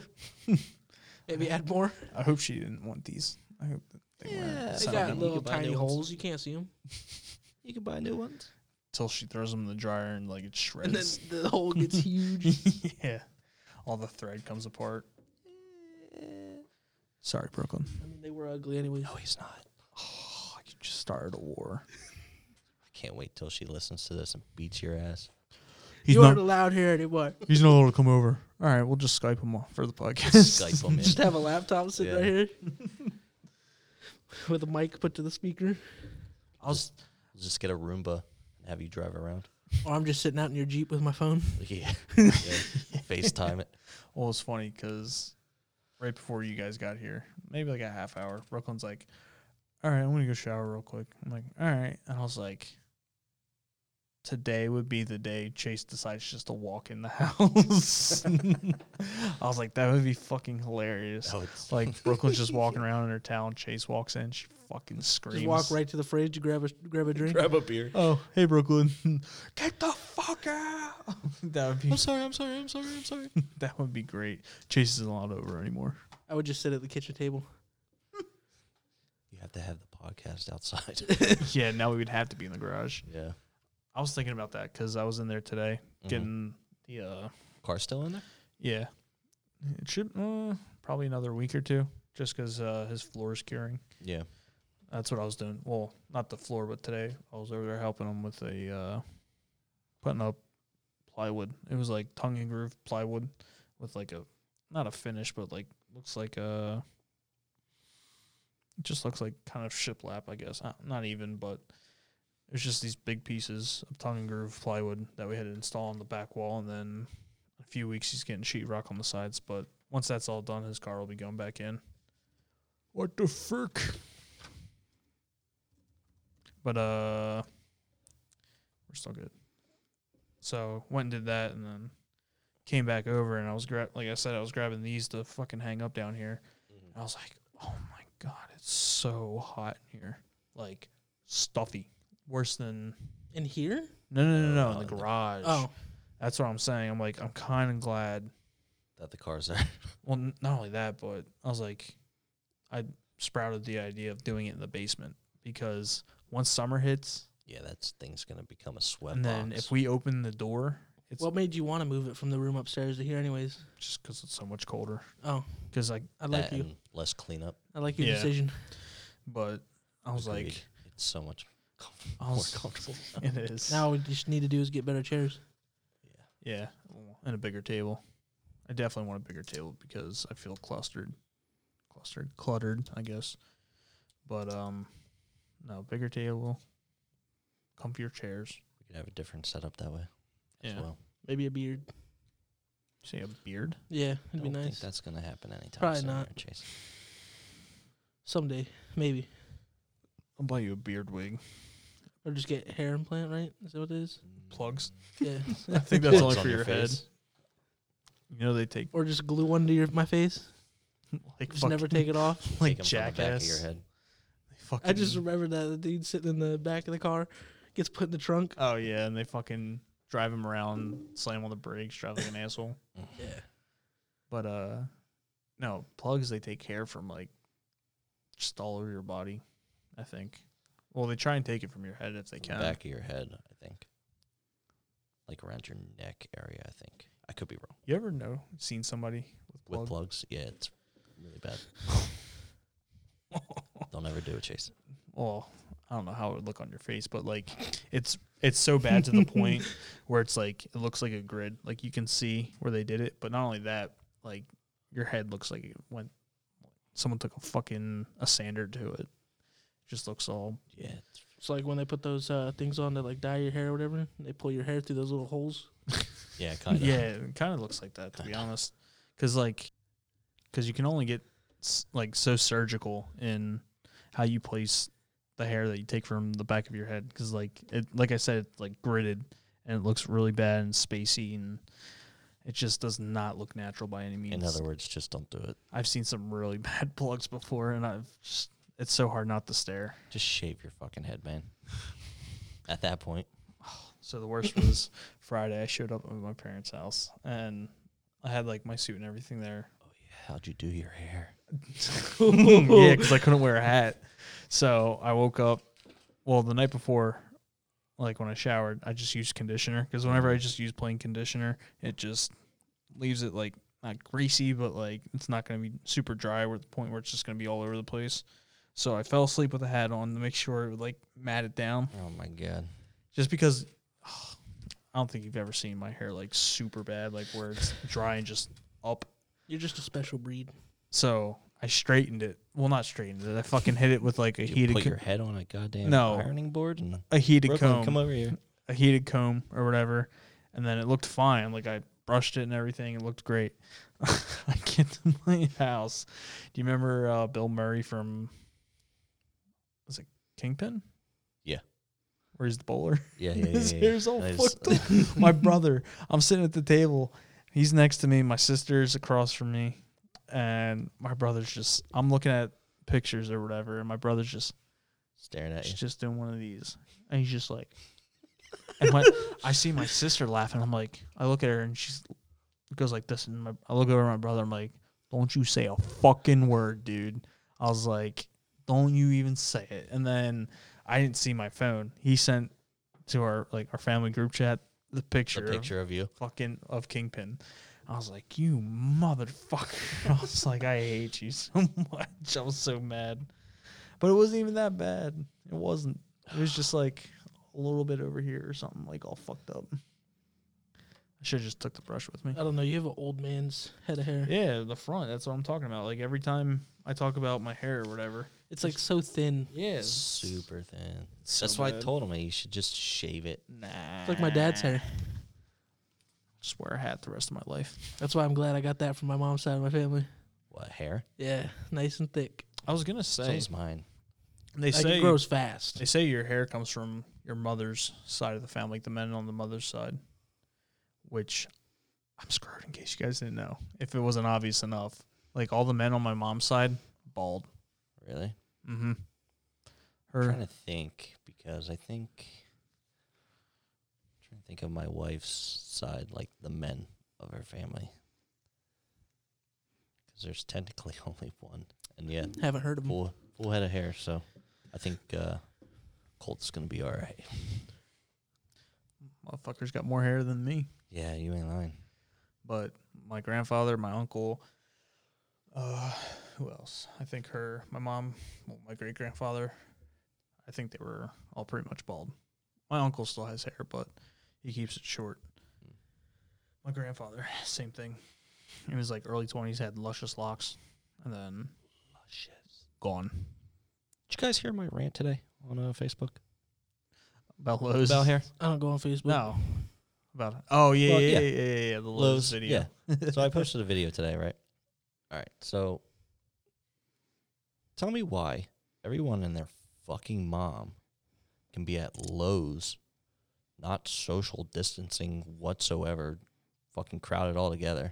[SPEAKER 3] Maybe add more.
[SPEAKER 1] I hope she didn't want these. I hope that they
[SPEAKER 2] Yeah,
[SPEAKER 1] weren't
[SPEAKER 3] They
[SPEAKER 2] Some
[SPEAKER 1] sent
[SPEAKER 2] of
[SPEAKER 3] got
[SPEAKER 2] them
[SPEAKER 1] them
[SPEAKER 2] you
[SPEAKER 3] little
[SPEAKER 2] could buy
[SPEAKER 3] tiny
[SPEAKER 2] new ones.
[SPEAKER 3] holes. You can't see them.
[SPEAKER 2] You can buy new ones.
[SPEAKER 1] until she throws them in the dryer and like it
[SPEAKER 3] And then
[SPEAKER 1] shreds.
[SPEAKER 3] the hole gets huge.
[SPEAKER 1] yeah, all the thread comes apart. Sorry, Brooklyn.
[SPEAKER 3] I mean, they were ugly anyways.
[SPEAKER 2] Eh. No, he's not.
[SPEAKER 1] Oh, I could just start a war.
[SPEAKER 2] I can't wait till she listens to this and beats your ass.
[SPEAKER 1] He's
[SPEAKER 3] you
[SPEAKER 1] not.
[SPEAKER 3] aren't allowed here anymore.
[SPEAKER 1] he's not allowed to come over. All right, we'll just Skype him off for the podcast.
[SPEAKER 2] Skype him in.
[SPEAKER 3] Just have a laptop sitting
[SPEAKER 2] Yeah.
[SPEAKER 3] right here with a mic put to the speaker.
[SPEAKER 1] I was
[SPEAKER 2] Just get a Roomba and have you drive around.
[SPEAKER 3] Or I'm just sitting out in your Jeep with my phone.
[SPEAKER 2] Yeah. yeah. FaceTime it.
[SPEAKER 1] Well, it's funny because right before you guys got here, maybe like a half hour, Brooklyn's like, "All right, I'm gonna go shower real quick." I'm like, "All right," and I was like, "Today would be the day Chase decides just to walk in the house." I was like, "That would be fucking hilarious."
[SPEAKER 2] Oh, it's
[SPEAKER 1] Like Brooklyn's just walking around in her town, Chase walks in, she fucking screams.
[SPEAKER 3] Just walk right to the fridge, grab a grab a drink.
[SPEAKER 2] grab a beer.
[SPEAKER 1] Oh, hey Brooklyn, get the fuck out! that would be
[SPEAKER 2] I'm sorry. I'm sorry. I'm sorry. I'm sorry.
[SPEAKER 1] that would be great. Chase isn't allowed over anymore.
[SPEAKER 3] I would just sit at the kitchen table.
[SPEAKER 2] You have to have the podcast outside.
[SPEAKER 1] yeah, now we would have to be in the garage.
[SPEAKER 2] yeah. Mm-hmm.
[SPEAKER 1] I was thinking about that because I was in there today getting the uh
[SPEAKER 2] car still in there?
[SPEAKER 1] yeah. It should uh, probably another week or two just because uh, his floor is curing.
[SPEAKER 2] Yeah.
[SPEAKER 1] That's what I was doing. Well, not the floor, but today I was over there helping him with a uh, putting up plywood. It was like tongue and groove plywood with like a not a finish, but like looks like a it just looks like kind of shiplap, I guess. Uh, Not, not even, but it was just these big pieces of tongue and groove plywood that we had to install on the back wall, and then a few weeks he's getting sheetrock on the sides. But once that's all done, his car will be going back in. What the frick? But uh, we're still good. So went and did that, and then came back over, and I was gra- like I said, I was grabbing these to fucking hang up down here.
[SPEAKER 2] Mm-hmm.
[SPEAKER 1] And I was like, oh my god, it's so hot in here, like stuffy, worse than
[SPEAKER 3] In here?
[SPEAKER 1] no, no, no, no,
[SPEAKER 2] Oh,
[SPEAKER 1] in the
[SPEAKER 2] no.
[SPEAKER 1] garage.
[SPEAKER 3] Oh,
[SPEAKER 1] that's what I'm saying. I'm like, I'm kind of glad.
[SPEAKER 2] That the car's there.
[SPEAKER 1] Well, n- not only that, but I was like, I sprouted the idea of doing it in the basement because once summer hits,
[SPEAKER 2] Yeah, that thing's gonna become a sweat
[SPEAKER 1] And then
[SPEAKER 2] box.
[SPEAKER 1] if we open the door, it's
[SPEAKER 3] what made you want to move it from the room upstairs to here, anyways?
[SPEAKER 1] just because it's so much colder.
[SPEAKER 3] Oh,
[SPEAKER 1] Because like,
[SPEAKER 3] I like
[SPEAKER 2] that
[SPEAKER 3] you.
[SPEAKER 2] and less cleanup.
[SPEAKER 3] I like your
[SPEAKER 1] Yeah.
[SPEAKER 3] decision.
[SPEAKER 1] but I was
[SPEAKER 2] Agreed.
[SPEAKER 1] like,
[SPEAKER 2] it's so much comf-
[SPEAKER 1] I
[SPEAKER 2] more
[SPEAKER 1] was-
[SPEAKER 2] comfortable.
[SPEAKER 1] it is
[SPEAKER 3] Now we just need to do is get better chairs.
[SPEAKER 2] yeah.
[SPEAKER 1] yeah, and a bigger table. I definitely want a bigger table because I feel clustered, clustered, cluttered, I guess. But um, no bigger table, comfier chairs.
[SPEAKER 2] We could have a different setup that way as
[SPEAKER 1] Yeah,
[SPEAKER 2] well.
[SPEAKER 3] Maybe a beard.
[SPEAKER 1] say a beard.
[SPEAKER 3] Yeah,
[SPEAKER 2] I
[SPEAKER 3] it'd be
[SPEAKER 2] don't think
[SPEAKER 3] nice.
[SPEAKER 2] that's gonna happen anytime
[SPEAKER 3] Probably
[SPEAKER 2] soon,
[SPEAKER 3] not.
[SPEAKER 2] right, Chase.
[SPEAKER 3] Someday, maybe.
[SPEAKER 1] I'll buy you a beard wig.
[SPEAKER 3] Or just get hair implant, right? Is that what it is?
[SPEAKER 1] Plugs.
[SPEAKER 3] Yeah.
[SPEAKER 1] I think that's only
[SPEAKER 2] Plugs on
[SPEAKER 1] for your, head.
[SPEAKER 2] face.
[SPEAKER 1] You know they take
[SPEAKER 3] or just glue one to your, my face.
[SPEAKER 1] like
[SPEAKER 3] Just never take it off.
[SPEAKER 1] fucking-
[SPEAKER 2] Take
[SPEAKER 1] like
[SPEAKER 2] 'em from the back of your
[SPEAKER 1] jackass.
[SPEAKER 2] head.
[SPEAKER 1] They fucking
[SPEAKER 3] I just remember that the dude sitting in the back of the car gets put in the trunk.
[SPEAKER 1] Oh yeah, and they fucking drive him around, slam on the brakes, drive like an asshole.
[SPEAKER 3] Yeah.
[SPEAKER 1] But uh, no plugs. They take hair from like just all over your body. I think. Well, they try and take it from your head if they
[SPEAKER 2] From
[SPEAKER 1] can.
[SPEAKER 2] the back of your head, I think. Like around your neck area, I think. I could be wrong.
[SPEAKER 1] You ever know seen somebody with plug?
[SPEAKER 2] With plugs, yeah, it's really bad. Don't ever do it, Chase.
[SPEAKER 1] well, I don't know how it would look on your face, but like it's it's so bad to the point where it's like it looks like a grid. Like you can see where they did it, but not only that, like your head looks like it went someone took a fucking a sander to it. Just looks all
[SPEAKER 2] Yeah. it's-
[SPEAKER 3] It's like when they put those uh, things on that like dye your hair or whatever. They pull your hair through those little holes.
[SPEAKER 2] Yeah, kind of.
[SPEAKER 1] yeah, it kind of looks like that to be honest. Because like, because you can only get s- like so surgical in how you place the hair that you take from the back of your head. Because like it, like I said, it's like gritted and it looks really bad and spacey and it just does not look natural by any means.
[SPEAKER 2] In other words, just don't do it.
[SPEAKER 1] I've seen some really bad plugs before, and I've just, it's so hard not to stare.
[SPEAKER 2] Just shave your fucking head, man. At that point,
[SPEAKER 1] So the worst was Friday. I showed up at my parents' house and I had like my suit and everything there.
[SPEAKER 2] oh, how'd you do your hair?
[SPEAKER 1] yeah, because I couldn't wear a hat. So I woke up. Well, the night before, like when I showered, I just used conditioner because whenever I just use plain conditioner, it just leaves it like not greasy, but like it's not going to be super dry where the point where it's just going to be all over the place. So I fell asleep with a hat on to make sure it would like mat it down,
[SPEAKER 2] Oh my god.
[SPEAKER 1] just because. I don't think you've ever seen my hair like super bad, like where it's dry and just up
[SPEAKER 3] You're just a special breed.
[SPEAKER 1] so I straightened it. Well, not straightened it. I fucking hit it with like a
[SPEAKER 2] You
[SPEAKER 1] heated
[SPEAKER 2] put
[SPEAKER 1] co-
[SPEAKER 2] your head on a goddamn
[SPEAKER 1] No.
[SPEAKER 2] ironing board and
[SPEAKER 1] a heated
[SPEAKER 2] Brooklyn,
[SPEAKER 1] comb,
[SPEAKER 2] come over here.
[SPEAKER 1] a heated comb or whatever, and then it looked fine. Like I brushed it and everything. It looked great. I get to my house. Do you remember uh, Bill Murray from? Was it Kingpin?
[SPEAKER 2] Yeah.
[SPEAKER 1] Where he's the bowler.
[SPEAKER 2] Yeah, yeah, yeah.
[SPEAKER 1] His
[SPEAKER 2] yeah.
[SPEAKER 1] hair's all
[SPEAKER 2] I just-
[SPEAKER 1] fucked up. My brother, I'm sitting at the table. He's next to me. My sister's across from me. And my brother's just, I'm looking at pictures or whatever. And my brother's just,
[SPEAKER 2] Staring at
[SPEAKER 1] he's
[SPEAKER 2] you.
[SPEAKER 1] just doing one of these. And he's just like, and my, I see my sister laughing. I'm like, I look at her and she's goes like this. And my, I look over at my brother. I'm like, don't you say a fucking word, dude. I was like, don't you even say it. And then I didn't see my phone. He sent to our like our family group chat the
[SPEAKER 2] The
[SPEAKER 1] picture,
[SPEAKER 2] picture of you.
[SPEAKER 1] Of fucking of Kingpin. I was like, you motherfucker. I was like, I hate you so much. I was so mad. But it wasn't even that bad. It wasn't. It was just like a little bit over here or something, like all fucked up. I should have just took the brush with me.
[SPEAKER 3] I don't know. You have an old man's head of hair.
[SPEAKER 1] Yeah, the front. That's what I'm talking about. Like every time I talk about my hair or whatever.
[SPEAKER 3] It's like so thin.
[SPEAKER 1] Yeah.
[SPEAKER 2] Super thin.
[SPEAKER 1] so
[SPEAKER 2] That's why I
[SPEAKER 1] bad.
[SPEAKER 2] told him you should just shave it.
[SPEAKER 1] Nah.
[SPEAKER 3] It's like my dad's hair.
[SPEAKER 1] Just wear a hat the rest of my life.
[SPEAKER 3] That's why I'm glad I got that from my mom's side of my family.
[SPEAKER 2] What hair?
[SPEAKER 3] Yeah, nice and thick.
[SPEAKER 1] I was gonna
[SPEAKER 2] So
[SPEAKER 1] say
[SPEAKER 2] is mine.
[SPEAKER 1] they
[SPEAKER 3] Like
[SPEAKER 1] say
[SPEAKER 3] it grows fast.
[SPEAKER 1] they say your hair comes from your mother's side of the family, like the men on the mother's side. Which I'm screwed in case you guys didn't know. If it wasn't obvious enough. Like all the men on my mom's side, bald.
[SPEAKER 2] Really?
[SPEAKER 1] Mm-hmm.
[SPEAKER 2] I'm
[SPEAKER 1] Her
[SPEAKER 2] trying to think because I think trying to think of my wife's side, like the men of her family, because there's technically only one, and yeah,
[SPEAKER 3] Haven't heard of them.
[SPEAKER 2] full full head of hair. So I think uh, Colt's gonna be all right.
[SPEAKER 1] motherfucker's got more hair than me.
[SPEAKER 2] Yeah, you ain't lying.
[SPEAKER 1] but my grandfather, my uncle, uh, who else? I think her, my mom, well, my great grandfather. I think they were all pretty much bald. My uncle still has hair, but he keeps it short. My grandfather, same thing. He was like early twenties, had luscious locks, and then gone.
[SPEAKER 2] Did you guys hear my rant today on uh, Facebook
[SPEAKER 1] About Lowe's.
[SPEAKER 2] about hair?
[SPEAKER 3] I don't go on Facebook.
[SPEAKER 1] No. About oh yeah,
[SPEAKER 2] Well,
[SPEAKER 1] yeah,
[SPEAKER 2] yeah.
[SPEAKER 1] yeah yeah yeah yeah the Lowe's, video.
[SPEAKER 2] Yeah. so I posted a video today, right? All right. So tell me why everyone and their fucking mom can be at Lowe's, not social distancing whatsoever, fucking crowded all together.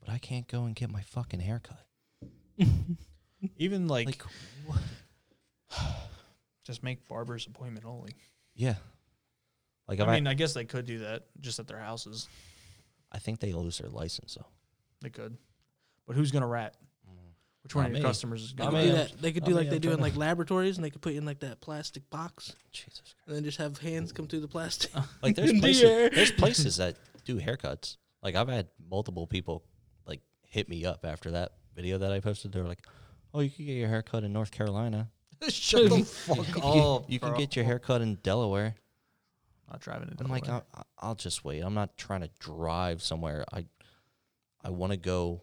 [SPEAKER 2] But I can't go and get my fucking haircut.
[SPEAKER 1] Even like,
[SPEAKER 2] Like, what?
[SPEAKER 1] just make barber's appointment only.
[SPEAKER 2] yeah. Like, if
[SPEAKER 1] I
[SPEAKER 2] I,
[SPEAKER 1] mean, I guess they could do that just at their houses.
[SPEAKER 2] I think they lose their license though.
[SPEAKER 1] They could. But who's going to rat? Which one
[SPEAKER 2] Not
[SPEAKER 1] of your
[SPEAKER 2] me.
[SPEAKER 1] customers is
[SPEAKER 3] They
[SPEAKER 1] going
[SPEAKER 2] Not
[SPEAKER 1] to
[SPEAKER 2] me.
[SPEAKER 3] could
[SPEAKER 1] rat?
[SPEAKER 3] do
[SPEAKER 2] I'm-
[SPEAKER 3] that. They could
[SPEAKER 2] I
[SPEAKER 3] do
[SPEAKER 2] mean,
[SPEAKER 3] like they
[SPEAKER 2] I'm
[SPEAKER 3] do in
[SPEAKER 2] trying
[SPEAKER 3] like laboratories, and they could put you in like that plastic box,
[SPEAKER 2] Jesus Christ.
[SPEAKER 3] and then just have hands come through the plastic.
[SPEAKER 2] Like Uh-huh. there's
[SPEAKER 3] In the
[SPEAKER 2] places,
[SPEAKER 3] air.
[SPEAKER 2] there's places that do haircuts. Like I've had multiple people like hit me up after that video that I posted. They're like, "Oh, you can get your haircut in North Carolina.
[SPEAKER 1] Shut the fuck
[SPEAKER 3] Oh,
[SPEAKER 1] up.
[SPEAKER 2] You can get your haircut in Delaware."
[SPEAKER 1] Not driving it.
[SPEAKER 2] I'm like, I'll, "I'll just wait. I'm not trying to drive somewhere. I I want to go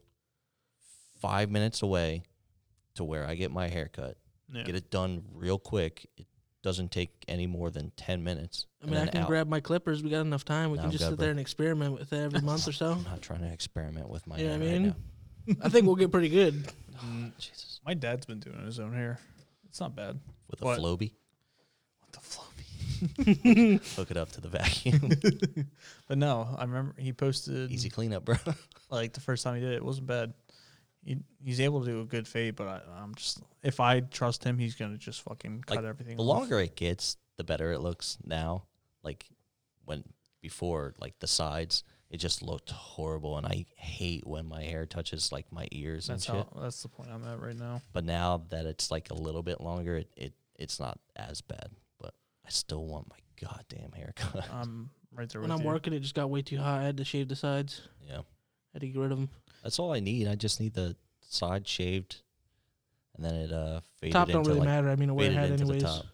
[SPEAKER 2] five minutes away to where I get my hair cut,
[SPEAKER 1] Yeah.
[SPEAKER 2] oh, get it done real quick. It doesn't take any more than 10 minutes.
[SPEAKER 3] I
[SPEAKER 2] and
[SPEAKER 3] mean, I
[SPEAKER 2] then
[SPEAKER 3] can
[SPEAKER 2] out.
[SPEAKER 3] grab my clippers. We got enough time. We
[SPEAKER 2] No,
[SPEAKER 3] can
[SPEAKER 2] I'm
[SPEAKER 3] just
[SPEAKER 2] good,
[SPEAKER 3] sit
[SPEAKER 2] bro.
[SPEAKER 3] there and experiment with it every month or so.
[SPEAKER 2] I'm not trying to experiment with my
[SPEAKER 3] You know
[SPEAKER 2] hair
[SPEAKER 3] what I
[SPEAKER 2] right
[SPEAKER 3] mean?
[SPEAKER 2] now.
[SPEAKER 3] I think we'll get pretty good.
[SPEAKER 1] Mm,
[SPEAKER 2] Jesus.
[SPEAKER 1] My dad's been doing his own hair. It's not bad.
[SPEAKER 2] With a
[SPEAKER 1] What?
[SPEAKER 2] Flowbee,
[SPEAKER 1] What the flow?
[SPEAKER 2] hook it up to the vacuum.
[SPEAKER 1] But no, I remember he posted
[SPEAKER 2] Easy cleanup, bro.
[SPEAKER 1] like the first time he did it, it wasn't bad. He, he's able to do a good fade, but I, I'm just if I trust him, he's gonna just fucking cut
[SPEAKER 2] Like,
[SPEAKER 1] everything.
[SPEAKER 2] The
[SPEAKER 1] off.
[SPEAKER 2] longer it gets, the better it looks now. Like when before, like the sides, it just looked horrible, and I hate when my hair touches like my ears
[SPEAKER 1] that's
[SPEAKER 2] and shit.
[SPEAKER 1] how that's the point I'm at right now.
[SPEAKER 2] But now that it's like a little bit longer, it, it it's not as bad. But I still want my goddamn haircut.
[SPEAKER 1] I'm right there
[SPEAKER 3] When
[SPEAKER 1] with
[SPEAKER 3] I'm
[SPEAKER 1] you.
[SPEAKER 3] working, it just got way too hot. I had to shave the sides.
[SPEAKER 2] yeah,
[SPEAKER 3] I had to get rid of them.
[SPEAKER 2] that's all I need. I just need the side shaved, and then it uh faded
[SPEAKER 3] Top don't
[SPEAKER 2] into
[SPEAKER 3] really
[SPEAKER 2] like
[SPEAKER 3] matter. I mean, I wear a
[SPEAKER 2] faded
[SPEAKER 3] hat
[SPEAKER 2] into
[SPEAKER 3] anyways.
[SPEAKER 2] the top.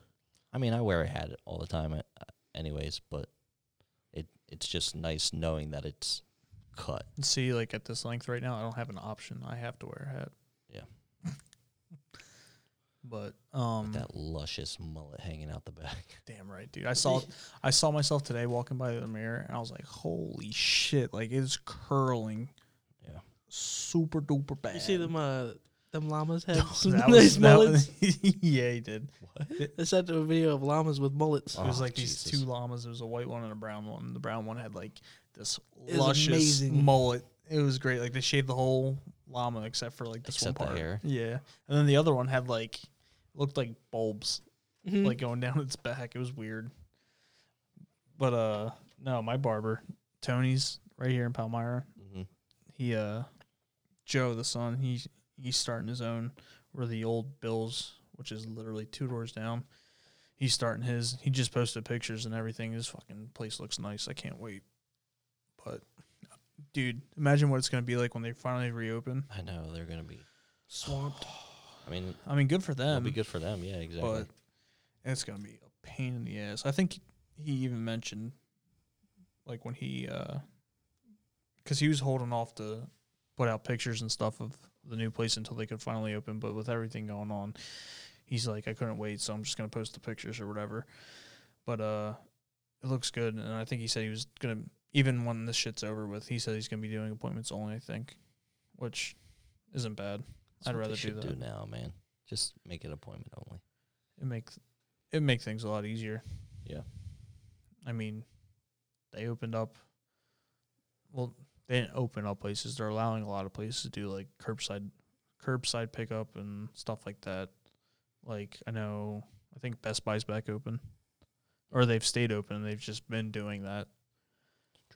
[SPEAKER 2] I mean, I wear a hat all the time, uh, anyways, but it it's just nice knowing that it's cut.
[SPEAKER 1] See, like at this length right now, I don't have an option. I have to wear a hat.
[SPEAKER 2] Yeah.
[SPEAKER 1] but um,
[SPEAKER 2] with that luscious mullet hanging out the back.
[SPEAKER 1] damn right, dude. I saw I saw myself today walking by the mirror, and I was like, holy shit! Like it's curling.
[SPEAKER 2] Yeah.
[SPEAKER 1] Super duper bad.
[SPEAKER 3] You see them, uh, them llamas heads?
[SPEAKER 1] That
[SPEAKER 3] Those
[SPEAKER 1] was- that
[SPEAKER 3] mullets?
[SPEAKER 1] was- yeah, he did.
[SPEAKER 3] I sent them a video of llamas with mullets.
[SPEAKER 1] It was
[SPEAKER 2] Oh,
[SPEAKER 1] like these
[SPEAKER 2] Jesus.
[SPEAKER 1] two llamas. There was a white one and a brown one. The brown one had like this
[SPEAKER 3] It was
[SPEAKER 1] luscious
[SPEAKER 3] amazing.
[SPEAKER 1] mullet. It was great. Like they shaved the whole llama except for like this
[SPEAKER 2] Except the
[SPEAKER 1] one part.
[SPEAKER 2] hair.
[SPEAKER 1] Yeah, and then the other one had like looked like bulbs
[SPEAKER 3] Mhm.
[SPEAKER 1] like going down its back. It was weird. But uh, no, my barber Tony's right here in Palmyra.
[SPEAKER 2] Mm-hmm.
[SPEAKER 1] he uh Joe the son he he's starting his own where the old Bills which is literally two doors down he's starting his he just posted pictures and everything his fucking place looks nice I can't wait but dude imagine what it's gonna be like when they finally reopen
[SPEAKER 2] I know they're gonna be.
[SPEAKER 3] swamped.
[SPEAKER 2] I mean,
[SPEAKER 1] I mean good for
[SPEAKER 2] it'll
[SPEAKER 1] them
[SPEAKER 2] be good for them. Yeah, exactly.
[SPEAKER 1] Um, but it's gonna be a pain in the ass I think he even mentioned like when he uh because he was holding off to put out pictures and stuff of the new place until they could finally open. But with everything going on, he's like, I couldn't wait, so I'm just gonna post the pictures or whatever. But uh, it looks good, and I think he said he was gonna even when this shit's over with, he said he's gonna be doing appointments only. I think, which isn't bad.
[SPEAKER 2] That's
[SPEAKER 1] I'd
[SPEAKER 2] what they
[SPEAKER 1] rather do
[SPEAKER 2] should
[SPEAKER 1] that.
[SPEAKER 2] do now, man. Just make an appointment only.
[SPEAKER 1] It makes it make things a lot easier.
[SPEAKER 2] Yeah.
[SPEAKER 1] I mean, they opened up. Well, they didn't open up places. They're allowing a lot of places to do like curbside, curbside pickup and stuff like that. Like I know, I think Best Buy's back open, or they've stayed open. They've just been doing that.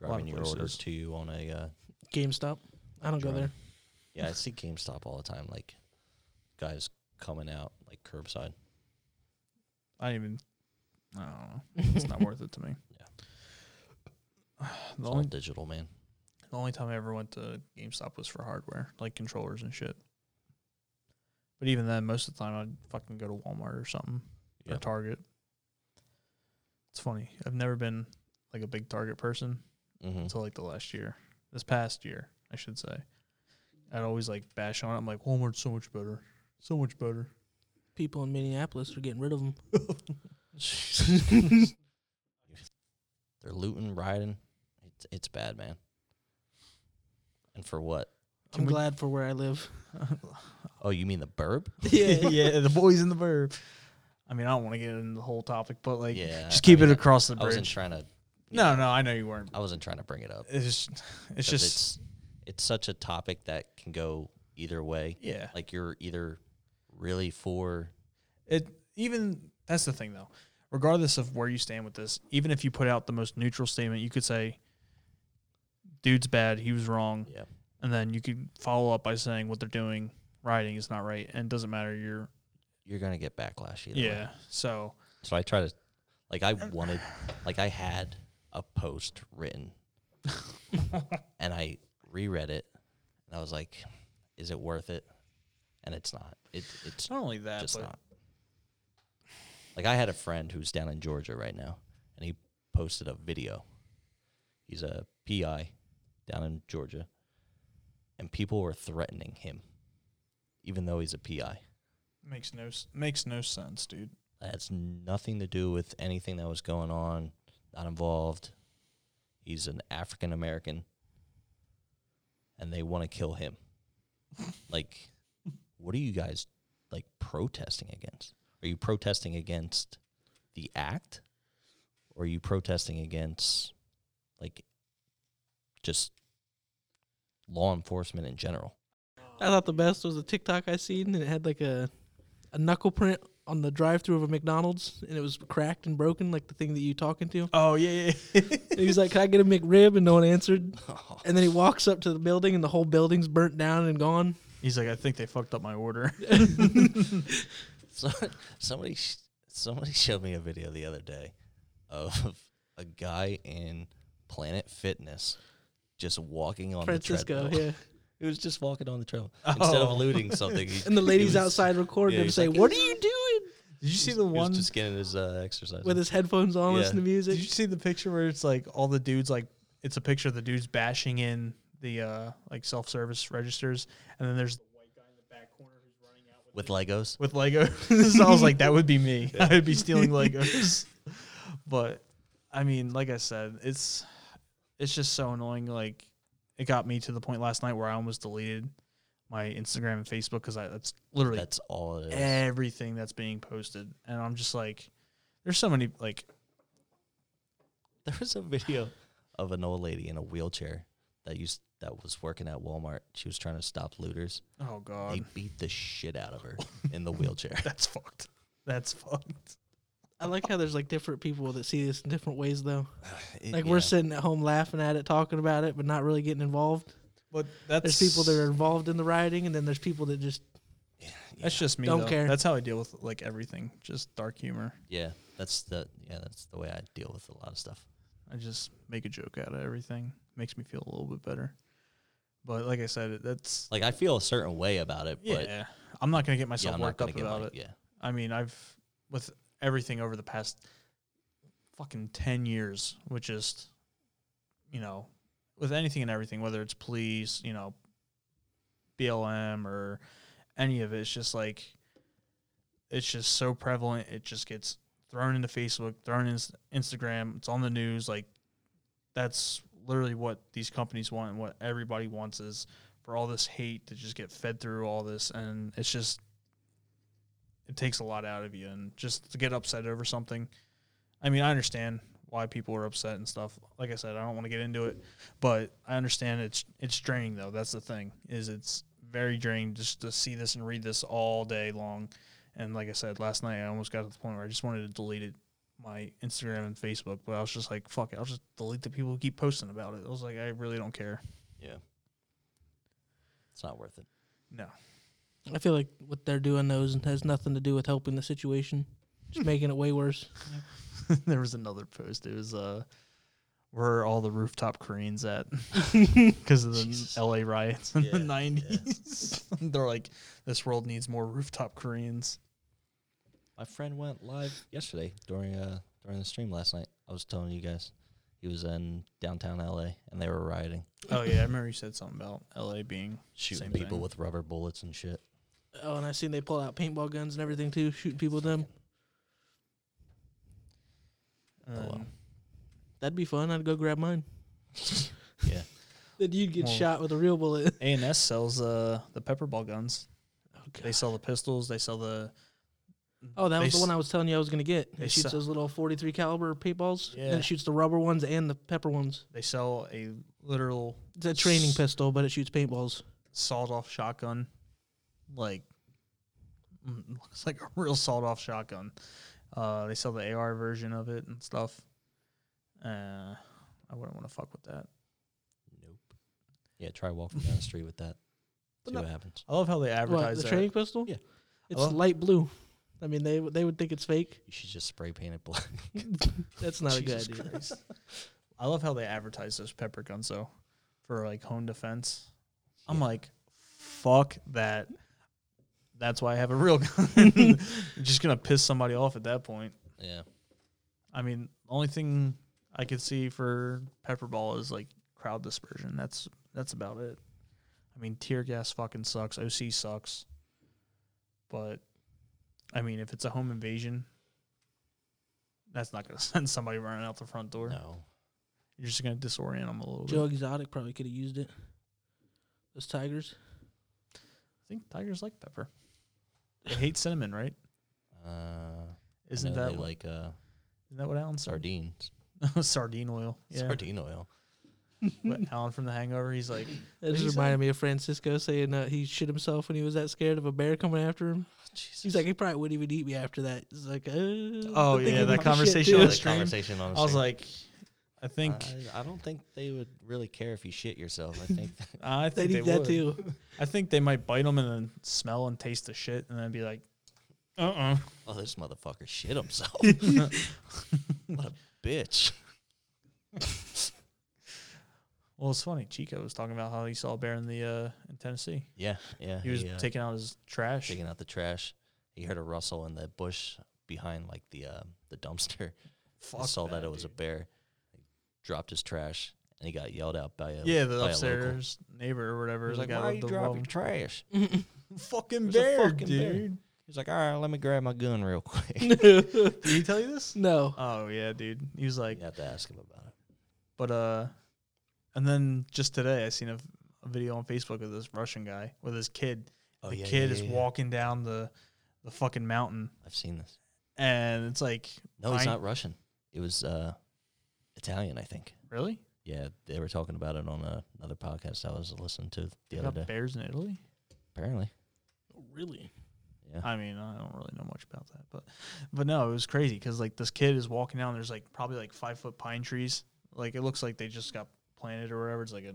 [SPEAKER 1] lot of
[SPEAKER 2] Driving your order
[SPEAKER 1] places.
[SPEAKER 2] to you on a. Uh,
[SPEAKER 3] GameStop. I don't go
[SPEAKER 2] Driving.
[SPEAKER 3] there.
[SPEAKER 2] yeah, I see GameStop all the time. Like guys coming out like curbside.
[SPEAKER 1] I didn't even. I don't know. It's not worth it to me.
[SPEAKER 2] Yeah.
[SPEAKER 1] The
[SPEAKER 2] It's all
[SPEAKER 1] only
[SPEAKER 2] digital, man.
[SPEAKER 1] The only time I ever went to GameStop was for hardware, like controllers and shit. But even then, most of the time I'd fucking go to Walmart or something or
[SPEAKER 2] Yeah.
[SPEAKER 1] Target. It's funny. I've never been like a big Target person
[SPEAKER 2] Mm-hmm.
[SPEAKER 1] until like the last year, this past year, I should say. I'd always like bash on it. I'm like, Walmart's so much better, so much better.
[SPEAKER 3] People in Minneapolis are getting rid of them.
[SPEAKER 2] They're looting, riding. It's it's bad, man. And for what?
[SPEAKER 1] Can
[SPEAKER 3] I'm
[SPEAKER 1] we-
[SPEAKER 3] glad for where I live.
[SPEAKER 2] Oh, you mean the burb?
[SPEAKER 1] yeah, the boys in the verb. I mean, I don't want to get into the whole topic, but like,
[SPEAKER 2] yeah.
[SPEAKER 1] just keep
[SPEAKER 2] I mean,
[SPEAKER 1] it across the
[SPEAKER 2] I wasn't
[SPEAKER 1] bridge.
[SPEAKER 2] trying to.
[SPEAKER 1] No, no, I know you weren't.
[SPEAKER 2] I wasn't trying to bring it up.
[SPEAKER 1] It's just, it's
[SPEAKER 2] 'cause
[SPEAKER 1] just,
[SPEAKER 2] it's, it's such a topic that can go either way.
[SPEAKER 1] yeah.
[SPEAKER 2] Like you're either really for
[SPEAKER 1] it even that's the thing though regardless of where you stand with this even if you put out the most neutral statement you could say dude's bad he was wrong
[SPEAKER 2] yeah
[SPEAKER 1] and then you could follow up by saying what they're doing rioting is not right and it doesn't matter you're
[SPEAKER 2] you're gonna get backlash either. way.
[SPEAKER 1] yeah so
[SPEAKER 2] So I try to, like, I wanted, like, I had a post written, and I reread it, and I was like, "Is it worth it?" And it's not. It, it's
[SPEAKER 1] it's not only that
[SPEAKER 2] just
[SPEAKER 1] but
[SPEAKER 2] not. Like I had a friend who's down in Georgia right now, and he posted a video. He's a PI down in Georgia, and people were threatening him, even though he's a PI.
[SPEAKER 4] Makes no s- makes no sense, dude.
[SPEAKER 2] That has nothing to do with anything that was going on. Not involved. He's an African American, and they want to kill him. like, what are you guys like protesting against? Are you protesting against the act, or are you protesting against like just law enforcement in general?
[SPEAKER 3] I thought the best was a TikTok I seen, and it had like a a knuckle print on the drive-through of a McDonald's, and it was cracked and broken, like the thing that you talking to.
[SPEAKER 4] Oh yeah, yeah.
[SPEAKER 3] And he was like, "Can I get a McRib?" And no one answered. And then he walks up to the building, and the whole building's burnt down and gone.
[SPEAKER 1] He's like, I think they fucked up my order.
[SPEAKER 2] So, somebody sh- somebody showed me a video the other day of a guy in Planet Fitness just walking on
[SPEAKER 3] Francisco,
[SPEAKER 2] the treadmill.
[SPEAKER 3] yeah.
[SPEAKER 2] He was just walking on the treadmill instead of
[SPEAKER 1] Oh.
[SPEAKER 2] eluding something. He,
[SPEAKER 3] And the
[SPEAKER 2] he
[SPEAKER 3] ladies
[SPEAKER 2] was-
[SPEAKER 3] outside recorded
[SPEAKER 2] yeah,
[SPEAKER 3] him
[SPEAKER 2] he's
[SPEAKER 3] say,
[SPEAKER 2] like,
[SPEAKER 3] "What are you doing?"
[SPEAKER 1] Did you see
[SPEAKER 2] he
[SPEAKER 1] the
[SPEAKER 2] was
[SPEAKER 1] one?
[SPEAKER 2] just getting his uh, exercise.
[SPEAKER 3] With his headphones on,
[SPEAKER 2] Yeah.
[SPEAKER 3] listening to music.
[SPEAKER 1] Did you see the picture where it's like all the dudes like it's a picture of the dudes bashing in the uh like self service registers, and then there's the white guy in the back corner who's running out
[SPEAKER 2] with Legos.
[SPEAKER 1] with Legos. I was like, that would be me. I would be stealing Legos. but I mean, like I said, it's it's just so annoying. Like it got me to the point last night where I almost deleted my Instagram and Facebook because I that's literally
[SPEAKER 2] That's all it is.
[SPEAKER 1] everything that's being posted, and I'm just like, there's so many like
[SPEAKER 2] there was a video of an old lady in a wheelchair that used that was working at Walmart. She was trying to stop looters.
[SPEAKER 1] oh god,
[SPEAKER 2] They beat the shit out of her in the wheelchair.
[SPEAKER 1] that's fucked. That's fucked.
[SPEAKER 3] I like how there's like different people that see this in different ways, though.
[SPEAKER 2] It-
[SPEAKER 3] Like we're
[SPEAKER 2] yeah.
[SPEAKER 3] sitting at home laughing at it, talking about it, but not really getting involved.
[SPEAKER 1] But that's
[SPEAKER 3] There's people that are involved in the rioting, and then there's people that just
[SPEAKER 1] That's just me.
[SPEAKER 3] Don't
[SPEAKER 1] though.
[SPEAKER 3] care.
[SPEAKER 1] That's how I deal with like everything. Just dark humor.
[SPEAKER 2] Yeah, that's the yeah, that's the way I deal with a lot of stuff.
[SPEAKER 1] I just make a joke out of everything. Makes me feel a little bit better. But like I said, it- that's
[SPEAKER 2] Like I feel a certain way about it, but yeah,
[SPEAKER 1] yeah. I'm not gonna get myself
[SPEAKER 2] I'm not
[SPEAKER 1] worked
[SPEAKER 2] gonna
[SPEAKER 1] up
[SPEAKER 2] get
[SPEAKER 1] about
[SPEAKER 2] my,
[SPEAKER 1] it.
[SPEAKER 2] yeah.
[SPEAKER 1] I mean, I've with everything over the past fucking ten years, which is, you know, with anything and everything, whether it's police, you know, BLM or any of it, it's just like it's just so prevalent. It just gets thrown into Facebook, thrown in Instagram. It's on the news. Like that's literally what these companies want and what everybody wants is for all this hate to just get fed through all this, and it's just it takes a lot out of you and just to get upset over something i mean i understand why people are upset and stuff like i said i don't want to get into it but i understand it's it's draining though that's the thing is it's very draining just to see this and read this all day long and like i said last night i almost got to the point where i just wanted to delete it my instagram and facebook but i was just like fuck it i'll just delete the people who keep posting about it i was like i really don't care
[SPEAKER 2] Yeah. It's not worth it.
[SPEAKER 1] no
[SPEAKER 3] I feel like what they're doing those has nothing to do with helping the situation, just making it way worse.
[SPEAKER 1] there was another post. It was uh, where are all the rooftop Koreans at? Because of the
[SPEAKER 2] Jesus.
[SPEAKER 1] L.A. riots in the
[SPEAKER 2] Yeah,
[SPEAKER 1] nineties. They're like, this world needs more rooftop Koreans.
[SPEAKER 2] My friend went live yesterday during uh during the stream last night. I was telling you guys. He was in downtown LA and they were rioting,
[SPEAKER 1] Oh yeah, I remember you said something about L.A. being
[SPEAKER 2] shooting
[SPEAKER 1] Same
[SPEAKER 2] people
[SPEAKER 1] thing.
[SPEAKER 2] with rubber bullets and shit.
[SPEAKER 3] Oh, and I seen they pull out paintball guns and everything too, shooting people with them.
[SPEAKER 1] um,
[SPEAKER 2] well.
[SPEAKER 3] That'd be fun. I'd go grab mine.
[SPEAKER 2] Yeah.
[SPEAKER 3] Then you'd get
[SPEAKER 1] Well-
[SPEAKER 3] shot with a real bullet.
[SPEAKER 1] A&S sells uh the pepper ball guns.
[SPEAKER 3] Oh,
[SPEAKER 1] They sell the pistols. They sell the
[SPEAKER 3] Oh, that
[SPEAKER 1] They
[SPEAKER 3] was the
[SPEAKER 1] s-
[SPEAKER 3] one I was telling you I was gonna get.
[SPEAKER 1] they
[SPEAKER 3] It shoots
[SPEAKER 1] sell-
[SPEAKER 3] those little forty-three caliber paintballs, and
[SPEAKER 1] Yeah.
[SPEAKER 3] it shoots the rubber ones and the pepper ones.
[SPEAKER 1] they sell a literal
[SPEAKER 3] It's a training pistol, but it shoots paintballs.
[SPEAKER 1] sawed off shotgun. Like, mm, looks like a real sawed off shotgun. Uh, they sell the AR version of it and stuff. Uh, I wouldn't want to fuck with that.
[SPEAKER 2] Nope. Yeah, try walking down the street with that.
[SPEAKER 3] But
[SPEAKER 2] See
[SPEAKER 3] no-
[SPEAKER 2] what happens.
[SPEAKER 1] I love how they
[SPEAKER 3] What
[SPEAKER 1] advertise
[SPEAKER 3] the
[SPEAKER 1] that.
[SPEAKER 3] training pistol?
[SPEAKER 2] Yeah.
[SPEAKER 3] it's
[SPEAKER 1] Hello?
[SPEAKER 3] light blue. I mean, they would- they would think it's fake.
[SPEAKER 2] You should just spray paint it black.
[SPEAKER 3] That's not a
[SPEAKER 1] Jesus
[SPEAKER 3] good idea.
[SPEAKER 1] Christ. I love how they advertise those pepper guns though, for like home defense. I'm
[SPEAKER 2] Yeah.
[SPEAKER 1] like, fuck that. That's why I have a real gun. You're just gonna piss somebody off at that point.
[SPEAKER 2] yeah.
[SPEAKER 1] I mean, only thing I could see for pepper ball is like crowd dispersion. That's that's about it. I mean, tear gas fucking sucks. OC sucks, but I mean, if it's a home invasion, that's not going to send somebody running out the front door.
[SPEAKER 2] No.
[SPEAKER 1] You're just going to disorient them a little
[SPEAKER 3] Joe
[SPEAKER 1] bit.
[SPEAKER 3] Exotic probably could have used it. Those tigers.
[SPEAKER 1] I think tigers like pepper. They hate cinnamon, right?
[SPEAKER 2] Uh, I
[SPEAKER 1] Isn't
[SPEAKER 2] know
[SPEAKER 1] that
[SPEAKER 2] they
[SPEAKER 1] what-
[SPEAKER 2] like uh,
[SPEAKER 1] isn't that what Alan said?
[SPEAKER 2] sardines?
[SPEAKER 1] sardine oil? Yeah.
[SPEAKER 2] Sardine oil.
[SPEAKER 1] What, Alan from The Hangover. He's like,
[SPEAKER 3] That just
[SPEAKER 1] Lisa.
[SPEAKER 3] reminded me of Francisco saying uh, he shit himself when he was that scared of a bear coming after him. He's like, he probably wouldn't even eat me after that. He's like, uh,
[SPEAKER 1] Oh,
[SPEAKER 3] I'm
[SPEAKER 1] yeah,
[SPEAKER 3] thinking
[SPEAKER 1] that
[SPEAKER 3] about shit,
[SPEAKER 1] conversation
[SPEAKER 2] Yeah,
[SPEAKER 3] too.
[SPEAKER 1] on
[SPEAKER 2] the
[SPEAKER 1] stream.
[SPEAKER 2] conversation on the
[SPEAKER 1] I was
[SPEAKER 2] stream.
[SPEAKER 1] like, I think,
[SPEAKER 2] I, I don't think they would really care if you shit yourself. I think
[SPEAKER 1] I
[SPEAKER 3] They
[SPEAKER 1] think they,
[SPEAKER 3] need that
[SPEAKER 1] would.
[SPEAKER 3] too.
[SPEAKER 1] I think they might bite them and then smell and taste the shit and then be like, uh uh
[SPEAKER 2] oh, this motherfucker shit himself. what a bitch.
[SPEAKER 1] Well, it's funny. Chico was talking about how he saw a bear in the uh, in Tennessee.
[SPEAKER 2] Yeah, yeah.
[SPEAKER 1] He was
[SPEAKER 2] uh,
[SPEAKER 1] taking out his trash.
[SPEAKER 2] taking out the trash. He heard a rustle in the bush behind like the uh, the dumpster.
[SPEAKER 1] Fuck
[SPEAKER 2] saw that, it was a
[SPEAKER 1] dude.
[SPEAKER 2] bear. dropped his trash and he got yelled out by a
[SPEAKER 1] yeah, the
[SPEAKER 2] by a local.
[SPEAKER 1] upstairs neighbor or whatever.
[SPEAKER 2] He was
[SPEAKER 1] the
[SPEAKER 2] like,
[SPEAKER 1] guy
[SPEAKER 2] "Why are
[SPEAKER 1] lived
[SPEAKER 2] you
[SPEAKER 1] above
[SPEAKER 2] dropping
[SPEAKER 1] him.
[SPEAKER 2] trash?"
[SPEAKER 1] fucking
[SPEAKER 2] There's a
[SPEAKER 1] bear,
[SPEAKER 2] fucking bear.
[SPEAKER 1] dude?
[SPEAKER 2] He's like, "All right, let me grab my gun real quick."
[SPEAKER 1] Did he tell you this?
[SPEAKER 3] no.
[SPEAKER 1] Oh yeah, dude. He was like,
[SPEAKER 2] you have to ask him about it.
[SPEAKER 1] but uh, and then just today I seen a, a video on Facebook of this Russian guy with his kid.
[SPEAKER 2] Oh,
[SPEAKER 1] the kid is walking down the the fucking mountain,
[SPEAKER 2] I've seen this.
[SPEAKER 1] and it's like,
[SPEAKER 2] No, he's
[SPEAKER 1] Fine.
[SPEAKER 2] not Russian. It was uh, Italian, I think.
[SPEAKER 1] really?
[SPEAKER 2] Yeah, they were talking about it on a, another podcast I was listening to the
[SPEAKER 1] They
[SPEAKER 2] other
[SPEAKER 1] got
[SPEAKER 2] day.
[SPEAKER 1] bears in Italy?
[SPEAKER 2] Apparently,
[SPEAKER 3] Oh, Really?
[SPEAKER 2] yeah.
[SPEAKER 1] I mean, I don't really know much about that, but but no, it was crazy because like this kid is walking down. There's like probably like five foot pine trees. Like it looks like they just got planted or whatever. It's like a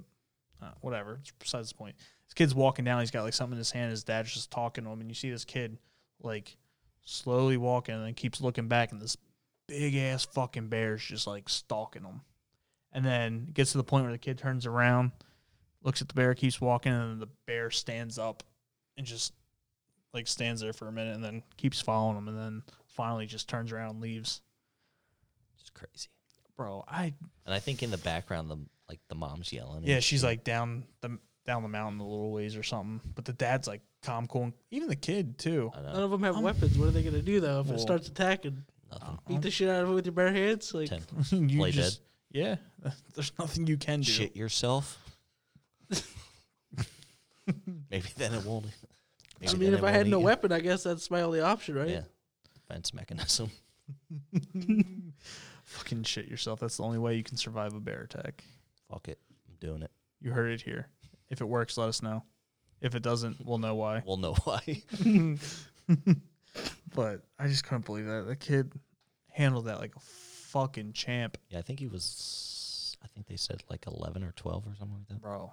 [SPEAKER 1] uh, whatever. It's besides the point. This kid's walking down. He's got like something in his hand. His dad's just talking to him, and you see this kid like slowly walking and then keeps looking back, and this big ass fucking bear's just like stalking him. And then it gets to the point where the kid turns around, looks at the bear, keeps walking, and then the bear stands up and just like stands there for a minute and then keeps following him and then finally just turns around and leaves.
[SPEAKER 2] it's crazy.
[SPEAKER 1] Bro, I
[SPEAKER 2] And I think in the background, the like the mom's yelling. and
[SPEAKER 1] yeah, she's
[SPEAKER 2] shit.
[SPEAKER 1] like down the down the mountain a little ways or something. But the dad's like calm, cool, and even the kid too.
[SPEAKER 2] I
[SPEAKER 3] None
[SPEAKER 2] know,
[SPEAKER 3] of them have
[SPEAKER 1] I'm-
[SPEAKER 3] weapons. What are they going to do, though, if
[SPEAKER 1] Well-
[SPEAKER 3] it starts attacking?
[SPEAKER 2] nothing.
[SPEAKER 3] Beat the shit out of it with your bare hands? Like,
[SPEAKER 2] Ten.
[SPEAKER 1] you
[SPEAKER 2] Play
[SPEAKER 1] just, Yeah, there's nothing you can do.
[SPEAKER 2] Shit yourself. maybe then it won't.
[SPEAKER 3] I
[SPEAKER 2] maybe
[SPEAKER 3] mean,
[SPEAKER 2] then it
[SPEAKER 3] if I
[SPEAKER 2] won't
[SPEAKER 3] had
[SPEAKER 2] eat
[SPEAKER 3] no
[SPEAKER 2] you.
[SPEAKER 3] weapon, I guess that's my only option, right?
[SPEAKER 2] yeah, defense mechanism.
[SPEAKER 1] Fucking shit yourself. That's the only way you can survive a bear attack.
[SPEAKER 2] Fuck it, I'm doing it.
[SPEAKER 1] You heard it here. If it works, let us know. If it doesn't, we'll know why.
[SPEAKER 2] We'll know why.
[SPEAKER 1] but I just couldn't believe that. That kid handled that like a fucking champ.
[SPEAKER 2] yeah, I think he was. I think they said like eleven or twelve or something like that.
[SPEAKER 1] bro,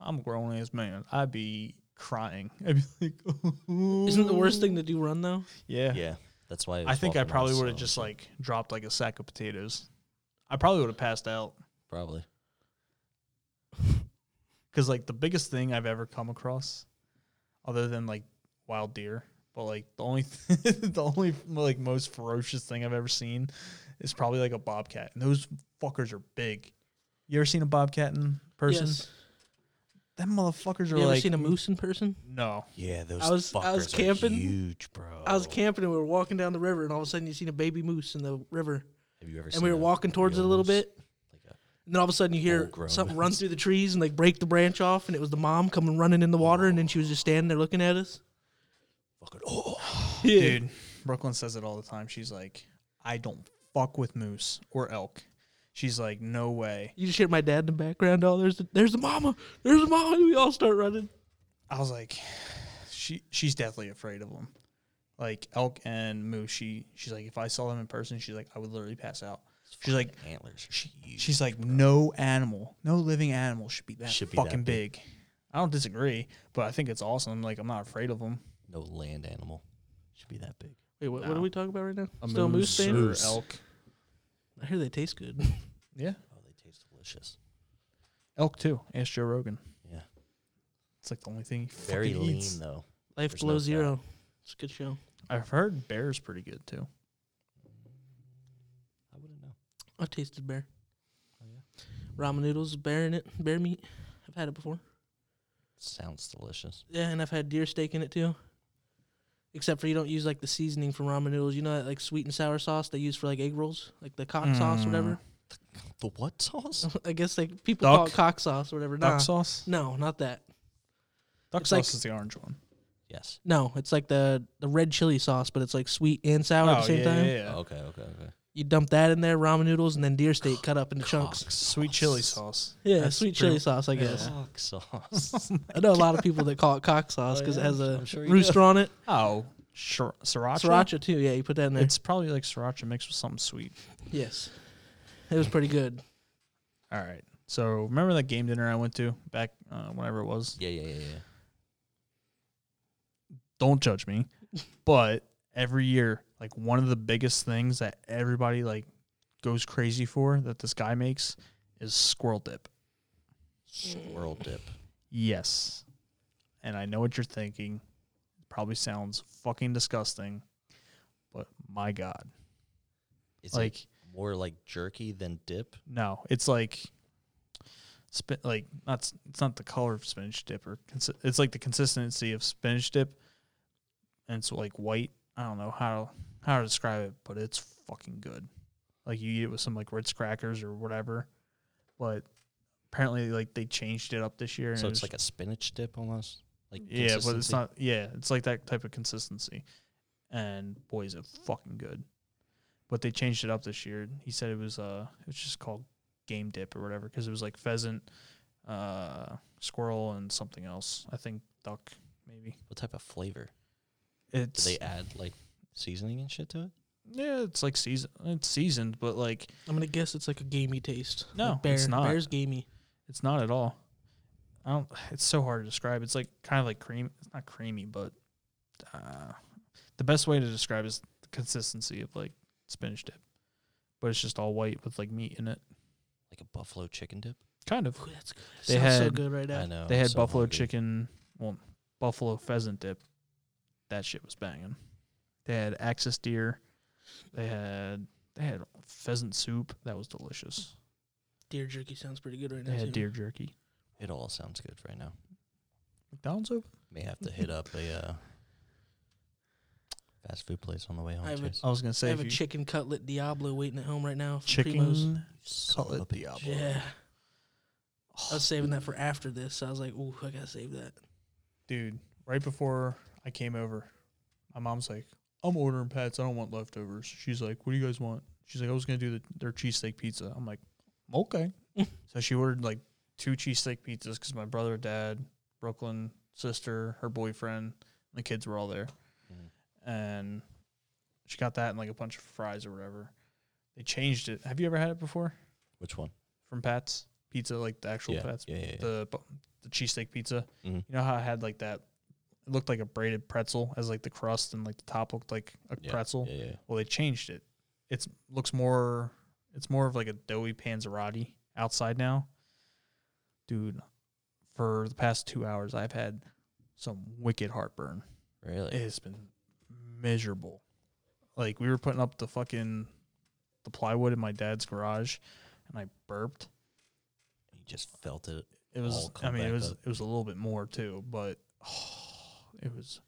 [SPEAKER 1] I'm a grown ass man. I'd be crying. I'd be like,
[SPEAKER 3] Isn't the worst thing to do run, though?
[SPEAKER 1] Yeah.
[SPEAKER 2] Yeah, that's why. it
[SPEAKER 1] I
[SPEAKER 2] was
[SPEAKER 1] think I
[SPEAKER 2] walking on
[SPEAKER 1] probably would
[SPEAKER 2] slow
[SPEAKER 1] have just
[SPEAKER 2] shit.
[SPEAKER 1] like dropped like a sack of potatoes. I probably would have passed out
[SPEAKER 2] probably.
[SPEAKER 1] because like the biggest thing I've ever come across, other than like wild deer, but like the only the only like most ferocious thing I've ever seen is probably like a bobcat, and those fuckers are big. You ever seen a bobcat in person?
[SPEAKER 3] Yes.
[SPEAKER 1] Them motherfuckers
[SPEAKER 3] You
[SPEAKER 1] are
[SPEAKER 3] ever
[SPEAKER 1] like
[SPEAKER 3] seen a moose in person?
[SPEAKER 1] No,
[SPEAKER 2] Yeah, those.
[SPEAKER 3] I was- I was fuckers are camping.
[SPEAKER 2] huge, bro.
[SPEAKER 3] I was camping and we were walking down the river, and all of a sudden you seen a baby moose in the river.
[SPEAKER 2] Have you ever?
[SPEAKER 3] And we were walking towards it a little bit. And then all of a sudden you hear
[SPEAKER 2] Full-grown
[SPEAKER 3] something run through the trees and like break the branch off, and it was the mom coming running in the water, and then she was just standing there looking at us.
[SPEAKER 2] oh,
[SPEAKER 3] Yeah.
[SPEAKER 1] Dude, Brooklyn says it all the time. She's like, I don't fuck with moose or elk. She's like, no way.
[SPEAKER 3] You just hear my dad in the background. Oh, there's the, there's the mama. There's the mama. And we all start running.
[SPEAKER 1] I was like, she she's deathly afraid of them. Like elk and moose, she she's like, if I saw them in person, she's like, I would literally pass out. She's like,
[SPEAKER 2] antlers. She,
[SPEAKER 1] she's like, no animal, no living animal should be that
[SPEAKER 2] Should be that
[SPEAKER 1] fucking big. I don't disagree, but I think it's awesome. Like I'm not afraid of them.
[SPEAKER 2] no land animal. Should be that big.
[SPEAKER 3] Wait, what, what
[SPEAKER 1] No.
[SPEAKER 3] are we talking about right now? Still moose fan?
[SPEAKER 1] or elk.
[SPEAKER 3] I hear they taste good.
[SPEAKER 1] Yeah,
[SPEAKER 2] Oh, they taste delicious.
[SPEAKER 1] elk too. Ask Joe Rogan.
[SPEAKER 2] Yeah,
[SPEAKER 1] It's like the only thing. He
[SPEAKER 2] very
[SPEAKER 1] fucking
[SPEAKER 2] lean
[SPEAKER 1] eats.
[SPEAKER 2] though.
[SPEAKER 3] Life
[SPEAKER 2] There's no
[SPEAKER 3] below
[SPEAKER 2] doubt.
[SPEAKER 3] zero. It's a good show.
[SPEAKER 1] I've heard bear's pretty good too.
[SPEAKER 2] I wouldn't know.
[SPEAKER 3] I tasted bear.
[SPEAKER 2] Oh, yeah.
[SPEAKER 3] Ramen noodles, bear in it, bear meat. I've had it before.
[SPEAKER 2] Sounds delicious.
[SPEAKER 3] Yeah, and I've had deer steak in it too. Except for you don't use like the seasoning from ramen noodles. You know that like sweet and sour sauce they use for like egg rolls, like the cock sauce, or whatever.
[SPEAKER 2] The what sauce?
[SPEAKER 3] I guess like people call it
[SPEAKER 1] Duck?
[SPEAKER 3] cock sauce, or whatever.
[SPEAKER 1] Duck
[SPEAKER 3] Nah.
[SPEAKER 1] sauce.
[SPEAKER 3] No, not that.
[SPEAKER 4] Duck
[SPEAKER 3] It's
[SPEAKER 4] sauce
[SPEAKER 3] like-
[SPEAKER 4] is the orange one.
[SPEAKER 2] yes.
[SPEAKER 3] No, it's like the the red chili sauce, but it's like sweet and sour
[SPEAKER 1] Oh,
[SPEAKER 3] at the same
[SPEAKER 4] Oh, yeah,
[SPEAKER 3] time.
[SPEAKER 4] yeah, yeah.
[SPEAKER 2] Okay, okay, okay.
[SPEAKER 3] You dump that in there, ramen noodles, and then deer steak cut up into chunks.
[SPEAKER 2] Cock
[SPEAKER 4] Sweet chili sauce.
[SPEAKER 3] Yeah,
[SPEAKER 1] That's
[SPEAKER 3] sweet
[SPEAKER 1] pretty-
[SPEAKER 3] chili sauce, I guess.
[SPEAKER 2] Cock sauce.
[SPEAKER 3] I know a lot of people that call it cock sauce
[SPEAKER 2] Oh,
[SPEAKER 3] because
[SPEAKER 2] yeah?
[SPEAKER 3] it has a
[SPEAKER 2] I'm sure you
[SPEAKER 3] rooster on it.
[SPEAKER 1] Oh, sir- sriracha.
[SPEAKER 3] Sriracha too. Yeah, you put that in there.
[SPEAKER 1] It's probably like sriracha mixed with something sweet.
[SPEAKER 3] yes, it was pretty good.
[SPEAKER 1] All right. So remember that game dinner I went to back uh, whenever it was.
[SPEAKER 2] yeah, yeah, yeah, yeah.
[SPEAKER 1] Don't judge me, but every year, like one of the biggest things that everybody like goes crazy for that this guy makes is squirrel dip.
[SPEAKER 2] Squirrel dip.
[SPEAKER 1] Yes. And I know what you're thinking. Probably sounds fucking disgusting, but my god.
[SPEAKER 2] Is
[SPEAKER 1] like
[SPEAKER 2] it more like jerky than dip?
[SPEAKER 1] No, it's like spin like not s- it's not the color of spinach dip or consi- it's like the consistency of spinach dip, and it's like white. I don't know how how to describe it, but it's fucking good. Like you eat it with some like Ritz crackers or whatever, but apparently like they changed it up this year.
[SPEAKER 2] So
[SPEAKER 1] and
[SPEAKER 2] it's like a spinach dip almost. Like
[SPEAKER 1] yeah, but it's
[SPEAKER 2] consistency?
[SPEAKER 1] not yeah, it's like that type of consistency, and boy is it fucking good. But they changed it up this year. He said it was uh it was just called game dip or whatever because it was like pheasant, uh squirrel and something else. I think duck maybe.
[SPEAKER 2] What type of flavor? Do
[SPEAKER 1] It's
[SPEAKER 2] they add like seasoning and shit to it?
[SPEAKER 1] yeah, it's like season it's seasoned, but like
[SPEAKER 3] I'm gonna guess it's like a gamey taste.
[SPEAKER 1] No,
[SPEAKER 3] like bear,
[SPEAKER 1] it's not.
[SPEAKER 3] Bear's gamey.
[SPEAKER 1] it's not at all. I don't. It's so hard to describe. It's like kind of like cream. It's not creamy, but uh, the best way to describe is the consistency of like spinach dip, but it's just all white with like meat in it.
[SPEAKER 2] Like a buffalo chicken dip?
[SPEAKER 1] Kind of.
[SPEAKER 3] Ooh, that's good.
[SPEAKER 1] They
[SPEAKER 3] Sounds so
[SPEAKER 1] had-
[SPEAKER 3] good right now.
[SPEAKER 2] I know.
[SPEAKER 1] they
[SPEAKER 2] I'm
[SPEAKER 1] had
[SPEAKER 2] so
[SPEAKER 1] buffalo
[SPEAKER 2] hungry.
[SPEAKER 1] chicken, well, buffalo pheasant dip. That shit was banging. They had axis deer. They had they had pheasant soup that was delicious.
[SPEAKER 3] Deer jerky sounds pretty good right
[SPEAKER 1] They
[SPEAKER 3] now.
[SPEAKER 1] had
[SPEAKER 3] too.
[SPEAKER 1] deer jerky.
[SPEAKER 2] It all sounds good right now.
[SPEAKER 1] McDonald's open.
[SPEAKER 2] May have to hit up a uh, fast food place on the way home.
[SPEAKER 3] I have a-
[SPEAKER 2] Chase.
[SPEAKER 1] I was gonna
[SPEAKER 3] I
[SPEAKER 1] say
[SPEAKER 3] have a
[SPEAKER 1] if you-
[SPEAKER 3] chicken cutlet Diablo waiting at home right now. From Primo's.
[SPEAKER 1] chicken
[SPEAKER 2] Son of
[SPEAKER 1] cutlet
[SPEAKER 2] a bitch.
[SPEAKER 1] Diablo.
[SPEAKER 3] Yeah. I was saving that for after this. So I was like, ooh, I gotta save that.
[SPEAKER 4] Dude, right before I came over, my mom's like, I'm ordering pets. I don't want leftovers. She's like, What do you guys want? She's like, I was going to do the, their cheesesteak pizza. I'm like, Okay.
[SPEAKER 1] So she ordered like two cheesesteak pizzas because my brother, dad, Brooklyn, sister, her boyfriend, and the kids were all there.
[SPEAKER 2] Mhm.
[SPEAKER 1] And she got that and like a bunch of fries or whatever. They changed it. Have you ever had it before
[SPEAKER 2] Which one?
[SPEAKER 1] from Pat's Pizza, like the actual
[SPEAKER 2] Yeah,
[SPEAKER 1] Pat's,
[SPEAKER 2] yeah, yeah, yeah.
[SPEAKER 1] the bu- the cheesesteak pizza?
[SPEAKER 2] Mhm.
[SPEAKER 1] You know how I had like that? It looked like a braided pretzel as like the crust and like the top looked like a
[SPEAKER 2] Yeah,
[SPEAKER 1] pretzel.
[SPEAKER 2] Yeah, yeah.
[SPEAKER 1] Well, they changed it. It's looks more. It's more of like a doughy panzerotti outside now. Dude, for the past two hours, I've had some wicked heartburn.
[SPEAKER 2] Really?
[SPEAKER 1] It has been miserable. Like we were putting up the fucking the plywood in my dad's garage, and I burped.
[SPEAKER 2] you just felt it.
[SPEAKER 1] It
[SPEAKER 2] All
[SPEAKER 1] was.
[SPEAKER 2] come
[SPEAKER 1] I mean, it
[SPEAKER 2] back
[SPEAKER 1] was.
[SPEAKER 2] up.
[SPEAKER 1] It was a little bit more too, but it was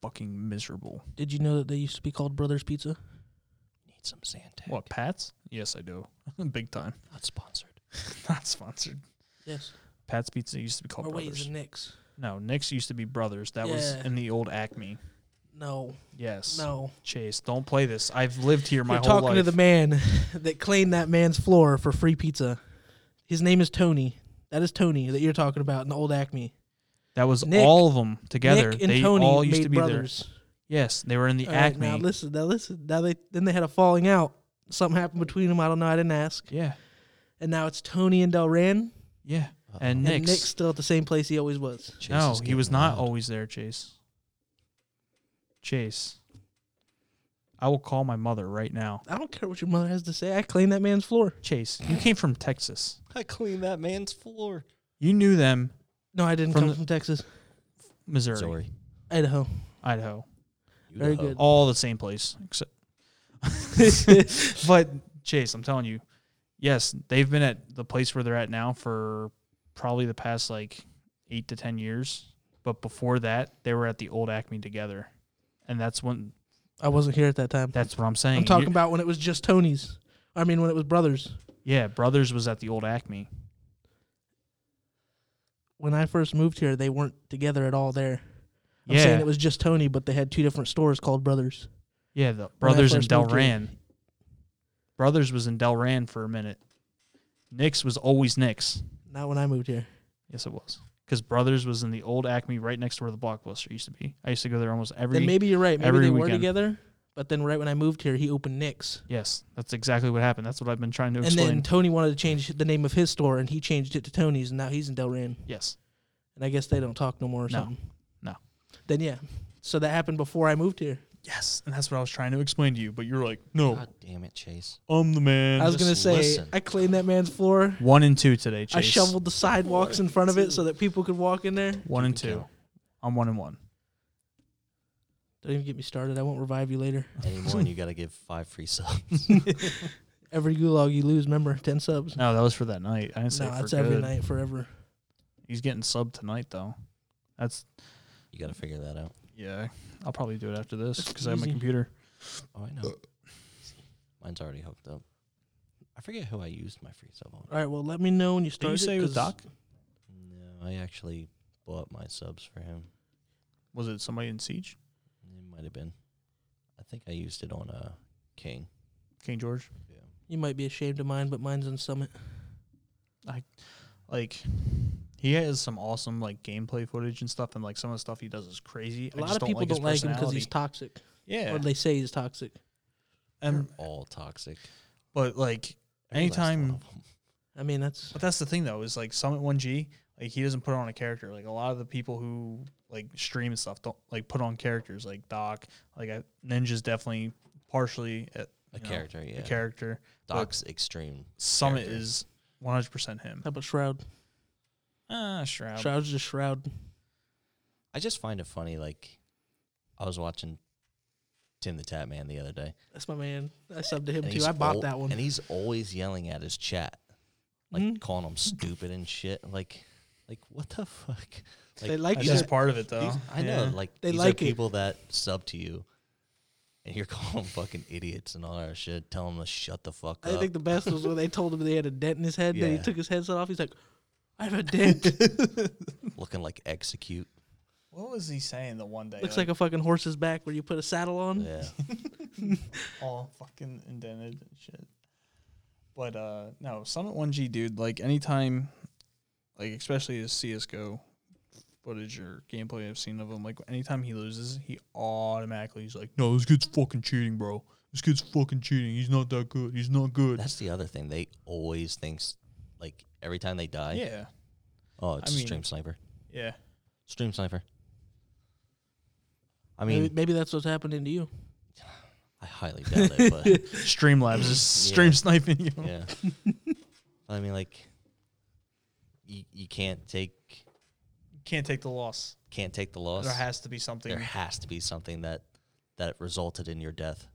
[SPEAKER 1] fucking miserable.
[SPEAKER 3] Did you know that they used to be called Brothers Pizza?
[SPEAKER 2] Need some Zantac.
[SPEAKER 1] What Pat's? Yes, I do. Big time.
[SPEAKER 2] Not sponsored.
[SPEAKER 1] Not sponsored.
[SPEAKER 3] Yes.
[SPEAKER 1] Pat's Pizza used to be called
[SPEAKER 3] or wait, is
[SPEAKER 1] Brothers.
[SPEAKER 3] it Nick's?
[SPEAKER 1] No, Nick's used to be Brothers. That was
[SPEAKER 3] Yeah.
[SPEAKER 1] in the old Acme.
[SPEAKER 3] No,
[SPEAKER 1] Yes.
[SPEAKER 3] no.
[SPEAKER 1] Chase, don't play this. I've lived here my
[SPEAKER 3] You're
[SPEAKER 1] whole
[SPEAKER 3] talking
[SPEAKER 1] life.
[SPEAKER 3] to the man that claimed that man's floor for free pizza. His name is Tony. That is Tony that you're talking about in the old Acme.
[SPEAKER 1] that was
[SPEAKER 3] Nick-
[SPEAKER 1] all of them together.
[SPEAKER 3] Nick and
[SPEAKER 1] they
[SPEAKER 3] Tony
[SPEAKER 1] all
[SPEAKER 3] made
[SPEAKER 1] used to be
[SPEAKER 3] brothers.
[SPEAKER 1] there. Yes, they were in the
[SPEAKER 3] All right,
[SPEAKER 1] Acme.
[SPEAKER 3] now listen, now listen. Now they then they had a falling out. Something happened between them. I don't know. I didn't ask.
[SPEAKER 1] yeah,
[SPEAKER 3] And now it's Tony and Del Ran.
[SPEAKER 1] yeah.
[SPEAKER 2] Uh-oh.
[SPEAKER 1] And
[SPEAKER 3] And
[SPEAKER 1] Nick's.
[SPEAKER 3] Nick's still at the same place he always was.
[SPEAKER 2] Chase
[SPEAKER 1] no,
[SPEAKER 2] is
[SPEAKER 1] he was
[SPEAKER 2] getting
[SPEAKER 1] not
[SPEAKER 2] loud.
[SPEAKER 1] always there, Chase. Chase. I will call my mother right now.
[SPEAKER 3] I don't care what your mother has to say. I claim that man's floor.
[SPEAKER 1] Chase, you came from Texas.
[SPEAKER 2] I cleaned that man's floor.
[SPEAKER 1] You knew them,
[SPEAKER 3] No, I didn't
[SPEAKER 1] From
[SPEAKER 3] come
[SPEAKER 1] the-
[SPEAKER 3] from Texas,
[SPEAKER 1] Missouri,
[SPEAKER 2] Sorry.
[SPEAKER 3] Idaho.
[SPEAKER 1] Idaho.
[SPEAKER 3] Very good.
[SPEAKER 1] all the same place except but chase i'm telling you yes they've been at the place where they're at now for probably the past like eight to ten years but before that they were at the old acme together
[SPEAKER 5] and that's when
[SPEAKER 3] I wasn't here at that time.
[SPEAKER 5] that's what I'm saying.
[SPEAKER 3] I'm
[SPEAKER 5] You-
[SPEAKER 3] talking about when it was just Tony's. I mean, when it was Brothers.
[SPEAKER 5] yeah, Brothers was at the old Acme.
[SPEAKER 3] When I first moved here, they weren't together at all there. I'm
[SPEAKER 5] yeah,
[SPEAKER 3] saying it was just Tony, but they had two different stores called Brothers.
[SPEAKER 5] yeah, the Brothers and
[SPEAKER 3] first
[SPEAKER 5] Del
[SPEAKER 3] moved here.
[SPEAKER 5] Ran. Brothers was in Del Ran for a minute. Nick's was always Nick's.
[SPEAKER 3] Not when I moved here.
[SPEAKER 5] Yes, it was because Brothers was in the old Acme right next to where the Blockbuster used to be. I used to go there almost every.
[SPEAKER 3] then maybe you're right. Maybe
[SPEAKER 5] every
[SPEAKER 3] they were
[SPEAKER 5] weekend.
[SPEAKER 3] together, but then right when I moved here, he opened Nick's.
[SPEAKER 5] yes, that's exactly what happened. That's what I've been trying to
[SPEAKER 3] And
[SPEAKER 5] explain.
[SPEAKER 3] then Tony wanted to change the name of his store, and he changed it to Tony's, and now he's in Delran.
[SPEAKER 5] yes,
[SPEAKER 3] And I guess they don't talk no more or
[SPEAKER 5] No.
[SPEAKER 3] something.
[SPEAKER 5] No.
[SPEAKER 3] Then yeah, so that happened before I moved here.
[SPEAKER 1] Yes, and that's what I was trying to explain to you, but you're like, no,
[SPEAKER 2] God damn it, Chase.
[SPEAKER 1] I'm the man.
[SPEAKER 3] I was gonna
[SPEAKER 2] just
[SPEAKER 3] say
[SPEAKER 2] listen.
[SPEAKER 3] I cleaned that man's floor.
[SPEAKER 5] one and two today. Chase.
[SPEAKER 3] I shoveled the sidewalks in front of it so that people could walk in there.
[SPEAKER 5] one and two.
[SPEAKER 2] Count.
[SPEAKER 5] I'm one and one.
[SPEAKER 3] Don't even get me started. I won't revive you later.
[SPEAKER 2] Anymore, and you got to give five free subs.
[SPEAKER 3] Every gulag you lose, remember, ten subs.
[SPEAKER 5] No, that was for that night. I didn't say
[SPEAKER 3] No,
[SPEAKER 5] for
[SPEAKER 3] it's
[SPEAKER 5] good.
[SPEAKER 3] every night forever.
[SPEAKER 5] He's getting subbed tonight though. That's
[SPEAKER 2] You got to figure that out.
[SPEAKER 5] yeah. I'll probably do it after this
[SPEAKER 3] That's
[SPEAKER 5] because I have my
[SPEAKER 3] easy.
[SPEAKER 5] computer.
[SPEAKER 2] Oh, I know. Mine's already hooked up. I forget who I used my free sub on.
[SPEAKER 3] All right. Well, let me know when you
[SPEAKER 5] Did
[SPEAKER 3] start.
[SPEAKER 5] you say it was Doc?
[SPEAKER 2] No, I actually bought my subs for him.
[SPEAKER 1] Was it somebody in Siege?
[SPEAKER 2] It might have been. I think I used it on uh, King.
[SPEAKER 1] King George?
[SPEAKER 2] Yeah.
[SPEAKER 3] You might be ashamed of mine, but mine's on Summit.
[SPEAKER 1] Like, he has some awesome, like, gameplay footage and stuff, and, like, some of the stuff he does is crazy.
[SPEAKER 3] A
[SPEAKER 1] I
[SPEAKER 3] lot
[SPEAKER 1] just
[SPEAKER 3] of people
[SPEAKER 1] don't like
[SPEAKER 3] don't like
[SPEAKER 1] his
[SPEAKER 3] him because
[SPEAKER 1] personality.
[SPEAKER 3] he's toxic,
[SPEAKER 1] Yeah.
[SPEAKER 3] or they say he's toxic.
[SPEAKER 1] and,
[SPEAKER 2] They're all toxic.
[SPEAKER 1] but, like,
[SPEAKER 2] Every last
[SPEAKER 1] Anytime-
[SPEAKER 2] one of 'em.
[SPEAKER 3] I mean, that's
[SPEAKER 1] But that's the thing though, is like Summit One G, like he doesn't put on a character. Like a lot of the people who like stream and stuff don't like put on characters. Like Doc, like I, Ninja's definitely partially a,
[SPEAKER 2] A
[SPEAKER 1] you know,
[SPEAKER 2] character, yeah.
[SPEAKER 1] a character. but-
[SPEAKER 2] Doc's extreme.
[SPEAKER 1] Summit
[SPEAKER 2] Character.
[SPEAKER 1] is one hundred percent him.
[SPEAKER 3] how about Shroud?
[SPEAKER 1] Ah, Shroud.
[SPEAKER 3] Shroud's just Shroud.
[SPEAKER 2] I just find it funny. Like, I was watching Tim the Tap Man the other day.
[SPEAKER 3] That's my man. I subbed to him
[SPEAKER 2] and
[SPEAKER 3] too.
[SPEAKER 2] he's
[SPEAKER 3] I bought
[SPEAKER 2] al-
[SPEAKER 3] that one.
[SPEAKER 2] And he's always yelling at his chat, like
[SPEAKER 3] Mhm.
[SPEAKER 2] calling him stupid and shit. Like, like what the fuck?
[SPEAKER 3] they like
[SPEAKER 1] That's
[SPEAKER 3] you.
[SPEAKER 1] just part of it though.
[SPEAKER 2] These- I know,
[SPEAKER 1] Yeah.
[SPEAKER 2] like
[SPEAKER 3] They
[SPEAKER 2] these
[SPEAKER 3] like
[SPEAKER 2] are
[SPEAKER 3] it.
[SPEAKER 2] people that sub to you, and you're calling them fucking idiots and all that shit. Tell them to shut the fuck
[SPEAKER 3] I
[SPEAKER 2] up.
[SPEAKER 3] think the best was when they told him they had a dent in his head. Then he
[SPEAKER 2] Yeah.
[SPEAKER 3] took his headset off. He's like, "I have a dent.
[SPEAKER 2] Looking like execute.
[SPEAKER 1] What was he saying the one day?
[SPEAKER 3] Looks like a fucking horse's back where you put a saddle on."
[SPEAKER 2] Yeah,
[SPEAKER 1] all fucking indented and shit. But uh no, Summit One G dude, like anytime like especially his CSGO footage or gameplay I've seen of him, like anytime he loses, he automatically he's like, No, this kid's fucking cheating, bro. This kid's fucking cheating. He's not that good. He's not good.
[SPEAKER 2] that's the other thing. They always thinks like every time they die.
[SPEAKER 1] yeah.
[SPEAKER 2] Oh, it's
[SPEAKER 1] I
[SPEAKER 2] a
[SPEAKER 1] mean-
[SPEAKER 2] stream sniper.
[SPEAKER 1] Yeah.
[SPEAKER 2] Stream sniper. I
[SPEAKER 3] Maybe,
[SPEAKER 2] mean,
[SPEAKER 3] maybe that's what's happening to you.
[SPEAKER 2] I highly doubt it, but
[SPEAKER 1] Streamlabs is stream sniping you.
[SPEAKER 2] Yeah. I mean, like, you, you can't take
[SPEAKER 1] Can't take the loss.
[SPEAKER 2] can't take the loss.
[SPEAKER 1] There has to be something
[SPEAKER 2] There has to be something that that resulted in your death.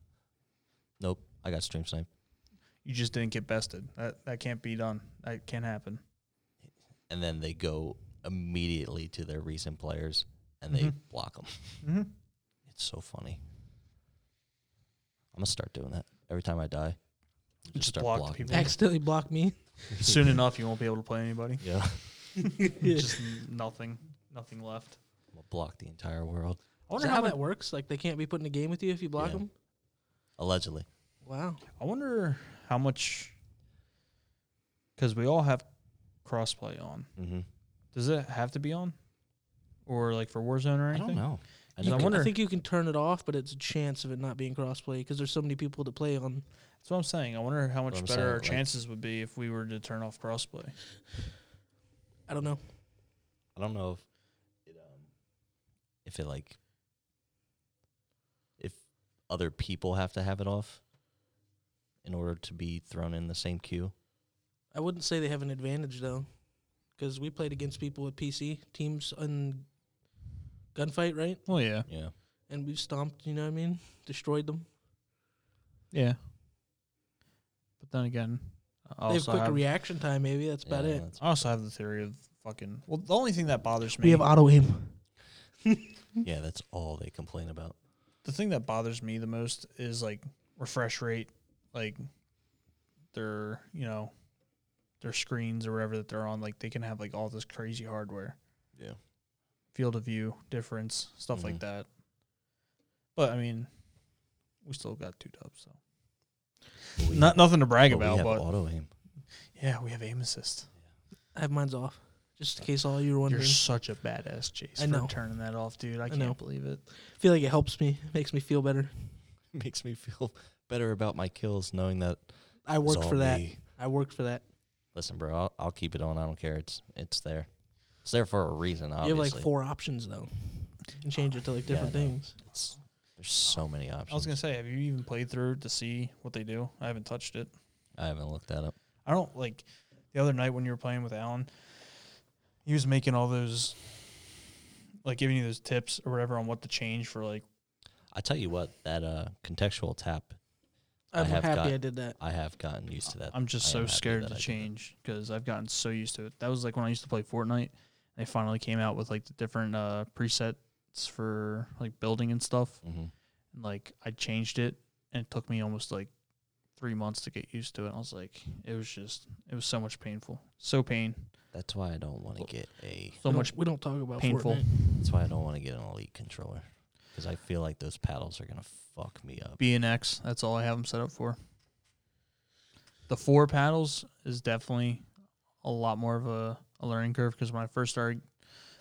[SPEAKER 2] Nope, I got stream snipe,
[SPEAKER 1] you just didn't get bested. That that can't be done. That can't happen.
[SPEAKER 2] and then they go immediately to their recent players and they
[SPEAKER 1] Mhm.
[SPEAKER 2] block them.
[SPEAKER 1] Mm-hmm.
[SPEAKER 2] It's so funny. I'm gonna start doing that every time I die.
[SPEAKER 1] Just block the people. Yeah.
[SPEAKER 3] Accidentally blocked me.
[SPEAKER 1] Soon enough you won't be able to play anybody.
[SPEAKER 2] Yeah, I'm
[SPEAKER 1] just n- nothing, nothing left.
[SPEAKER 2] gonna block the entire world
[SPEAKER 1] I
[SPEAKER 3] I
[SPEAKER 1] wonder
[SPEAKER 3] how
[SPEAKER 1] how.
[SPEAKER 3] that works. Like they can't be put in a game with you if you block
[SPEAKER 2] Yeah.
[SPEAKER 3] them.
[SPEAKER 2] allegedly.
[SPEAKER 3] Wow.
[SPEAKER 1] I wonder how much. Because we all have crossplay on.
[SPEAKER 2] Mm-hmm.
[SPEAKER 1] Does it have to be on, or like for Warzone or
[SPEAKER 2] I
[SPEAKER 1] anything?
[SPEAKER 2] don't know. I
[SPEAKER 1] You
[SPEAKER 2] know
[SPEAKER 1] I
[SPEAKER 3] I
[SPEAKER 2] it-
[SPEAKER 1] wonder-
[SPEAKER 3] think you can turn it off, but it's a chance of it not being crossplay because there's so many people to play on.
[SPEAKER 1] That's what I'm saying. I wonder how much
[SPEAKER 2] I'm
[SPEAKER 1] better
[SPEAKER 2] saying,
[SPEAKER 1] our
[SPEAKER 2] like-
[SPEAKER 1] chances would be if we were to turn off crossplay.
[SPEAKER 3] I don't know.
[SPEAKER 2] I don't know if it um if it like if other people have to have it off in order to be thrown in the same queue.
[SPEAKER 3] I wouldn't say they have an advantage though, because we played against people with PC teams in gunfight, right?
[SPEAKER 1] Well, yeah,
[SPEAKER 2] Yeah.
[SPEAKER 3] And we've stomped. You know what I mean? Destroyed them.
[SPEAKER 1] yeah. But then again, I
[SPEAKER 3] they have
[SPEAKER 1] also
[SPEAKER 3] quicker
[SPEAKER 1] have,
[SPEAKER 3] reaction time. Maybe that's about it.
[SPEAKER 1] I also have the theory of fucking. Well, the only thing that bothers me.
[SPEAKER 3] auto aim.
[SPEAKER 2] yeah, that's all they complain about.
[SPEAKER 1] the thing that bothers me the most is like refresh rate, like their you know their screens or whatever that they're on. Like they can have like all this crazy hardware,
[SPEAKER 2] Yeah.
[SPEAKER 1] field of view difference, stuff
[SPEAKER 2] Mhm.
[SPEAKER 1] like that. But I mean, we still got two dubs, so
[SPEAKER 2] But we
[SPEAKER 1] not
[SPEAKER 2] have-
[SPEAKER 1] nothing to brag
[SPEAKER 2] but we
[SPEAKER 1] about.
[SPEAKER 2] have
[SPEAKER 1] But
[SPEAKER 2] auto aim.
[SPEAKER 1] yeah, we have aim assist.
[SPEAKER 3] I have mine's off, just in case all you were wondering.
[SPEAKER 1] You're such a badass, Chase,
[SPEAKER 3] I know.
[SPEAKER 1] for turning that off, dude. I, can't
[SPEAKER 3] know.
[SPEAKER 1] believe it.
[SPEAKER 3] I feel like it helps me, makes me feel better.
[SPEAKER 2] Makes me feel better about my kills knowing that
[SPEAKER 3] I
[SPEAKER 2] it's
[SPEAKER 3] worked
[SPEAKER 2] all
[SPEAKER 3] for that.
[SPEAKER 2] me.
[SPEAKER 3] I worked for that.
[SPEAKER 2] Listen, bro, I'll, I'll keep it on. I don't care. It's it's there. It's there for a reason. Obviously,
[SPEAKER 3] You have like four options though, and change it to like
[SPEAKER 2] Yeah,
[SPEAKER 3] different
[SPEAKER 2] I know.
[SPEAKER 3] things.
[SPEAKER 2] It's, there's so many options.
[SPEAKER 1] I was gonna say, have you even played through to see what they do? I haven't touched it.
[SPEAKER 2] I haven't looked that up.
[SPEAKER 1] I don't like the other night when you were playing with Alan, he was making all those like giving you those tips or whatever on what to change for like
[SPEAKER 2] I tell you what, that uh contextual tap, I
[SPEAKER 3] I'm
[SPEAKER 2] have
[SPEAKER 3] happy
[SPEAKER 2] got-
[SPEAKER 3] I did that.
[SPEAKER 2] I have gotten used to that.
[SPEAKER 3] Uh,
[SPEAKER 1] I'm just
[SPEAKER 2] I
[SPEAKER 1] so
[SPEAKER 2] am happy
[SPEAKER 1] scared
[SPEAKER 2] that
[SPEAKER 1] to
[SPEAKER 2] I did that.
[SPEAKER 1] change because I've gotten so used to it. That was like when I used to play Fortnite. They finally came out with like the different uh presets for like building and stuff.
[SPEAKER 2] Mhm.
[SPEAKER 1] And like I changed it and it took me almost like three months to get used to it. I was like, it was just it was so much painful. So pain.
[SPEAKER 2] That's why I don't want to get a.
[SPEAKER 1] So
[SPEAKER 3] We don't-
[SPEAKER 1] much
[SPEAKER 3] We don't talk about
[SPEAKER 1] painful.
[SPEAKER 3] Fortnite.
[SPEAKER 2] That's why I don't want to get an elite controller because I feel like those paddles are gonna fuck me up.
[SPEAKER 1] B and X. That's all I have them set up for. The four paddles is definitely a lot more of a, a learning curve because when I first started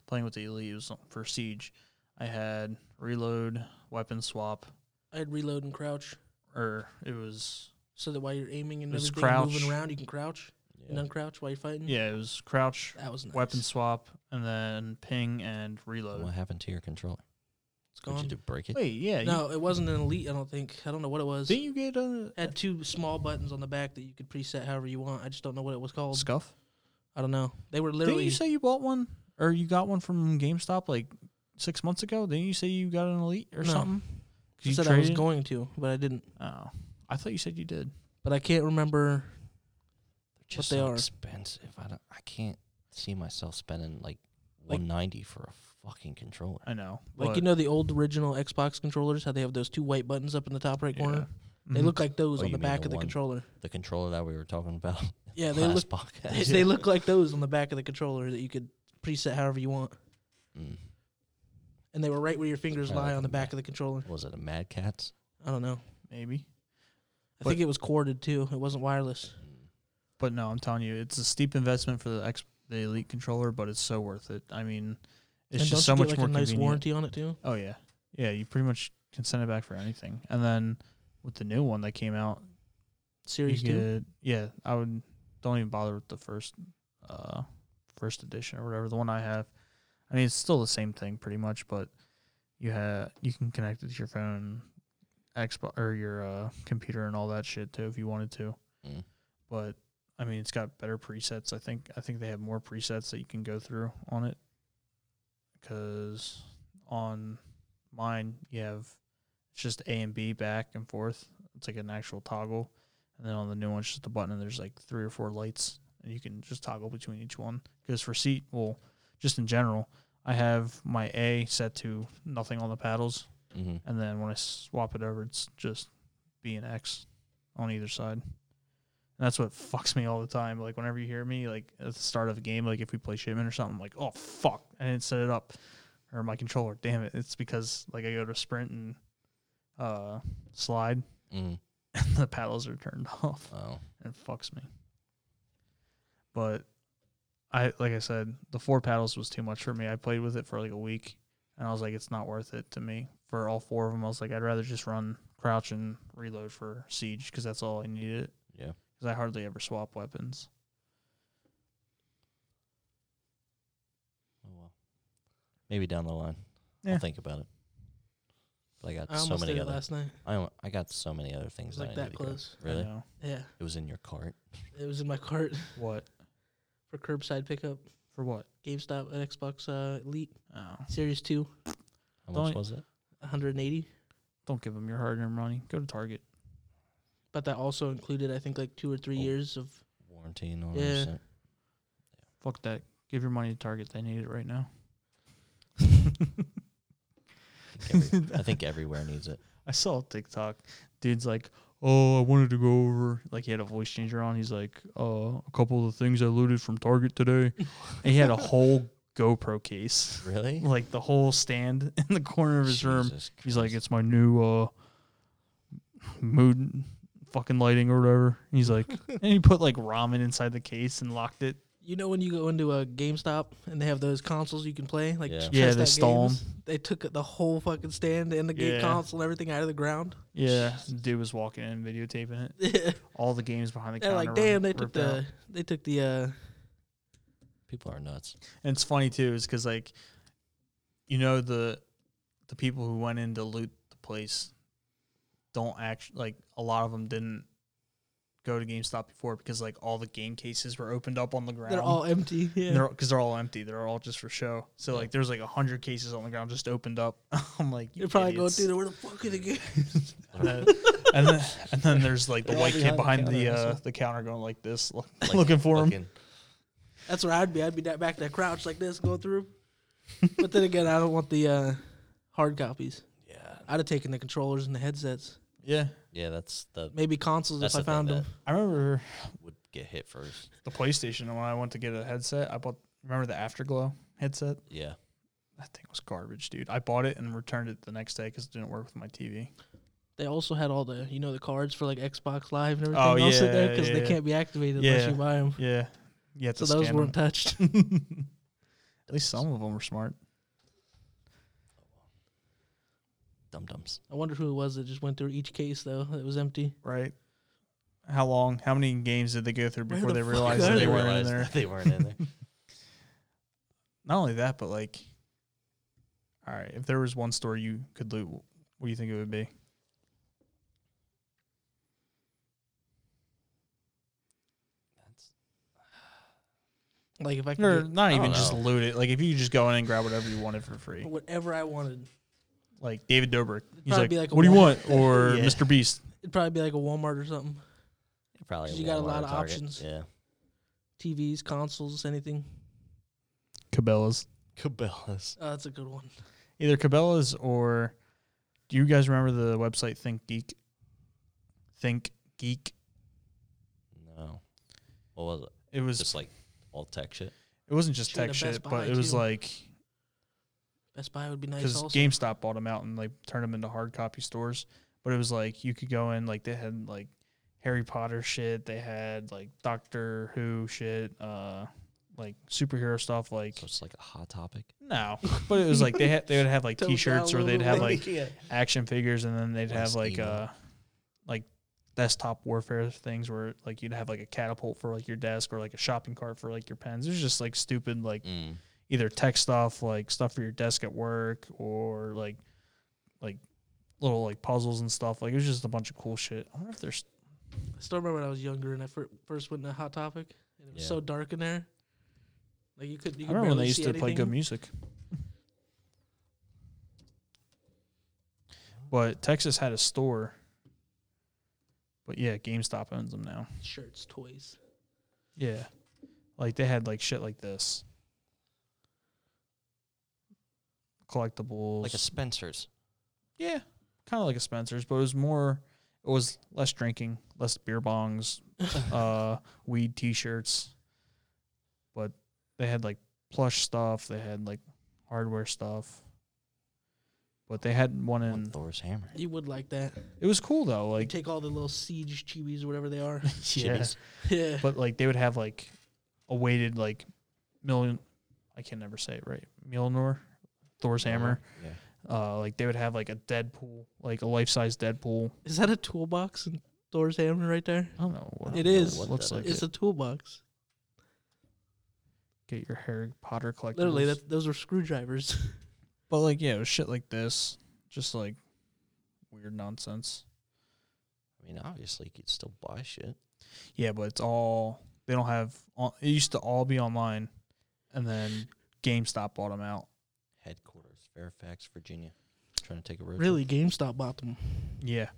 [SPEAKER 1] playing with the Elite, it was for Siege. I had reload, weapon swap,
[SPEAKER 3] I'd reload and crouch
[SPEAKER 1] or it was
[SPEAKER 3] so that while you're aiming and
[SPEAKER 1] Just
[SPEAKER 3] everything
[SPEAKER 1] crouch.
[SPEAKER 3] moving around, you can crouch
[SPEAKER 2] Yeah.
[SPEAKER 3] and uncrouch while you're fighting.
[SPEAKER 1] yeah, it was crouch,
[SPEAKER 3] that was Hmm. nice.
[SPEAKER 1] weapon swap, and then ping and reload.
[SPEAKER 2] What happened to your controller?
[SPEAKER 3] It's
[SPEAKER 2] Did you
[SPEAKER 3] gone.
[SPEAKER 2] do break it?
[SPEAKER 1] Wait, yeah, you-
[SPEAKER 3] No, it wasn't an elite. I don't think. I don't know what it was. It
[SPEAKER 1] didn't you get a,
[SPEAKER 3] had two small buttons on the back that you could preset however you want. I just don't know what it was called.
[SPEAKER 1] scuff?
[SPEAKER 3] I don't know. They were
[SPEAKER 1] Didn't
[SPEAKER 3] literally.
[SPEAKER 1] you say you bought one or you got one from GameStop like six months ago? Didn't you say you got an Elite or
[SPEAKER 3] No.
[SPEAKER 1] something? 'Cause
[SPEAKER 3] I
[SPEAKER 1] you
[SPEAKER 3] said I was
[SPEAKER 1] traded-
[SPEAKER 3] going to, but I didn't.
[SPEAKER 1] Oh, I thought you said you did.
[SPEAKER 3] But I can't remember.
[SPEAKER 2] They're just
[SPEAKER 3] they
[SPEAKER 2] so
[SPEAKER 3] are.
[SPEAKER 2] expensive. I don't. I can't see myself spending like
[SPEAKER 3] Like-
[SPEAKER 2] 190 for a fucking controller.
[SPEAKER 1] I know.
[SPEAKER 3] Like you know the old original Xbox controllers, how they have those two white buttons up in the top right corner. They
[SPEAKER 1] Mm-hmm.
[SPEAKER 3] look like those
[SPEAKER 2] Oh,
[SPEAKER 3] on
[SPEAKER 2] you
[SPEAKER 3] the
[SPEAKER 2] mean
[SPEAKER 3] back
[SPEAKER 2] the
[SPEAKER 3] of the
[SPEAKER 2] one-
[SPEAKER 3] controller.
[SPEAKER 2] The controller that we were talking about.
[SPEAKER 3] Yeah, they
[SPEAKER 2] last
[SPEAKER 3] look they,
[SPEAKER 2] podcast.
[SPEAKER 3] they look like those on the back of the controller that you could preset however you want,
[SPEAKER 2] Mm.
[SPEAKER 3] and they were right where your fingers
[SPEAKER 2] kinda
[SPEAKER 3] lie
[SPEAKER 2] like
[SPEAKER 3] on the
[SPEAKER 2] a
[SPEAKER 3] back
[SPEAKER 2] Mac.
[SPEAKER 3] of the controller.
[SPEAKER 2] Was it a Mad Cats?
[SPEAKER 3] I don't know.
[SPEAKER 1] maybe.
[SPEAKER 3] I
[SPEAKER 1] But-
[SPEAKER 3] think it was corded too. It wasn't wireless.
[SPEAKER 1] But no, I'm telling you, it's a steep investment for the X, the Elite controller, but it's so worth it. I mean, it's
[SPEAKER 3] and
[SPEAKER 1] just so
[SPEAKER 3] don't you
[SPEAKER 1] much
[SPEAKER 3] get, like,
[SPEAKER 1] more
[SPEAKER 3] a nice
[SPEAKER 1] convenient.
[SPEAKER 3] warranty on it too.
[SPEAKER 1] Oh yeah, yeah. You pretty much can send it back for anything. And then with the new one that came out, you
[SPEAKER 3] Series two.
[SPEAKER 1] get, yeah. I would don't even bother with the first, uh, first edition or whatever the one I have. I mean, it's still the same thing pretty much, but you have you can connect it to your phone, Xbox or your uh, computer and all that shit too if you wanted to.
[SPEAKER 2] Mm.
[SPEAKER 1] but I mean, it's got better presets. I think I think they have more presets that you can go through on it. Because on mine, you have it's just A and B back and forth. It's like an actual toggle, and then on the new one, it's just a button, and there's like three or four lights, and you can just toggle between each one. Because for seat, well, just in general, I have my A set to nothing on the paddles,
[SPEAKER 2] hmm
[SPEAKER 1] and then when I swap it over, it's just B and X on either side. And that's what fucks me all the time. Like whenever you hear me, like at the start of a game, like if we play shipment or something, I'm like, oh fuck, I didn't set it up, or my controller. Damn it! It's because like I go to sprint and uh slide,
[SPEAKER 2] mm
[SPEAKER 1] and the paddles are turned off,
[SPEAKER 2] Oh,
[SPEAKER 1] and it fucks me. But I like I said, the four paddles was too much for me. I played with it for like a week, and I was like, it's not worth it to me. For all four of them, I was like, I'd rather just run crouch and reload for siege because that's all I needed
[SPEAKER 2] yeah.
[SPEAKER 1] because I hardly ever swap weapons.
[SPEAKER 2] Oh well. Maybe down the line,
[SPEAKER 1] Yeah.
[SPEAKER 2] I'll think about it. But I got
[SPEAKER 3] I
[SPEAKER 2] so
[SPEAKER 3] almost
[SPEAKER 2] many
[SPEAKER 3] did it
[SPEAKER 2] other.
[SPEAKER 3] last night.
[SPEAKER 2] I al- I got so many other
[SPEAKER 3] It
[SPEAKER 2] things.
[SPEAKER 3] was like
[SPEAKER 2] I
[SPEAKER 3] that
[SPEAKER 2] need to go-
[SPEAKER 3] close.
[SPEAKER 1] I
[SPEAKER 2] Really?
[SPEAKER 1] know.
[SPEAKER 3] Yeah,
[SPEAKER 2] It was in your cart.
[SPEAKER 3] it was in my cart
[SPEAKER 1] What
[SPEAKER 3] for curbside pickup.
[SPEAKER 1] for what?
[SPEAKER 3] GameStop and Xbox uh, Elite
[SPEAKER 1] Oh,
[SPEAKER 3] Series two,
[SPEAKER 2] How
[SPEAKER 1] Don't-
[SPEAKER 2] much was it?
[SPEAKER 3] 180.
[SPEAKER 1] don't give them your hard-earned money. Go to Target.
[SPEAKER 3] But that also included, I think, like two or three
[SPEAKER 2] Oh.
[SPEAKER 3] years of
[SPEAKER 2] Warranty and all
[SPEAKER 3] Yeah.
[SPEAKER 2] that shit.
[SPEAKER 1] Fuck that. Give your money to Target. They need it right now.
[SPEAKER 2] Every- I think everywhere needs it.
[SPEAKER 6] I saw a TikTok. Dude's like, oh, I wanted to go over. Like, he had a voice changer on. He's like, uh, a couple of the things I looted from Target today. and he had a whole GoPro case,
[SPEAKER 2] Really?
[SPEAKER 6] like the whole stand in the corner of his room.
[SPEAKER 2] Jesus
[SPEAKER 6] He's like,
[SPEAKER 2] Christ.
[SPEAKER 6] it's my new uh, mood fucking lighting or whatever. He's like, and he put like ramen inside the case and locked it.
[SPEAKER 3] You know when you go into a GameStop and they have those consoles you can play, like
[SPEAKER 2] Yeah.
[SPEAKER 3] tr-
[SPEAKER 6] Yeah,
[SPEAKER 3] test
[SPEAKER 6] they
[SPEAKER 3] out
[SPEAKER 6] stole
[SPEAKER 3] games? They took the whole fucking stand and the game
[SPEAKER 6] Yeah.
[SPEAKER 3] console and everything out of the ground.
[SPEAKER 6] Yeah, dude was walking in and videotaping it.
[SPEAKER 3] They're
[SPEAKER 6] All the games behind the counter.
[SPEAKER 3] like,
[SPEAKER 6] were
[SPEAKER 3] damn, they took
[SPEAKER 6] ripped out."
[SPEAKER 3] the they took the uh,
[SPEAKER 2] people are nuts.
[SPEAKER 1] And it's funny too, is because like, you know the, the people who went in to loot the place, don't actually like a lot of them didn't go to GameStop before because like all the game cases were opened up on the ground.
[SPEAKER 3] they're all empty. Yeah,
[SPEAKER 1] because they're, 'cause they're all empty. They're all just for show. So
[SPEAKER 2] Yeah.
[SPEAKER 1] like, there's like a hundred cases on the ground just opened up. I'm like, you
[SPEAKER 3] They're probably
[SPEAKER 1] idiots.
[SPEAKER 3] going through there. Where the fuck are the games?
[SPEAKER 1] And then, and then, and then there's like the
[SPEAKER 2] They're all
[SPEAKER 1] white kid
[SPEAKER 2] behind
[SPEAKER 1] behind
[SPEAKER 2] the
[SPEAKER 1] the
[SPEAKER 2] counter,
[SPEAKER 1] uh,
[SPEAKER 2] so-
[SPEAKER 1] the counter going like this, look,
[SPEAKER 2] Like,
[SPEAKER 1] looking for him.
[SPEAKER 2] fucking-
[SPEAKER 3] That's where I'd be. I'd be that back there, crouched like this, going through. but then again, I don't want the uh, hard copies.
[SPEAKER 2] Yeah,
[SPEAKER 3] I'd have taken the controllers and the headsets,
[SPEAKER 1] Yeah,
[SPEAKER 2] yeah. That's the
[SPEAKER 3] maybe consoles
[SPEAKER 2] that's
[SPEAKER 3] if I
[SPEAKER 2] the thing
[SPEAKER 3] found them.
[SPEAKER 2] that
[SPEAKER 1] I remember
[SPEAKER 2] would get hit first.
[SPEAKER 1] the PlayStation when I went to get a headset. I bought remember the Afterglow headset.
[SPEAKER 2] Yeah,
[SPEAKER 1] That thing was garbage, dude. I bought it and returned it the next day because it didn't work with my TV.
[SPEAKER 3] They also had all the you know the cards for like Xbox Live and everything
[SPEAKER 1] Oh,
[SPEAKER 3] else in
[SPEAKER 1] yeah,
[SPEAKER 3] there because they
[SPEAKER 1] yeah.
[SPEAKER 3] can't be activated unless
[SPEAKER 1] Yeah.
[SPEAKER 3] you buy them.
[SPEAKER 1] Yeah, yeah.
[SPEAKER 3] So those weren't touched.
[SPEAKER 1] At least some of them were smart.
[SPEAKER 2] dum dums.
[SPEAKER 3] I wonder who it was that just went through each case though. It was empty.
[SPEAKER 1] right? How long? How many games did they go through
[SPEAKER 3] Where
[SPEAKER 1] before they
[SPEAKER 3] the fuck
[SPEAKER 1] realized
[SPEAKER 3] are
[SPEAKER 1] that they
[SPEAKER 3] they?
[SPEAKER 1] weren't in
[SPEAKER 2] realized
[SPEAKER 1] there?
[SPEAKER 2] that they weren't in there.
[SPEAKER 1] Not only that, but like, all right, if there was one store you could loot, what do you think it would be?
[SPEAKER 2] That's
[SPEAKER 3] Like if I could
[SPEAKER 1] Or
[SPEAKER 3] get
[SPEAKER 1] not
[SPEAKER 2] I
[SPEAKER 1] even
[SPEAKER 2] don't
[SPEAKER 1] just
[SPEAKER 2] know.
[SPEAKER 1] loot it. Like if you could just go in and grab whatever you wanted for free,
[SPEAKER 3] whatever I wanted,
[SPEAKER 1] like David Dobrik, he's
[SPEAKER 3] probably
[SPEAKER 1] like,
[SPEAKER 3] be like a
[SPEAKER 1] "What do you
[SPEAKER 3] Walmart."
[SPEAKER 1] want?" Or
[SPEAKER 2] Yeah.
[SPEAKER 1] Mr. Beast.
[SPEAKER 3] it'd probably be like a Walmart or something.
[SPEAKER 2] probably
[SPEAKER 3] 'Cause you got a
[SPEAKER 2] Walmart
[SPEAKER 3] lot
[SPEAKER 2] or
[SPEAKER 3] of
[SPEAKER 2] Target.
[SPEAKER 3] options.
[SPEAKER 2] Yeah,
[SPEAKER 3] TVs, consoles, anything.
[SPEAKER 1] Cabela's.
[SPEAKER 2] Cabela's.
[SPEAKER 3] Oh, that's a good one.
[SPEAKER 1] Either Cabela's or do you guys remember the website Think Geek? Think Geek.
[SPEAKER 2] No, what was it?
[SPEAKER 1] It was
[SPEAKER 2] Just like all tech shit.
[SPEAKER 1] it wasn't just
[SPEAKER 3] Should have
[SPEAKER 1] tech
[SPEAKER 3] Best
[SPEAKER 1] shit,
[SPEAKER 3] Buy,
[SPEAKER 1] but it was
[SPEAKER 3] too.
[SPEAKER 1] like
[SPEAKER 3] Best Buy would be nice
[SPEAKER 1] because
[SPEAKER 3] also.
[SPEAKER 1] GameStop bought them out and like turned them into hard copy stores. But it was like you could go in like they had like Harry Potter shit, they had like Doctor Who shit, uh, like superhero stuff. Like
[SPEAKER 2] So it's like a hot topic.
[SPEAKER 1] no, but it was like they had they would have like
[SPEAKER 3] Don't
[SPEAKER 1] T-shirts or
[SPEAKER 3] download
[SPEAKER 1] they'd
[SPEAKER 3] it.
[SPEAKER 1] have like action figures, and then they'd
[SPEAKER 2] Or
[SPEAKER 1] have like
[SPEAKER 2] Steam.
[SPEAKER 1] uh like desktop warfare things where like you'd have like a catapult for like your desk or like a shopping cart for like your pens. It was just like stupid like
[SPEAKER 2] Mm.
[SPEAKER 1] either tech stuff like stuff for your desk at work or like like little like puzzles and stuff like it was just a bunch of cool shit i wonder if there's
[SPEAKER 3] I still remember when I was younger and I fir- first went to Hot Topic and it was
[SPEAKER 2] Yeah.
[SPEAKER 3] so dark in there. Like you couldn't. You
[SPEAKER 1] i
[SPEAKER 3] could
[SPEAKER 1] remember when they
[SPEAKER 3] barely
[SPEAKER 1] used
[SPEAKER 3] see
[SPEAKER 1] to play
[SPEAKER 3] anything.
[SPEAKER 1] good music but texas had a store but yeah gamestop owns them now
[SPEAKER 3] Shirts, toys.
[SPEAKER 1] yeah like they had like shit like this collectibles
[SPEAKER 2] Like a Spencer's.
[SPEAKER 1] Yeah, kind of like a Spencer's, but it was more. It was less drinking, less beer bongs, uh, weed T-shirts. But they had like plush stuff. They had like hardware stuff. But they had one
[SPEAKER 2] One
[SPEAKER 1] in.
[SPEAKER 2] Thor's hammer.
[SPEAKER 3] You would like that.
[SPEAKER 1] It was cool though. Like
[SPEAKER 3] Take all the little siege chibis or whatever they are.
[SPEAKER 1] yeah,
[SPEAKER 2] Chibis.
[SPEAKER 3] yeah.
[SPEAKER 1] but like they would have like a weighted like million. I can never say it right. Mjolnir, Thor's
[SPEAKER 3] Uh-huh.
[SPEAKER 1] hammer.
[SPEAKER 2] Yeah.
[SPEAKER 1] Uh, like they would have like a Deadpool, like a life-size Deadpool.
[SPEAKER 3] Is that a toolbox in Thor's hammer right there?
[SPEAKER 1] I don't know what
[SPEAKER 3] It
[SPEAKER 2] I don't know
[SPEAKER 3] is.
[SPEAKER 2] what
[SPEAKER 1] Looks
[SPEAKER 2] that
[SPEAKER 1] like
[SPEAKER 2] is.
[SPEAKER 3] It's a toolbox.
[SPEAKER 1] get your Harry Potter collectibles.
[SPEAKER 3] Literally, that, those were screwdrivers.
[SPEAKER 1] but like yeah, it was shit like this, just like weird nonsense.
[SPEAKER 2] I mean, obviously, you could still buy shit.
[SPEAKER 1] Yeah, but it's all they don't have. all- It used to all be online, and then GameStop bought them out.
[SPEAKER 2] Headquarters, Fairfax, Virginia. Trying to take a road
[SPEAKER 3] really, GameStop bought them.
[SPEAKER 1] Yeah,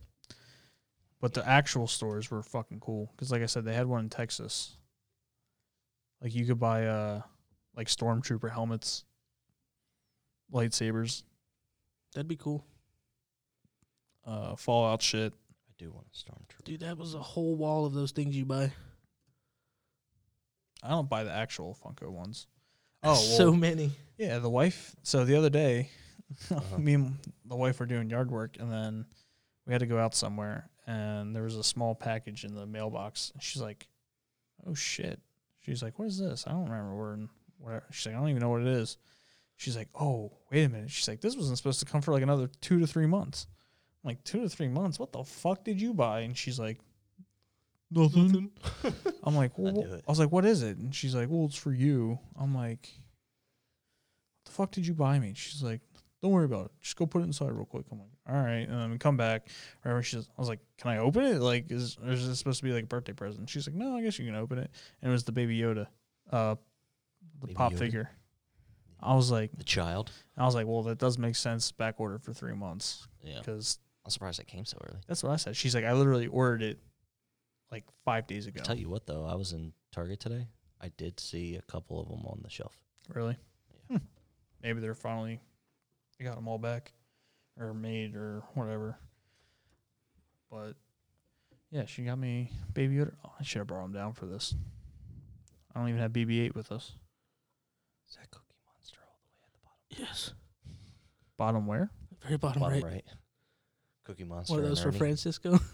[SPEAKER 1] but the actual stores were fucking cool because like I said, they had one in Texas. Like you could buy uh like stormtrooper helmets, lightsabers.
[SPEAKER 3] That'd be cool.
[SPEAKER 1] uh, Fallout shit.
[SPEAKER 2] I do want a stormtrooper.
[SPEAKER 3] Dude, that was a whole wall of those things you buy.
[SPEAKER 1] I don't buy the actual Funko ones.
[SPEAKER 3] Oh,
[SPEAKER 1] Oh,
[SPEAKER 3] so
[SPEAKER 1] well,
[SPEAKER 3] many.
[SPEAKER 1] yeah. The wife. So the other day,
[SPEAKER 2] Uh-huh.
[SPEAKER 1] me and the wife were doing yard work, and then we had to go out somewhere, and there was a small package in the mailbox. And she's like, "Oh shit!" She's like, "What is this?" I don't remember where. Whatever. She's like, "I don't even know what it is." She's like, "Oh, wait a minute." She's like, "This wasn't supposed to come for like another two to three months." I'm like, two to three months? What the fuck did you buy? And she's like, "Nothing." I'm like, well,
[SPEAKER 2] knew
[SPEAKER 1] wh-
[SPEAKER 2] it.
[SPEAKER 1] I was like, "What is it?" And she's like, "Well, it's for you." I'm like, "What the fuck did you buy me?" She's like, "Don't worry about it. Just go put it inside real quick." I'm like, "All right." And then we come back. Remember, she's. I was like, "Can I open it? Like, is or is this supposed to be like a birthday present?" She's like, "No, I guess you can open it." And it was the Baby Yoda, uh, the
[SPEAKER 2] Baby
[SPEAKER 1] pop
[SPEAKER 2] Yoda?
[SPEAKER 1] figure. I
[SPEAKER 3] Oh.
[SPEAKER 1] was like,
[SPEAKER 2] Oh. The child.
[SPEAKER 1] I was like, well, that does make sense. Back order for three months
[SPEAKER 2] Yeah.
[SPEAKER 1] because
[SPEAKER 2] I'm surprised that came so early.
[SPEAKER 1] that's what I said. She's like, I literally ordered it like five days
[SPEAKER 2] I
[SPEAKER 1] ago.
[SPEAKER 2] tell you what, though, I was in Target today. I did see a couple of them on the shelf.
[SPEAKER 1] Really?
[SPEAKER 2] Yeah.
[SPEAKER 1] Hmm. Maybe they're finally they got them all back or made or whatever. But yeah, she got me baby Yoda. Oh, I should have brought him down for this. I don't even have BB-8 with us.
[SPEAKER 2] Is that Cookie Monster all the way at the bottom?
[SPEAKER 3] Yes.
[SPEAKER 1] Bottom where?
[SPEAKER 3] Very bottom,
[SPEAKER 2] Bottom
[SPEAKER 3] right.
[SPEAKER 2] right. Cookie Monster.
[SPEAKER 3] One of
[SPEAKER 2] and
[SPEAKER 3] those for
[SPEAKER 2] Ernie.
[SPEAKER 3] Francisco.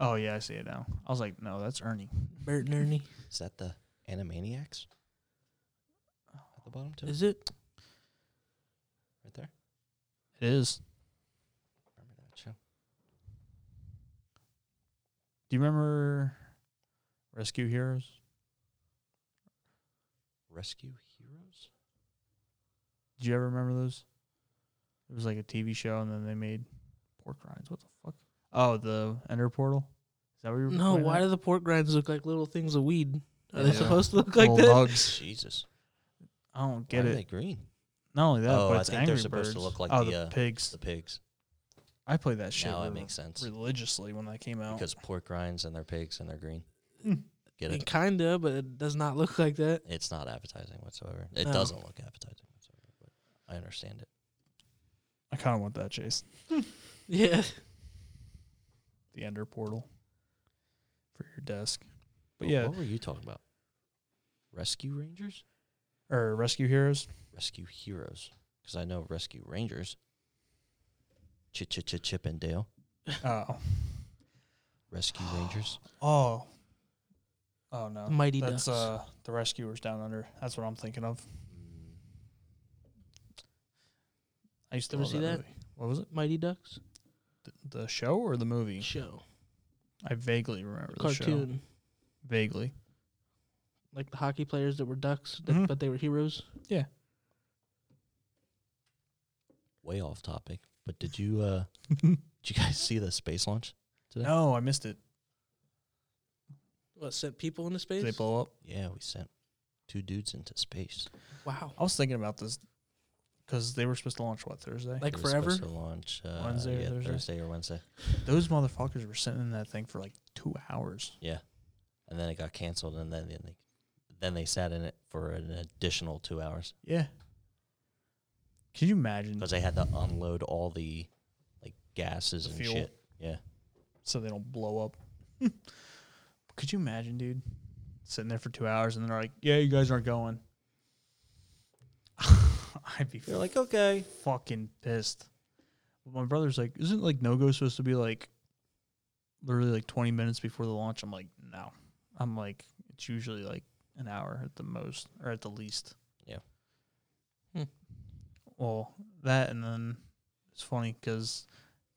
[SPEAKER 1] Oh yeah, I see it now. I was like, no, that's Ernie.
[SPEAKER 3] Bert and Ernie.
[SPEAKER 2] Is that the Animaniacs? At the bottom, too?
[SPEAKER 3] Is it?
[SPEAKER 2] right there?
[SPEAKER 1] It is.
[SPEAKER 2] Remember that show?
[SPEAKER 1] Do you remember Rescue Heroes?
[SPEAKER 2] Rescue Heroes?
[SPEAKER 1] Did you ever remember those? It was like a TV show, and then they made pork rinds. What the fuck? Oh, the Ender Portal. Is that what you were?
[SPEAKER 3] No,
[SPEAKER 1] pointing
[SPEAKER 3] why
[SPEAKER 1] at?
[SPEAKER 3] do the pork grinds look like little things of weed? Are they
[SPEAKER 1] Yeah.
[SPEAKER 3] supposed to look like
[SPEAKER 1] Little
[SPEAKER 3] that?
[SPEAKER 1] bugs?
[SPEAKER 2] Jesus.
[SPEAKER 1] I don't
[SPEAKER 2] Why
[SPEAKER 1] get
[SPEAKER 2] are
[SPEAKER 1] it.
[SPEAKER 2] they green?
[SPEAKER 1] Not only that,
[SPEAKER 2] Oh,
[SPEAKER 1] but
[SPEAKER 2] I
[SPEAKER 1] it's
[SPEAKER 2] think they're
[SPEAKER 1] Angry
[SPEAKER 2] supposed to
[SPEAKER 1] Birds.
[SPEAKER 2] look like
[SPEAKER 1] oh,
[SPEAKER 2] the,
[SPEAKER 1] the,
[SPEAKER 2] uh,
[SPEAKER 1] pigs.
[SPEAKER 2] The pigs.
[SPEAKER 1] I played that shit
[SPEAKER 2] now it
[SPEAKER 1] re-
[SPEAKER 2] makes sense.
[SPEAKER 1] religiously when that came out.
[SPEAKER 2] Because pork rinds and they're pigs and they're green.
[SPEAKER 1] Mm.
[SPEAKER 2] Get
[SPEAKER 3] I mean,
[SPEAKER 2] it?
[SPEAKER 3] kinda, but it does not look like that.
[SPEAKER 2] It's not appetizing whatsoever. It
[SPEAKER 3] No.
[SPEAKER 2] doesn't look appetizing whatsoever, but I understand it.
[SPEAKER 1] I kind of want that, Chase.
[SPEAKER 3] Yeah.
[SPEAKER 1] The Ender Portal for your desk. But
[SPEAKER 2] Wh-
[SPEAKER 1] yeah,
[SPEAKER 2] What were you talking about? Rescue Rangers? oh.
[SPEAKER 1] or Rescue Heroes.
[SPEAKER 2] Rescue Heroes. Because I know Rescue Rangers. Chip, chip, chip, chip and Dale.
[SPEAKER 1] oh,
[SPEAKER 2] Rescue Rangers.
[SPEAKER 1] oh, oh no.
[SPEAKER 3] Mighty
[SPEAKER 1] That's
[SPEAKER 3] Ducks.
[SPEAKER 1] uh the Rescuers Down Under. That's what I'm thinking of.
[SPEAKER 2] Mm,
[SPEAKER 1] I used to
[SPEAKER 3] Ever
[SPEAKER 1] love
[SPEAKER 3] see
[SPEAKER 1] that
[SPEAKER 3] that?
[SPEAKER 1] movie. What was it?
[SPEAKER 3] Mighty Ducks
[SPEAKER 1] The show or the movie?
[SPEAKER 3] show.
[SPEAKER 1] I vaguely remember the show.
[SPEAKER 3] Cartoon.
[SPEAKER 1] Vaguely.
[SPEAKER 3] Like the hockey players that were ducks, that,
[SPEAKER 1] Mhm.
[SPEAKER 3] but they were heroes.
[SPEAKER 2] Way off topic. But did you uh did you guys see the space launch?
[SPEAKER 1] No, I missed it.
[SPEAKER 3] What sent people into space?
[SPEAKER 1] Did they blow up?
[SPEAKER 2] Yeah, we sent two dudes into space.
[SPEAKER 3] Wow.
[SPEAKER 1] I was thinking about this because they were supposed to launch what Thursday.
[SPEAKER 3] Like
[SPEAKER 2] It was supposed
[SPEAKER 3] forever?
[SPEAKER 2] to launch uh,
[SPEAKER 1] Wednesday or
[SPEAKER 2] yeah,
[SPEAKER 1] Thursday?
[SPEAKER 2] Thursday or Wednesday.
[SPEAKER 1] Those motherfuckers were sitting in that thing for like two hours.
[SPEAKER 2] and then it got canceled, and then then they, then they sat in it for an additional two hours
[SPEAKER 1] Yeah. Can you imagine?
[SPEAKER 2] because they had to unload all the like gases
[SPEAKER 1] The
[SPEAKER 2] and
[SPEAKER 1] fuel.
[SPEAKER 2] shit. Yeah,
[SPEAKER 1] So they don't blow up. Could you imagine, dude? Sitting there for two hours and they're like, yeah, you guys aren't going. I'd be
[SPEAKER 2] they're like, okay,
[SPEAKER 1] fucking pissed. But my brother's like, isn't like no go supposed to be like literally like 20 minutes before the launch? I'm like, no. I'm like, it's usually like an hour at the most or at the least.
[SPEAKER 2] Yeah.
[SPEAKER 3] Hmm.
[SPEAKER 1] Well, that and then it's funny because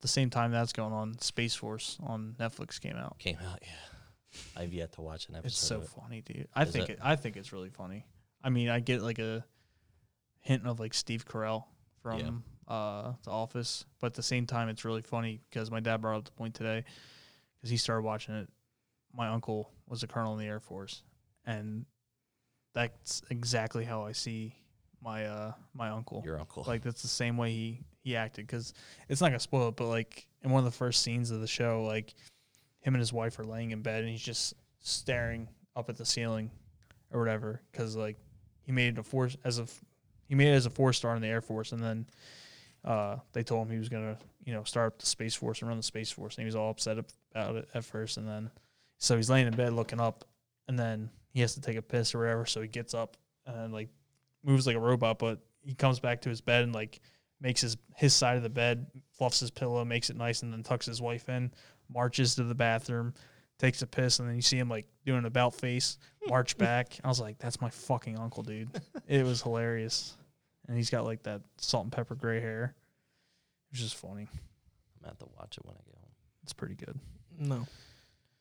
[SPEAKER 1] the same time that's going on, Space Force on Netflix came out.
[SPEAKER 2] came out. Yeah, I've yet to watch an episode.
[SPEAKER 1] It's so
[SPEAKER 2] of it.
[SPEAKER 1] funny, dude. I
[SPEAKER 2] Is
[SPEAKER 1] think
[SPEAKER 2] it?
[SPEAKER 1] it? I think it's really funny. I mean, I get like a hint of like Steve Carell from uh, The Office, but at the same time, it's really funny because my dad brought up the point today because he started watching it. My uncle was a colonel in the Air Force, and that's exactly how I see my uh, my uncle.
[SPEAKER 2] Your uncle,
[SPEAKER 1] Like that's the same way he he acted because it's not gonna spoil it, but like in one of the first scenes of the show, like him and his wife are laying in bed and he's just staring up at the ceiling or whatever because like he made it a force as a f- he made it as a four star in the Air Force and then Uh, they told him he was gonna, you know, start up the space force and run the space force, and he was all upset ab- about it at first. And then, so he's laying in bed looking up, and then he has to take a piss or whatever. So he gets up and like moves like a robot, but he comes back to his bed and like makes his his side of the bed, fluffs his pillow, makes it nice, and then tucks his wife in, marches to the bathroom, takes a piss, and then you see him like doing an about face, march back. I was like, that's my fucking uncle, dude. It was hilarious, and he's got like that salt and pepper gray hair, which is funny.
[SPEAKER 2] I'm gonna have to watch it when I get home.
[SPEAKER 1] It's pretty good.
[SPEAKER 3] No.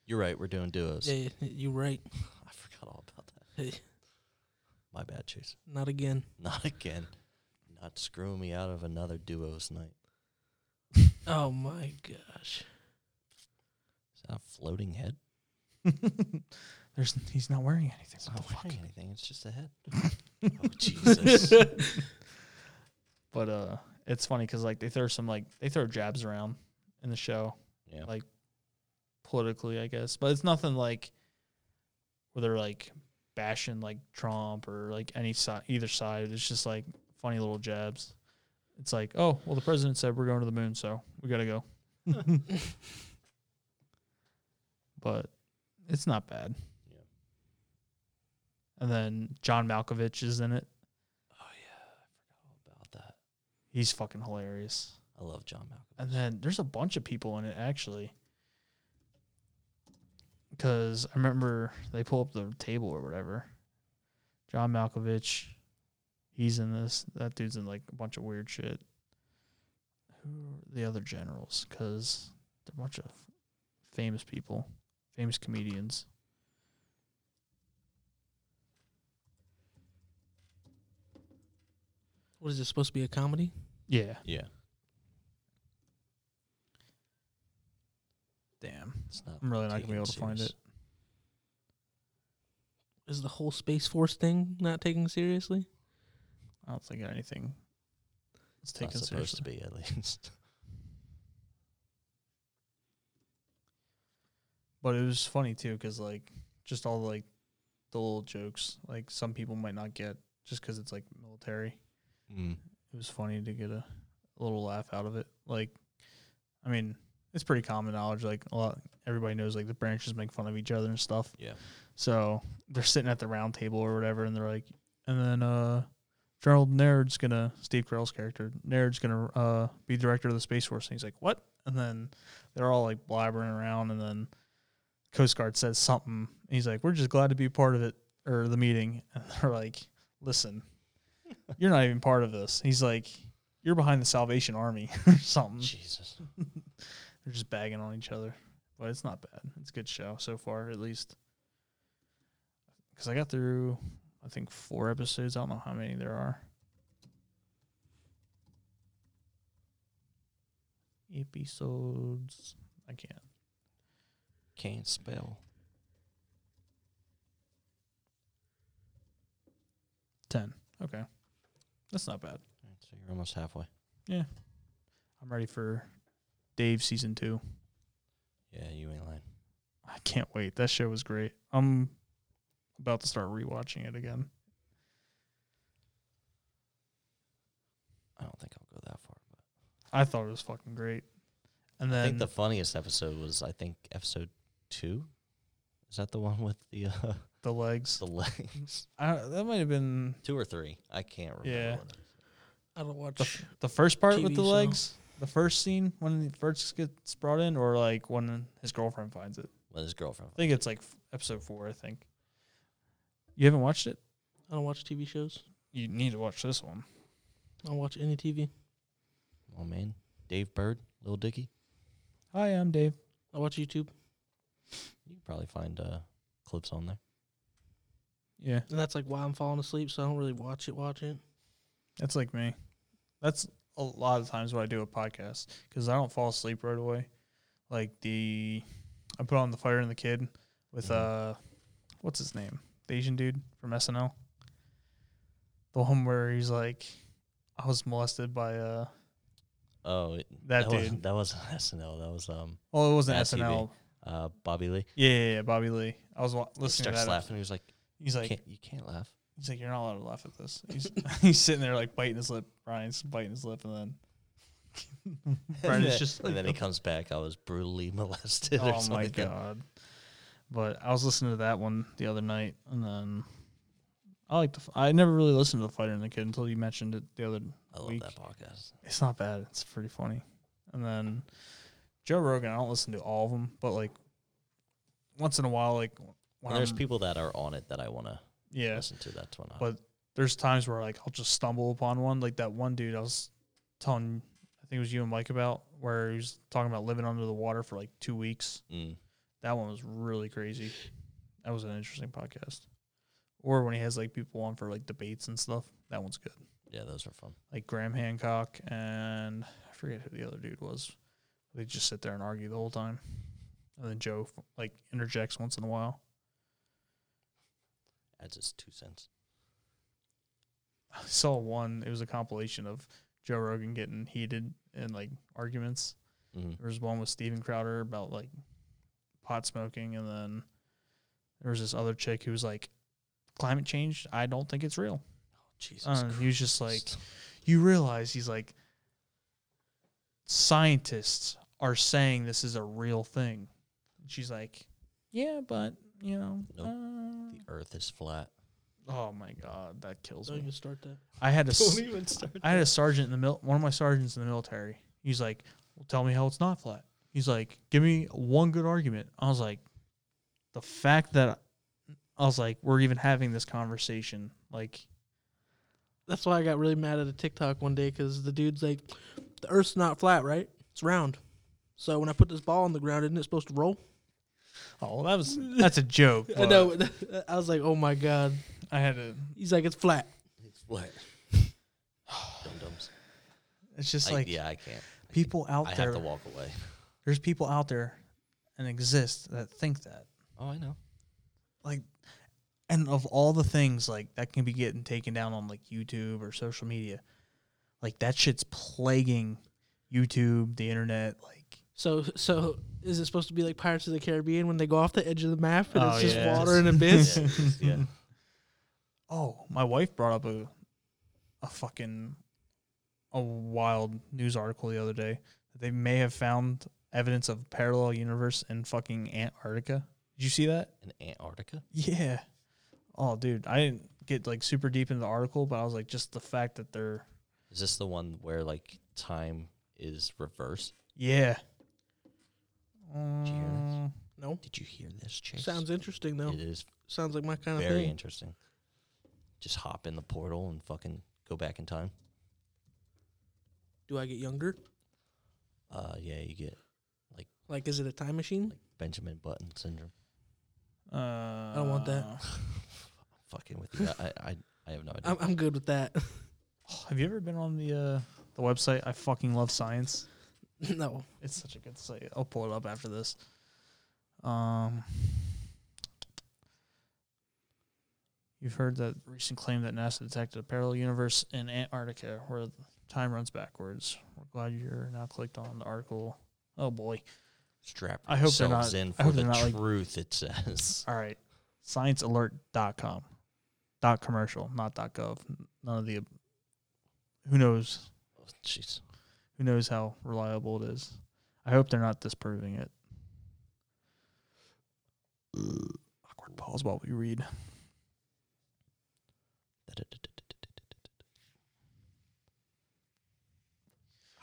[SPEAKER 2] You're right. We're doing duos.
[SPEAKER 3] Yeah, yeah, you right.
[SPEAKER 2] I forgot all about that.
[SPEAKER 3] Hey,
[SPEAKER 2] My bad, Chase.
[SPEAKER 3] not again.
[SPEAKER 2] Not again. Not screwing me out of another duos night.
[SPEAKER 3] Oh my gosh.
[SPEAKER 2] Is that a floating head?
[SPEAKER 1] There's he's not wearing anything.
[SPEAKER 2] It's
[SPEAKER 1] What
[SPEAKER 2] not
[SPEAKER 1] the fuck?
[SPEAKER 2] wearing anything. It's just a head. oh Jesus!
[SPEAKER 1] But uh, it's funny because like they throw some like they throw jabs around in the show.
[SPEAKER 2] Yeah.
[SPEAKER 1] Like- politically, I guess. But it's nothing like where they're like bashing like Trump or like any side, either side. It's just like funny little jabs. It's like, oh, well, the president said we're going to the moon, so we got to go. but it's not bad.
[SPEAKER 2] Yeah.
[SPEAKER 1] And then John Malkovich is in it.
[SPEAKER 2] oh yeah, I forgot all about that.
[SPEAKER 1] He's fucking hilarious.
[SPEAKER 2] I love John Malkovich.
[SPEAKER 1] And then there's a bunch of people in it actually. Because I remember they pull up the table or whatever. John Malkovich, he's in this. That dude's in like a bunch of weird shit. Who are the other generals? Because they're a bunch of famous people, famous comedians.
[SPEAKER 3] What is this supposed to be a comedy?
[SPEAKER 1] Yeah.
[SPEAKER 2] Yeah,
[SPEAKER 1] Damn.
[SPEAKER 2] it's not.
[SPEAKER 1] I'm really not going to be
[SPEAKER 2] taken
[SPEAKER 1] able to find
[SPEAKER 2] serious.
[SPEAKER 1] it.
[SPEAKER 3] Is the whole Space Force thing not taken seriously?
[SPEAKER 1] I don't think anything is
[SPEAKER 2] It's not
[SPEAKER 1] taken
[SPEAKER 2] supposed
[SPEAKER 1] seriously.
[SPEAKER 2] to be at least.
[SPEAKER 1] But it was funny too, cause like just all like the little jokes, like some people might not get just cause it's like military.
[SPEAKER 2] mm.
[SPEAKER 1] It was funny to get a, a little laugh out of it. Like, I mean, it's pretty common knowledge. Like a lot, everybody knows like the branches make fun of each other and stuff.
[SPEAKER 2] Yeah.
[SPEAKER 1] So they're sitting at the round table or whatever, and they're like, and then uh, Gerald Naird's gonna Steve Carell's character Naird's gonna uh be director of the Space Force, and he's like, what? And then they're all like blabbering around, and then Coast Guard says something, and he's like, we're just glad to be part of it or the meeting, and they're like, listen, you're not even part of this. He's like, you're behind the Salvation Army or something.
[SPEAKER 2] Jesus.
[SPEAKER 1] They're just bagging on each other. But it's not bad. It's a good show so far, at least. Because I got through, I think, four episodes. I don't know how many there are. Episodes. I can't.
[SPEAKER 2] Can't spell.
[SPEAKER 1] Ten. Okay. That's not bad.
[SPEAKER 2] All right, so you're almost halfway.
[SPEAKER 1] I'm ready for Dave season two.
[SPEAKER 2] Yeah, you ain't lying.
[SPEAKER 1] I can't wait. That show was great. I'm about to start rewatching it again.
[SPEAKER 2] I don't think I'll go that far. But
[SPEAKER 1] I thought it was fucking great. And
[SPEAKER 2] I
[SPEAKER 1] then
[SPEAKER 2] think the funniest episode was I think episode two. Is that the one with the uh,
[SPEAKER 1] the legs.
[SPEAKER 2] the legs?
[SPEAKER 1] I, that might have been
[SPEAKER 2] two or three? I can't remember.
[SPEAKER 1] Yeah.
[SPEAKER 2] what it is.
[SPEAKER 3] I don't watch.
[SPEAKER 1] the, the first part with
[SPEAKER 3] TV
[SPEAKER 1] the
[SPEAKER 3] show.
[SPEAKER 1] legs, the first scene when the first gets brought in, or like when his girlfriend finds it.
[SPEAKER 2] With his girlfriend.
[SPEAKER 1] I think it's like f- episode four. I think you haven't watched it.
[SPEAKER 3] I don't watch TV shows.
[SPEAKER 1] You need to watch this one.
[SPEAKER 3] I don't watch any TV.
[SPEAKER 2] Oh man, Dave Bird, Little Dicky.
[SPEAKER 1] Hi, I'm Dave.
[SPEAKER 3] I watch YouTube,
[SPEAKER 2] You can probably find uh, clips on there.
[SPEAKER 1] Yeah,
[SPEAKER 3] and that's like why I'm falling asleep. So I don't really watch it. Watch it.
[SPEAKER 1] that's like me. That's a lot of times what I do with podcasts because I don't fall asleep right away. Like the, I put on the fire and the kid with uh, what's his name, the Asian dude from SNL. The one where he's like, I was molested by uh,
[SPEAKER 2] Oh, it,
[SPEAKER 1] That
[SPEAKER 2] wasn't,
[SPEAKER 1] dude.
[SPEAKER 2] that wasn't SNL. That was um
[SPEAKER 1] well, it wasn't
[SPEAKER 2] At TV.
[SPEAKER 1] SNL.
[SPEAKER 2] uh Bobby Lee.
[SPEAKER 1] Yeah, yeah, yeah, Bobby Lee. I was wa-
[SPEAKER 2] He
[SPEAKER 1] listening to
[SPEAKER 2] starts
[SPEAKER 1] that.
[SPEAKER 2] laughing. He was like,
[SPEAKER 1] He's like,
[SPEAKER 2] can't, "You can't laugh."
[SPEAKER 1] he's like, you're not allowed to laugh at this. He's he's sitting there like biting his lip. Ryan's biting his lip, and then Right, it's just
[SPEAKER 2] and
[SPEAKER 1] like
[SPEAKER 2] then he comes back. I was brutally molested. or
[SPEAKER 1] oh
[SPEAKER 2] something
[SPEAKER 1] my
[SPEAKER 2] like that.
[SPEAKER 1] god. But I was listening to that one the other night, and then I like the. f- I never really listened to the fighter and the kid until you mentioned it the other.
[SPEAKER 2] I love
[SPEAKER 1] week.
[SPEAKER 2] that podcast.
[SPEAKER 1] It's not bad. It's pretty funny. And then Joe Rogan. I don't listen to all of them, but like once in a while, like when
[SPEAKER 2] When there's
[SPEAKER 1] I'm-
[SPEAKER 2] people that are on it that I want to
[SPEAKER 1] yeah,
[SPEAKER 2] listen to. That's when I.
[SPEAKER 1] But- there's times where like I'll just stumble upon one, like that one dude I was telling, I think it was you and Mike about, where he was talking about living under the water for like two weeks.
[SPEAKER 2] Mm.
[SPEAKER 1] That one was really crazy. That was an interesting podcast. Or when he has like people on for like debates and stuff, that one's good.
[SPEAKER 2] yeah, those are fun.
[SPEAKER 1] Like Graham Hancock and I forget who the other dude was. They just sit there and argue the whole time, and then Joe like interjects once in a while.
[SPEAKER 2] That's just two cents.
[SPEAKER 1] I saw one. It was a compilation of Joe Rogan getting heated and like arguments.
[SPEAKER 2] Mm.
[SPEAKER 1] There was one with Steven Crowder about like pot smoking, and then there was this other chick who was like, "Climate change? I don't think it's real."
[SPEAKER 2] Jesus.
[SPEAKER 1] Uh, he was just like,
[SPEAKER 2] Christ.
[SPEAKER 1] "You realize he's like, scientists are saying this is a real thing." And she's like, "Yeah, but you know."
[SPEAKER 2] Nope.
[SPEAKER 1] uh,
[SPEAKER 2] the Earth is flat.
[SPEAKER 1] Oh my god, that kills
[SPEAKER 3] So you
[SPEAKER 1] me.
[SPEAKER 3] can start that.
[SPEAKER 1] I had to s-
[SPEAKER 2] even start.
[SPEAKER 1] I had a sergeant in the mil- one of my sergeants in the military. He's like, well, "Tell me how it's not flat." He's like, "Give me one good argument." I was like, "The fact that I was like, we're even having this conversation, like,
[SPEAKER 3] That's why I got really mad at a TikTok one day because the dude's like, the Earth's not flat, right? It's round. So when I put this ball on the ground, isn't it supposed to roll?
[SPEAKER 1] oh, that was that's a joke."
[SPEAKER 3] I
[SPEAKER 1] but
[SPEAKER 3] know. I was like, oh my god.
[SPEAKER 1] I had to.
[SPEAKER 3] He's like, it's flat.
[SPEAKER 2] It's flat. Dum dums.
[SPEAKER 1] It's just
[SPEAKER 2] I-
[SPEAKER 1] like
[SPEAKER 2] yeah, I can't. I
[SPEAKER 1] people out
[SPEAKER 2] I
[SPEAKER 1] there.
[SPEAKER 2] have to walk away.
[SPEAKER 1] There's people out there, and exist that think that.
[SPEAKER 2] Oh, I know.
[SPEAKER 1] like and of all the things like that can be getting taken down on like YouTube or social media, like that shit's plaguing YouTube, the internet, like
[SPEAKER 3] So so is it supposed to be like Pirates of the Caribbean when they go off the edge of the map and
[SPEAKER 1] Oh,
[SPEAKER 3] it's just
[SPEAKER 1] yeah.
[SPEAKER 3] water and
[SPEAKER 2] Yeah,
[SPEAKER 3] abyss?
[SPEAKER 2] it is, yeah.
[SPEAKER 1] oh, my wife brought up a a fucking a wild news article the other day that they may have found evidence of parallel universe in fucking Antarctica. Did you see that?
[SPEAKER 2] In Antarctica.
[SPEAKER 1] Yeah. Oh, dude, I didn't get like super deep into the article, but I was like, just the fact that they're
[SPEAKER 2] Is this the one where like time is reversed?
[SPEAKER 1] Yeah.
[SPEAKER 2] you hear this?
[SPEAKER 1] Um,
[SPEAKER 3] No.
[SPEAKER 2] Did you hear this, Chase?
[SPEAKER 3] Sounds interesting though.
[SPEAKER 2] It is
[SPEAKER 3] Sounds like my kind of
[SPEAKER 2] very
[SPEAKER 3] thing.
[SPEAKER 2] interesting. Just hop in the portal and fucking go back in time.
[SPEAKER 3] Do I get younger?
[SPEAKER 2] Uh, yeah, you get
[SPEAKER 3] Like, is it a time machine?
[SPEAKER 2] like Benjamin Button syndrome.
[SPEAKER 1] uh, I
[SPEAKER 3] don't want that.
[SPEAKER 1] uh,
[SPEAKER 2] Fucking with you. I, I, I have no idea.
[SPEAKER 3] I'm, I'm good with that.
[SPEAKER 1] Have you ever been on the uh, the website? I fucking love science.
[SPEAKER 3] no.
[SPEAKER 1] It's such a good site. I'll pull it up after this. Um, you've heard that recent claim that NASA detected a parallel universe in Antarctica where the time runs backwards. We're glad you're now clicked on the article. Oh boy.
[SPEAKER 2] Strap
[SPEAKER 1] I hope they're not-
[SPEAKER 2] yourselves in
[SPEAKER 1] I
[SPEAKER 2] for
[SPEAKER 1] hope they're
[SPEAKER 2] the
[SPEAKER 1] not, like-
[SPEAKER 2] truth. it says.
[SPEAKER 1] All right. Sciencealert.com. Dot commercial, not dot gov. None of the. Who knows?
[SPEAKER 2] Oh, Jeez.
[SPEAKER 1] Who knows how reliable it is? I hope they're not disproving it. Awkward pause while we read.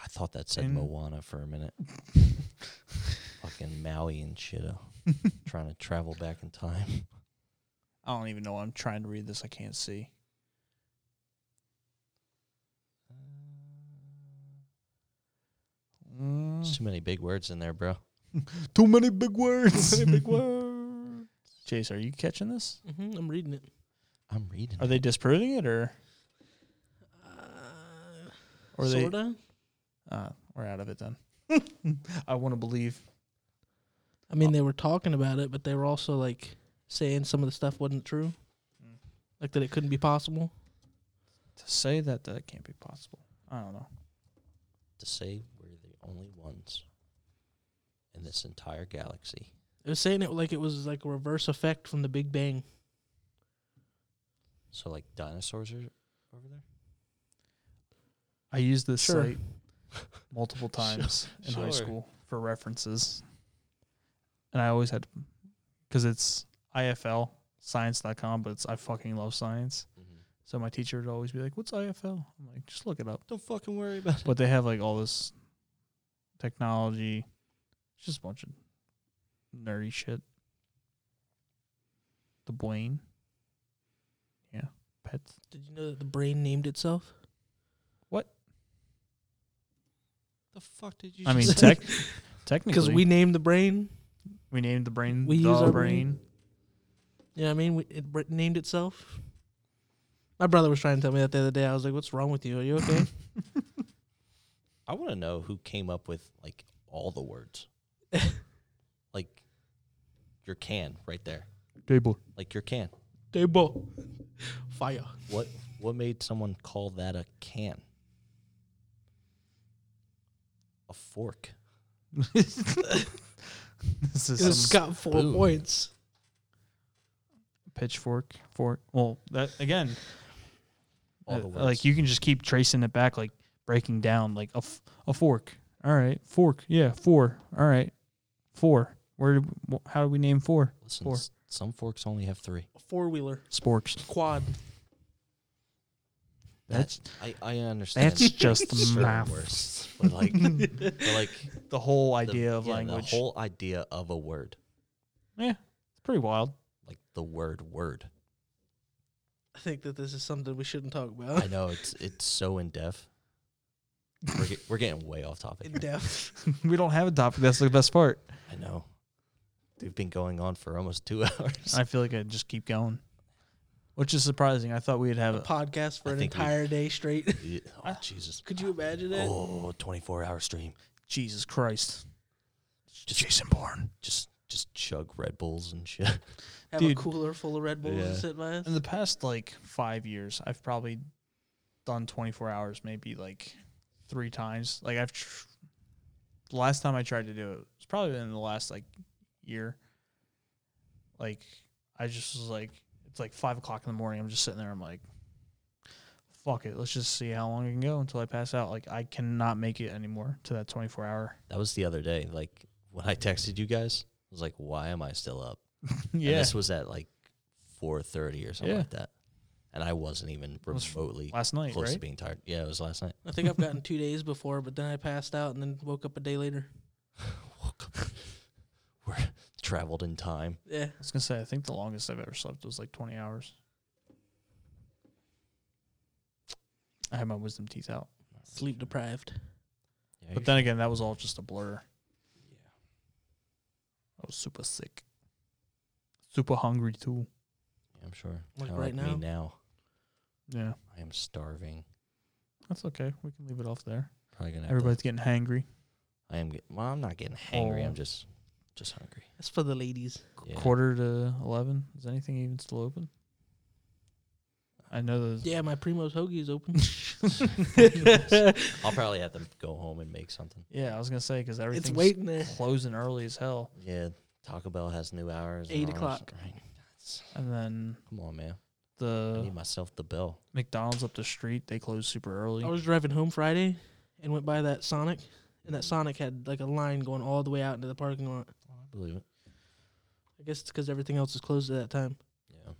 [SPEAKER 2] I thought that said
[SPEAKER 1] In-
[SPEAKER 2] Moana for a minute. Fucking Maui and shit. uh, Trying to travel back in time.
[SPEAKER 1] I don't even know. why I'm trying to read this. I can't see.
[SPEAKER 2] There's too many big words in there, bro.
[SPEAKER 1] Too many big words.
[SPEAKER 2] Too many big
[SPEAKER 1] words. Chase, are you catching this?
[SPEAKER 3] hmm
[SPEAKER 2] Mm-hmm,
[SPEAKER 3] I'm reading it.
[SPEAKER 2] I'm reading.
[SPEAKER 1] Are they disproving it or
[SPEAKER 3] Uh,
[SPEAKER 1] Or they-
[SPEAKER 3] sorta.
[SPEAKER 1] uh, we're out of it then? I want to believe.
[SPEAKER 3] I mean,
[SPEAKER 1] Oh.
[SPEAKER 3] they were talking about it, but they were also like saying some of the stuff wasn't true,
[SPEAKER 1] Mm.
[SPEAKER 3] like that it couldn't be possible.
[SPEAKER 1] To say that that can't be possible. I don't know.
[SPEAKER 2] to say we're the only ones in this entire galaxy.
[SPEAKER 3] It was saying it like it was like a reverse effect from the Big Bang.
[SPEAKER 2] So like dinosaurs are over there.
[SPEAKER 1] I used this
[SPEAKER 3] Sure.
[SPEAKER 1] site multiple times in high
[SPEAKER 2] sure.
[SPEAKER 1] school for references. And I always had because it's IFL science.com, but it's I fucking love science. So my teacher would always be like, "What's IFL?" I'm like, "Just look it up."
[SPEAKER 2] Don't fucking worry about
[SPEAKER 1] But they have like all this technology, it's just a bunch of nerdy shit. The Blaine, yeah, pets.
[SPEAKER 3] Did you know that the brain named itself?
[SPEAKER 2] The fuck did you?
[SPEAKER 1] I mean,
[SPEAKER 2] just-
[SPEAKER 1] tech. Technically,
[SPEAKER 3] Because we named the brain.
[SPEAKER 1] we named the brain
[SPEAKER 3] we
[SPEAKER 1] the
[SPEAKER 3] use our
[SPEAKER 1] brain.
[SPEAKER 3] brain. You know what I mean? We, it br- named itself. My brother was trying to tell me that the other day. I was like, "What's wrong with you? Are you okay?"
[SPEAKER 2] I want to know who came up with like all the words, like your can right there,
[SPEAKER 1] Gable.
[SPEAKER 2] like your can.
[SPEAKER 3] Table, fire.
[SPEAKER 2] What what made someone call that a can? A fork.
[SPEAKER 1] This is
[SPEAKER 3] It was
[SPEAKER 1] some
[SPEAKER 3] got four
[SPEAKER 2] Ooh.
[SPEAKER 3] points.
[SPEAKER 1] pitchfork fork. Well, that again,
[SPEAKER 2] All
[SPEAKER 1] uh,
[SPEAKER 2] the words.
[SPEAKER 1] like you can just keep tracing it back, like breaking down, like a, f- a fork. All right, fork. Yeah, four. All right, four. Where? Did, w- how do we name four?
[SPEAKER 2] Listen,
[SPEAKER 1] fork.
[SPEAKER 2] s- some forks only have three.
[SPEAKER 3] Four wheeler,
[SPEAKER 1] Sporks.
[SPEAKER 3] quad.
[SPEAKER 1] That's
[SPEAKER 2] I I understand.
[SPEAKER 1] that's just
[SPEAKER 2] certain
[SPEAKER 1] math.
[SPEAKER 2] words, but like but like
[SPEAKER 1] The whole
[SPEAKER 2] the-
[SPEAKER 1] idea of
[SPEAKER 2] yeah,
[SPEAKER 1] language.
[SPEAKER 2] The whole idea of a word,
[SPEAKER 1] yeah, it's pretty wild.
[SPEAKER 2] like the word word.
[SPEAKER 3] I think that this is something we shouldn't talk about.
[SPEAKER 2] I know it's it's so in depth. We're, get, we're getting way off topic.
[SPEAKER 3] In
[SPEAKER 2] here.
[SPEAKER 3] depth.
[SPEAKER 1] we don't have a topic. That's the best part.
[SPEAKER 2] I know. We've been going on for almost two hours.
[SPEAKER 1] I feel like I just keep going, which is surprising. I thought we'd have
[SPEAKER 3] a
[SPEAKER 1] a
[SPEAKER 3] podcast for
[SPEAKER 2] Uh, I
[SPEAKER 3] an
[SPEAKER 2] think we-
[SPEAKER 3] entire day straight.
[SPEAKER 2] Yeah, oh, Jesus.
[SPEAKER 3] Could you imagine that?
[SPEAKER 2] Oh, 24 hour stream.
[SPEAKER 1] Jesus Christ.
[SPEAKER 2] Just-
[SPEAKER 1] Jason Bourne.
[SPEAKER 2] Just just chug Red Bulls and shit.
[SPEAKER 3] Have
[SPEAKER 1] dude.
[SPEAKER 3] a cooler full of Red Bulls
[SPEAKER 2] Yeah.
[SPEAKER 3] and sit by us.
[SPEAKER 1] In the past like five years, I've probably done 24 hours, maybe like three times. Like I've, tr- the last time I tried to do it, it's probably been in the last like year. Like I just was like, it's like five o'clock in the morning. I'm just sitting there. I'm like, fuck it. Let's just see how long I can go until I pass out. Like I cannot make it anymore to that 24 hour.
[SPEAKER 2] That was the other day. Like when I texted you guys, I was like, why am I still up? And
[SPEAKER 1] yeah.
[SPEAKER 2] this was at like 4.30 or something
[SPEAKER 1] Yeah.
[SPEAKER 2] like that. And I wasn't even
[SPEAKER 1] was f-
[SPEAKER 2] remotely
[SPEAKER 1] Last night,
[SPEAKER 2] close to
[SPEAKER 1] right?
[SPEAKER 2] being tired. Yeah, it was last night.
[SPEAKER 3] I think I've gotten two days before, but then I passed out and then woke up a day later.
[SPEAKER 2] Woke up. We're traveled in time.
[SPEAKER 3] Yeah.
[SPEAKER 1] I was gonna say, I think the longest I've ever slept was like 20 hours. I had my wisdom teeth out,
[SPEAKER 3] Sleep deprived.
[SPEAKER 2] Yeah,
[SPEAKER 1] but
[SPEAKER 2] you're-
[SPEAKER 1] then again, that was all just a blur. I was super sick, super hungry too.
[SPEAKER 2] yeah, I'm sure.
[SPEAKER 3] Like
[SPEAKER 2] Kinda
[SPEAKER 3] right
[SPEAKER 2] me
[SPEAKER 3] now?
[SPEAKER 2] now.
[SPEAKER 1] Yeah,
[SPEAKER 2] I am starving.
[SPEAKER 1] that's okay. We can leave it off there.
[SPEAKER 2] Probably gonna. Have to,
[SPEAKER 1] Everybody's getting hangry.
[SPEAKER 2] I am. Get, well, I'm not getting hangry.
[SPEAKER 1] Oh.
[SPEAKER 2] I'm just, just hungry.
[SPEAKER 3] That's for the ladies.
[SPEAKER 2] Yeah.
[SPEAKER 1] Quarter to eleven. Is anything even still open? I know that.
[SPEAKER 3] Yeah, my Primo's hoagie is open.
[SPEAKER 2] I'll probably have to go home and make something.
[SPEAKER 1] Yeah, I was gonna say because
[SPEAKER 3] it's
[SPEAKER 1] everything's
[SPEAKER 3] waiting there.
[SPEAKER 1] closing early as hell,
[SPEAKER 2] Yeah. Taco Bell has new hours. and
[SPEAKER 3] Eight
[SPEAKER 2] all that
[SPEAKER 3] o'clock.
[SPEAKER 2] shit, Right.
[SPEAKER 1] and then
[SPEAKER 2] Come on, man. I
[SPEAKER 1] the
[SPEAKER 2] need myself the bell.
[SPEAKER 1] McDonald's up the street they close super early.
[SPEAKER 3] I was driving home Friday and went by that Sonic, and that Sonic had like a line going all the way out into the parking lot.
[SPEAKER 2] I believe it.
[SPEAKER 3] I guess it's because everything else is closed at that time.
[SPEAKER 2] Yeah.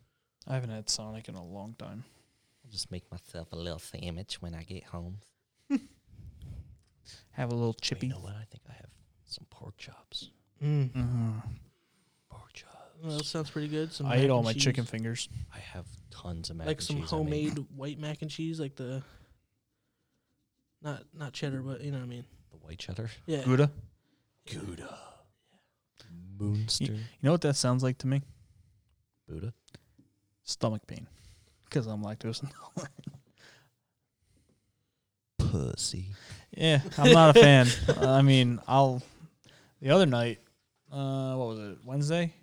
[SPEAKER 1] I haven't had Sonic in a long time.
[SPEAKER 2] I'll just make myself a little sandwich when I get home.
[SPEAKER 1] Have a little
[SPEAKER 2] But
[SPEAKER 1] chippy.
[SPEAKER 2] you know what? I think I have some pork chops.
[SPEAKER 3] Mm.
[SPEAKER 1] Mhm.
[SPEAKER 2] Pork chops.
[SPEAKER 3] Well, that sounds pretty good. Some
[SPEAKER 1] I
[SPEAKER 3] mac
[SPEAKER 1] ate all
[SPEAKER 3] and
[SPEAKER 1] my
[SPEAKER 3] cheese.
[SPEAKER 1] chicken fingers.
[SPEAKER 2] I have tons of mac
[SPEAKER 3] like
[SPEAKER 2] and
[SPEAKER 3] some
[SPEAKER 2] cheese, I made.
[SPEAKER 3] homemade white mac and cheese, like the not not cheddar, but you know what I mean.
[SPEAKER 2] the white cheddar.
[SPEAKER 3] Yeah,
[SPEAKER 1] Gouda.
[SPEAKER 2] Gouda. Moonster.
[SPEAKER 1] You know what that sounds like to me?
[SPEAKER 2] Buddha.
[SPEAKER 1] Stomach pain. Because I'm lactose.
[SPEAKER 2] Pussy.
[SPEAKER 1] yeah, I'm not a fan. I mean, I'll. The other night, uh, what was it? Wednesday,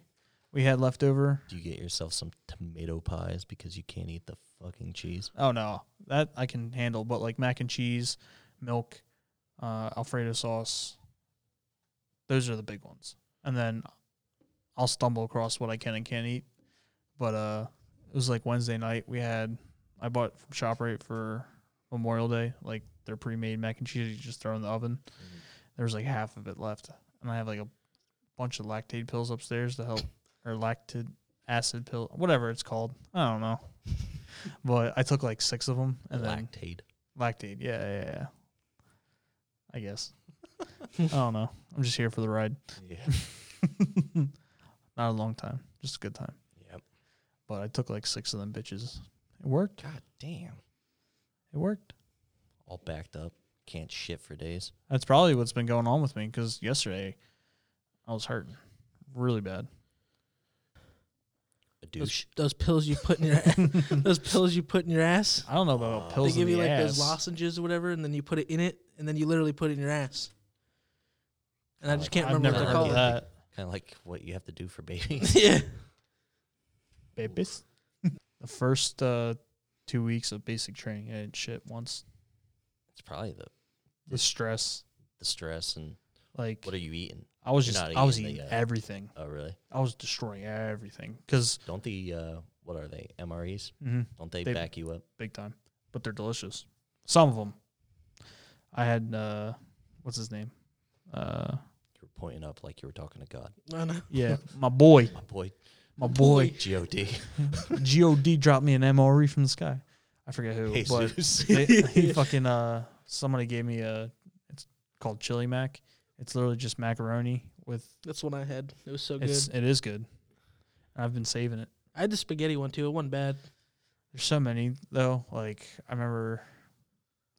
[SPEAKER 1] we had leftover.
[SPEAKER 2] Do you get yourself some tomato pies because you can't eat the fucking cheese?
[SPEAKER 1] Oh no, that I can handle. But like mac and cheese, milk, uh, Alfredo sauce. Those are the big ones. And then I'll stumble across what I can and can't eat. But uh, it was like Wednesday night. We had I bought from Shoprite for Memorial Day, like their pre-made mac and cheese you just throw in the oven. There was like half of it left, and I have like a bunch of lactate pills upstairs to help, or lactic acid pill, whatever it's called. I don't know, but I took like six of them, and then
[SPEAKER 2] lactate.
[SPEAKER 1] lactate. Yeah, yeah, yeah. I guess. I don't know. I'm just here for the ride.
[SPEAKER 2] Yeah.
[SPEAKER 1] Not a long time, just a good time.
[SPEAKER 2] yep.
[SPEAKER 1] But I took like six of them bitches. It worked.
[SPEAKER 2] God damn.
[SPEAKER 1] It worked.
[SPEAKER 2] All backed up. Can't shit for days.
[SPEAKER 1] That's probably what's been going on with me because yesterday I was hurting really bad.
[SPEAKER 2] A
[SPEAKER 3] Those,
[SPEAKER 2] douche.
[SPEAKER 3] those pills you put in your those pills you put in your ass.
[SPEAKER 1] I don't know about
[SPEAKER 2] Wow.
[SPEAKER 1] pills.
[SPEAKER 3] they give
[SPEAKER 1] in
[SPEAKER 3] you
[SPEAKER 1] the
[SPEAKER 3] like
[SPEAKER 1] ass.
[SPEAKER 3] those lozenges or whatever, and then you put it in it, and then you literally put it in your ass. And I
[SPEAKER 2] Oh,
[SPEAKER 3] just
[SPEAKER 2] like-
[SPEAKER 3] can't
[SPEAKER 1] I've
[SPEAKER 3] remember
[SPEAKER 1] never
[SPEAKER 3] what
[SPEAKER 2] they're
[SPEAKER 1] heard
[SPEAKER 3] they're
[SPEAKER 1] of
[SPEAKER 3] called.
[SPEAKER 1] that.
[SPEAKER 2] Kind of like what you have to do for babies.
[SPEAKER 3] yeah.
[SPEAKER 1] Babies. the first uh, two weeks of basic training, I did shit once.
[SPEAKER 2] It's probably the,
[SPEAKER 1] The stress,
[SPEAKER 2] the stress and
[SPEAKER 1] like
[SPEAKER 2] what are you eating?
[SPEAKER 1] I was
[SPEAKER 2] you're
[SPEAKER 1] just,
[SPEAKER 2] not
[SPEAKER 1] I was
[SPEAKER 2] eating the,
[SPEAKER 1] eating
[SPEAKER 2] uh,
[SPEAKER 1] everything.
[SPEAKER 2] Oh, really?
[SPEAKER 1] I was destroying everything because
[SPEAKER 2] Don't the uh, what are they? MREs? Don't they,
[SPEAKER 1] They-
[SPEAKER 2] back you up?
[SPEAKER 1] big time, but they're delicious. Some of them. I had uh, what's his name? Uh,
[SPEAKER 2] You were pointing up like you were talking to God.
[SPEAKER 3] No, no.
[SPEAKER 1] yeah, my boy,
[SPEAKER 2] My boy,
[SPEAKER 1] my boy.
[SPEAKER 2] God.
[SPEAKER 1] God dropped me an MRE from the sky. I forget who, but
[SPEAKER 2] Jesus.
[SPEAKER 1] they, he fucking uh, somebody gave me a. It's called chili mac. It's literally just macaroni with.
[SPEAKER 3] That's one I had. It was so good.
[SPEAKER 1] It's it is good. I've been saving it.
[SPEAKER 3] I had the spaghetti one too. It wasn't bad.
[SPEAKER 1] There's so many though. Like I remember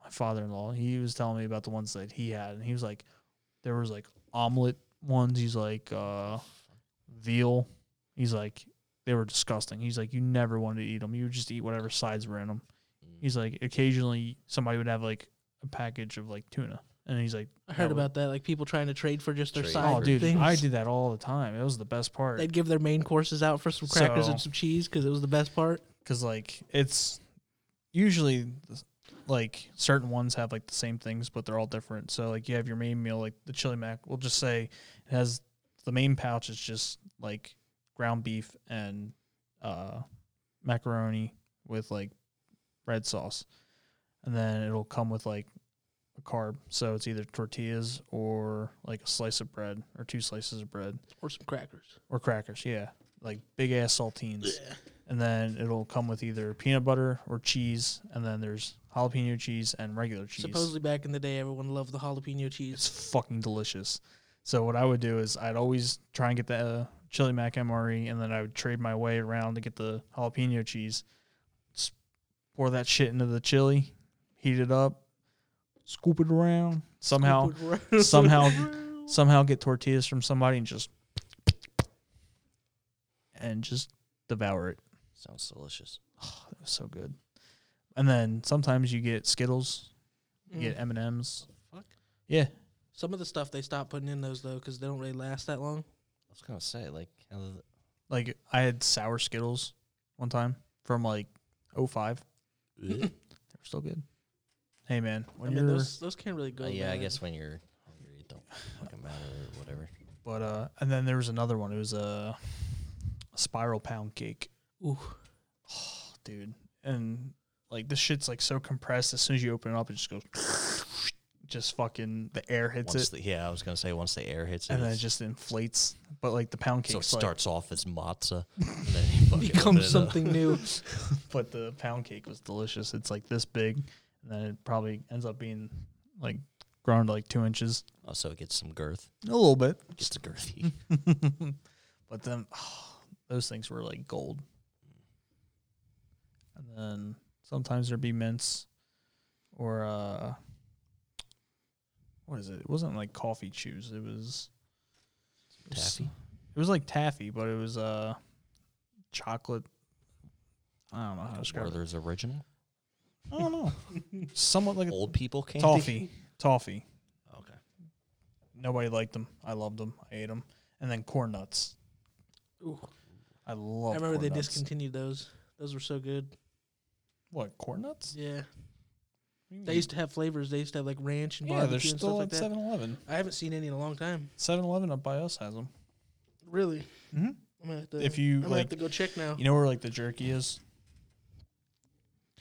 [SPEAKER 1] my father-in-law. He was telling me about the ones that he had, and he was like, there was like omelet ones. He's like uh, veal. He's like they were disgusting. He's like you never wanted to eat them. You would just eat whatever sides were in them. He's like, occasionally somebody would have like a package of like tuna, and he's like,
[SPEAKER 3] I
[SPEAKER 1] That
[SPEAKER 3] heard
[SPEAKER 1] would-
[SPEAKER 3] about that. Like people trying to trade for just their
[SPEAKER 2] Trade.
[SPEAKER 3] side
[SPEAKER 1] "Oh, dude,
[SPEAKER 3] things.
[SPEAKER 1] I did that all the time. It was the best part
[SPEAKER 3] They'd give their main courses out for some crackers and
[SPEAKER 1] So-
[SPEAKER 3] some cheese because it was the best part.
[SPEAKER 1] because like it's usually th- like certain ones have like the same things, but they're all different. So like you have your main meal, like the chili mac. We'll just say it has the main pouch is just like ground beef and uh, macaroni with like red sauce, and then it'll come with like a carb. So it's either tortillas or like a slice of bread or two slices of bread
[SPEAKER 3] Or some crackers.
[SPEAKER 1] or crackers. Yeah, like big ass saltines, and then it'll come with either peanut butter or cheese, and then there's jalapeno cheese and regular cheese.
[SPEAKER 3] Supposedly back in the day, everyone loved the jalapeno cheese.
[SPEAKER 1] It's fucking delicious. So what I would do is I'd always try and get the uh, chili mac MRE, and then I would trade my way around to get the jalapeno cheese. Just pour that shit into the chili, heat it up, scoop it around. Somehow, somehow, somehow get tortillas from somebody and just and just devour it.
[SPEAKER 2] Sounds delicious.
[SPEAKER 1] It was so good. And then sometimes you get Skittles, you
[SPEAKER 3] Mm.
[SPEAKER 1] get M and M's.
[SPEAKER 3] Fuck.
[SPEAKER 1] Yeah,
[SPEAKER 3] Some of the stuff they stopped putting in those though because they don't really last that long.
[SPEAKER 2] I was gonna say like how the,
[SPEAKER 1] like I had sour Skittles one time from like 05.
[SPEAKER 2] Ugh.
[SPEAKER 1] They're still good. Hey man, when
[SPEAKER 3] I mean,
[SPEAKER 1] you're
[SPEAKER 3] those those can't really go.
[SPEAKER 2] Uh, yeah, I
[SPEAKER 3] bad.
[SPEAKER 2] guess when you're hungry, it don't fucking matter or whatever.
[SPEAKER 1] but uh, and then there was another one. It was a, a spiral pound cake.
[SPEAKER 3] Ooh.
[SPEAKER 1] Oh, dude, and like this shit's like so compressed. As soon as you open it up, it just goes, just fucking the air hits
[SPEAKER 2] Once
[SPEAKER 1] it,
[SPEAKER 2] the, yeah, I was gonna say once the air hits it,
[SPEAKER 1] and then it
[SPEAKER 2] it's-
[SPEAKER 1] just inflates. But like the pound cake,
[SPEAKER 2] so it starts off as matzah, and then you fucking open it
[SPEAKER 3] becomes
[SPEAKER 2] up.
[SPEAKER 3] something new.
[SPEAKER 1] but the pound cake was delicious. It's like this big, and then it probably ends up being like grown to like two inches,
[SPEAKER 2] Oh, so it gets some girth,
[SPEAKER 1] a little bit.
[SPEAKER 2] gets the girthy.
[SPEAKER 1] but then those things were like gold. And then sometimes there'd be mints or uh what is it? It wasn't like coffee chews. It was it was-
[SPEAKER 2] Taffy?
[SPEAKER 1] It was like taffy, but it was uh chocolate. I don't know how to describe it.
[SPEAKER 2] Werther's original,
[SPEAKER 1] I don't know. Somewhat like a
[SPEAKER 2] old people candy.
[SPEAKER 1] toffee. Toffee.
[SPEAKER 2] Okay.
[SPEAKER 1] Nobody liked them. I loved them. I ate them. And then corn nuts.
[SPEAKER 3] Ooh.
[SPEAKER 1] I
[SPEAKER 3] I
[SPEAKER 1] love.
[SPEAKER 3] remember
[SPEAKER 1] corn
[SPEAKER 3] they
[SPEAKER 1] nuts.
[SPEAKER 3] discontinued those. Those were so good.
[SPEAKER 1] What corn nuts?
[SPEAKER 3] Yeah, they used to have flavors. They used to have like ranch and
[SPEAKER 1] Hmm. Yeah,
[SPEAKER 3] barbecue
[SPEAKER 1] they're
[SPEAKER 3] and
[SPEAKER 1] still
[SPEAKER 3] stuff
[SPEAKER 1] at
[SPEAKER 3] like that.
[SPEAKER 1] 7 Eleven.
[SPEAKER 3] I haven't seen any in a long time.
[SPEAKER 1] 7 Eleven up by us has them.
[SPEAKER 3] Really,
[SPEAKER 1] Mm-hmm.
[SPEAKER 3] I'm gonna have to.
[SPEAKER 1] If you,
[SPEAKER 3] I'm gonna
[SPEAKER 1] like-
[SPEAKER 3] have to go check now.
[SPEAKER 1] You know where like the jerky is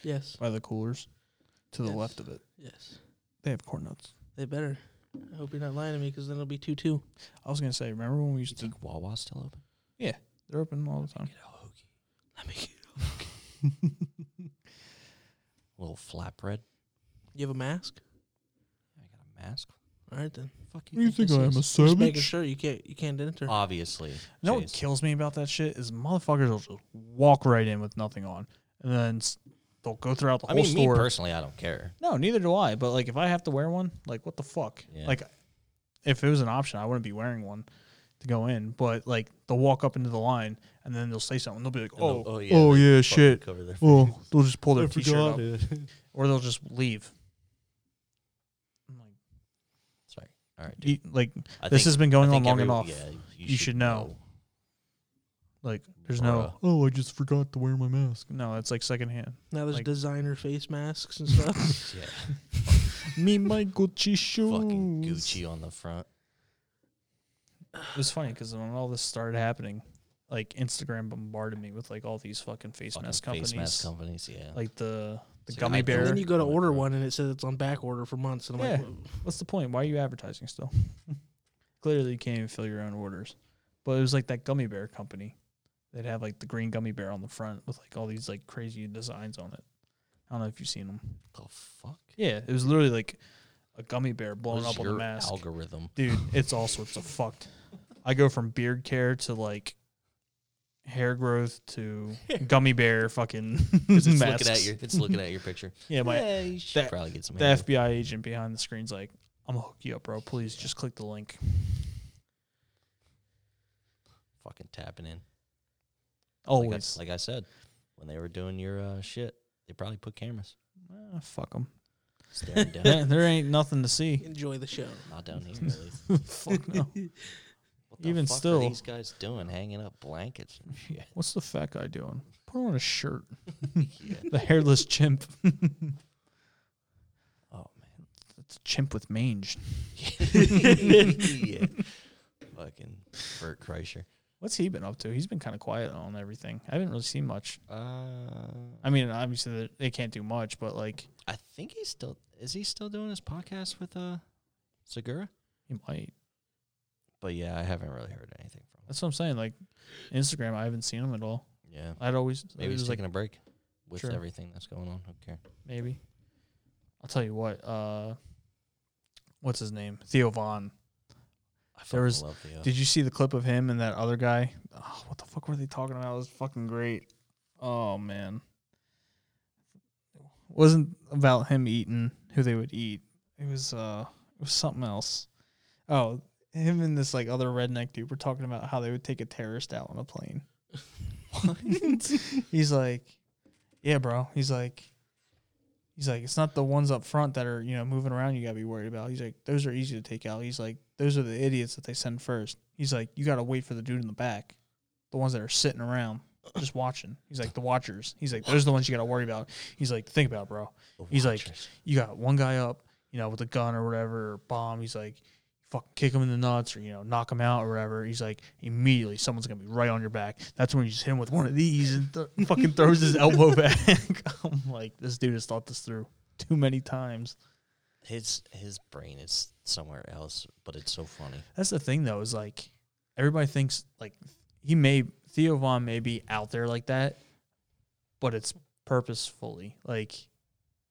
[SPEAKER 3] yes,
[SPEAKER 1] by the coolers? to the
[SPEAKER 3] Yes.
[SPEAKER 1] left of it.
[SPEAKER 3] Yes.
[SPEAKER 1] They have corn nuts.
[SPEAKER 3] They better. I hope you're not lying to me because then it'll be 2 2.
[SPEAKER 1] I was gonna say, remember when we
[SPEAKER 2] You
[SPEAKER 1] used to?
[SPEAKER 2] think Wawa's still open?
[SPEAKER 1] They're open all the time.
[SPEAKER 2] Get a hoagie.
[SPEAKER 3] Let me.
[SPEAKER 2] little flatbread.
[SPEAKER 3] You have a mask?
[SPEAKER 2] I got a mask.
[SPEAKER 3] All right then.
[SPEAKER 2] Fuck
[SPEAKER 1] You think I am a
[SPEAKER 3] Just making
[SPEAKER 1] savage?
[SPEAKER 3] sure you can't you can't enter.
[SPEAKER 1] Uh,
[SPEAKER 2] Obviously.
[SPEAKER 1] You know what
[SPEAKER 2] Jeez.
[SPEAKER 1] kills me about that shit is motherfuckers will just walk right in with nothing on, and then s- they'll go throughout the
[SPEAKER 2] I
[SPEAKER 1] whole
[SPEAKER 2] mean, me
[SPEAKER 1] store.
[SPEAKER 2] personally, I don't care.
[SPEAKER 1] no, neither do I. But like, if I have to wear one, like, what the fuck?
[SPEAKER 2] Yeah.
[SPEAKER 1] Like, if it was an option, I wouldn't be wearing one to go in. But like, they'll walk up into the line, and then they'll say something. They'll be like,
[SPEAKER 2] And
[SPEAKER 1] "Oh,
[SPEAKER 2] they'll-
[SPEAKER 1] oh
[SPEAKER 2] yeah,
[SPEAKER 1] yeah,
[SPEAKER 2] they fucking
[SPEAKER 1] shit."
[SPEAKER 2] Cover their
[SPEAKER 1] Oh, they'll just pull their
[SPEAKER 2] I
[SPEAKER 1] t-shirt
[SPEAKER 2] forgot
[SPEAKER 1] up,
[SPEAKER 2] it.
[SPEAKER 1] or they'll just leave. I'm like,
[SPEAKER 2] Sorry. All right. Dude.
[SPEAKER 1] you, like
[SPEAKER 2] I
[SPEAKER 1] this
[SPEAKER 2] think-
[SPEAKER 1] has been going
[SPEAKER 2] I
[SPEAKER 1] on
[SPEAKER 2] think
[SPEAKER 1] long
[SPEAKER 2] everyone-
[SPEAKER 1] enough.
[SPEAKER 2] yeah,
[SPEAKER 1] You should know. Like, there's no,
[SPEAKER 2] Bruh.
[SPEAKER 1] oh, I just forgot to wear my mask. No, it's like secondhand.
[SPEAKER 3] now there's
[SPEAKER 1] like-
[SPEAKER 3] designer face masks and stuff.
[SPEAKER 2] Yeah.
[SPEAKER 1] Me, my Gucci shoes.
[SPEAKER 2] Fucking Gucci on the front.
[SPEAKER 1] It was funny because when all this started happening, like Instagram bombarded me with like all these fucking face
[SPEAKER 2] Fucking
[SPEAKER 1] mask companies,
[SPEAKER 2] Face mask companies. Yeah.
[SPEAKER 1] like the the
[SPEAKER 2] It's like,
[SPEAKER 1] gummy
[SPEAKER 2] I don't-
[SPEAKER 3] and
[SPEAKER 1] bear.
[SPEAKER 3] then you go to
[SPEAKER 2] Oh my
[SPEAKER 3] order
[SPEAKER 2] God.
[SPEAKER 3] one and it says it's on back order for months. And I'm like,
[SPEAKER 1] Yeah. What's the point? Why are you advertising still? Clearly, you can't even fill your own orders. But it was like that gummy bear company. They'd have like the green gummy bear on the front with like all these like crazy designs on it. I don't know if you've seen them.
[SPEAKER 2] the fuck?
[SPEAKER 1] Yeah, it was literally like a gummy bear blown
[SPEAKER 2] What's
[SPEAKER 1] up on the
[SPEAKER 2] your
[SPEAKER 1] mask.
[SPEAKER 2] algorithm.
[SPEAKER 1] Dude, it's all sorts of fucked. I go from beard care to like hair growth to gummy bear fucking
[SPEAKER 2] Because it's
[SPEAKER 1] masks.
[SPEAKER 2] looking at your it's looking at your picture.
[SPEAKER 1] yeah, my
[SPEAKER 2] you should
[SPEAKER 1] that-
[SPEAKER 2] probably get some.
[SPEAKER 1] the
[SPEAKER 2] hair.
[SPEAKER 1] FBI agent behind the screen's like, "I'm gonna hook you up, bro. Please just click the link."
[SPEAKER 2] fucking tapping in. Like I,
[SPEAKER 1] Always.
[SPEAKER 2] like I said, when they were doing your uh, shit, they probably put cameras
[SPEAKER 1] Ah, fuck them.
[SPEAKER 2] staring down,
[SPEAKER 1] there, there ain't nothing to see.
[SPEAKER 3] enjoy the show.
[SPEAKER 2] not down here. Really.
[SPEAKER 1] fuck no.
[SPEAKER 2] What the
[SPEAKER 7] Even
[SPEAKER 2] fuck
[SPEAKER 7] still.
[SPEAKER 2] are these guys doing hanging up blankets and shit?
[SPEAKER 1] What's the fat guy doing? Put on a shirt.
[SPEAKER 2] yeah.
[SPEAKER 1] The hairless chimp.
[SPEAKER 2] Oh man.
[SPEAKER 1] It's a chimp with mange.
[SPEAKER 2] yeah. Fucking Bert Kreischer.
[SPEAKER 1] What's he been up to? He's been kind of quiet on everything. I haven't really seen much.
[SPEAKER 2] Uh,
[SPEAKER 1] I mean, obviously they- they can't do much, but like
[SPEAKER 2] I think he's still is he still doing his podcast with uh Segura?
[SPEAKER 1] he might.
[SPEAKER 2] But yeah, I haven't really heard anything from him.
[SPEAKER 1] That's what I'm saying. Like Instagram, I haven't seen him at all.
[SPEAKER 2] Yeah.
[SPEAKER 1] I'd always
[SPEAKER 2] Maybe
[SPEAKER 1] it
[SPEAKER 2] he's
[SPEAKER 1] was like
[SPEAKER 2] taking a break with
[SPEAKER 1] Sure.
[SPEAKER 2] everything that's going on. Okay.
[SPEAKER 1] maybe. I'll tell you what. Uh, what's his name? Theo Vaughn.
[SPEAKER 2] I fucking
[SPEAKER 1] There was-
[SPEAKER 2] love the uh,
[SPEAKER 1] Did you see the clip of him and that other guy? Oh, what the fuck were they talking about? It was fucking great. Oh man, wasn't about him eating who they would eat. It was uh, it was something else. Oh, him and this like other redneck dude were talking about how they would take a terrorist out on a plane. he's like, yeah, bro. He's like, he's like, it's not the ones up front that are you know moving around. You gotta be worried about. He's like, those are easy to take out. He's like, those are the idiots that they send first. He's like, you gotta wait for the dude in the back, the ones that are sitting around just watching. He's like, the watchers. He's like, those are the ones you gotta worry about. He's like, think about, it, bro.
[SPEAKER 2] the
[SPEAKER 1] he's like-
[SPEAKER 2] Watchers.
[SPEAKER 1] You got one guy up, you know, with a gun or whatever, or bomb. He's like. Fucking kick him in the nuts, or you know, knock him out, or whatever. He's like, immediately, someone's gonna be right on your back. That's when you just hit him with one of these and th- fucking throws his elbow back. I'm like, this dude has thought this through too many times.
[SPEAKER 2] his his brain is somewhere else, but it's so funny.
[SPEAKER 1] That's the thing though, is like everybody thinks like he may Theo Vaughn may be out there like that, but it's purposefully. Like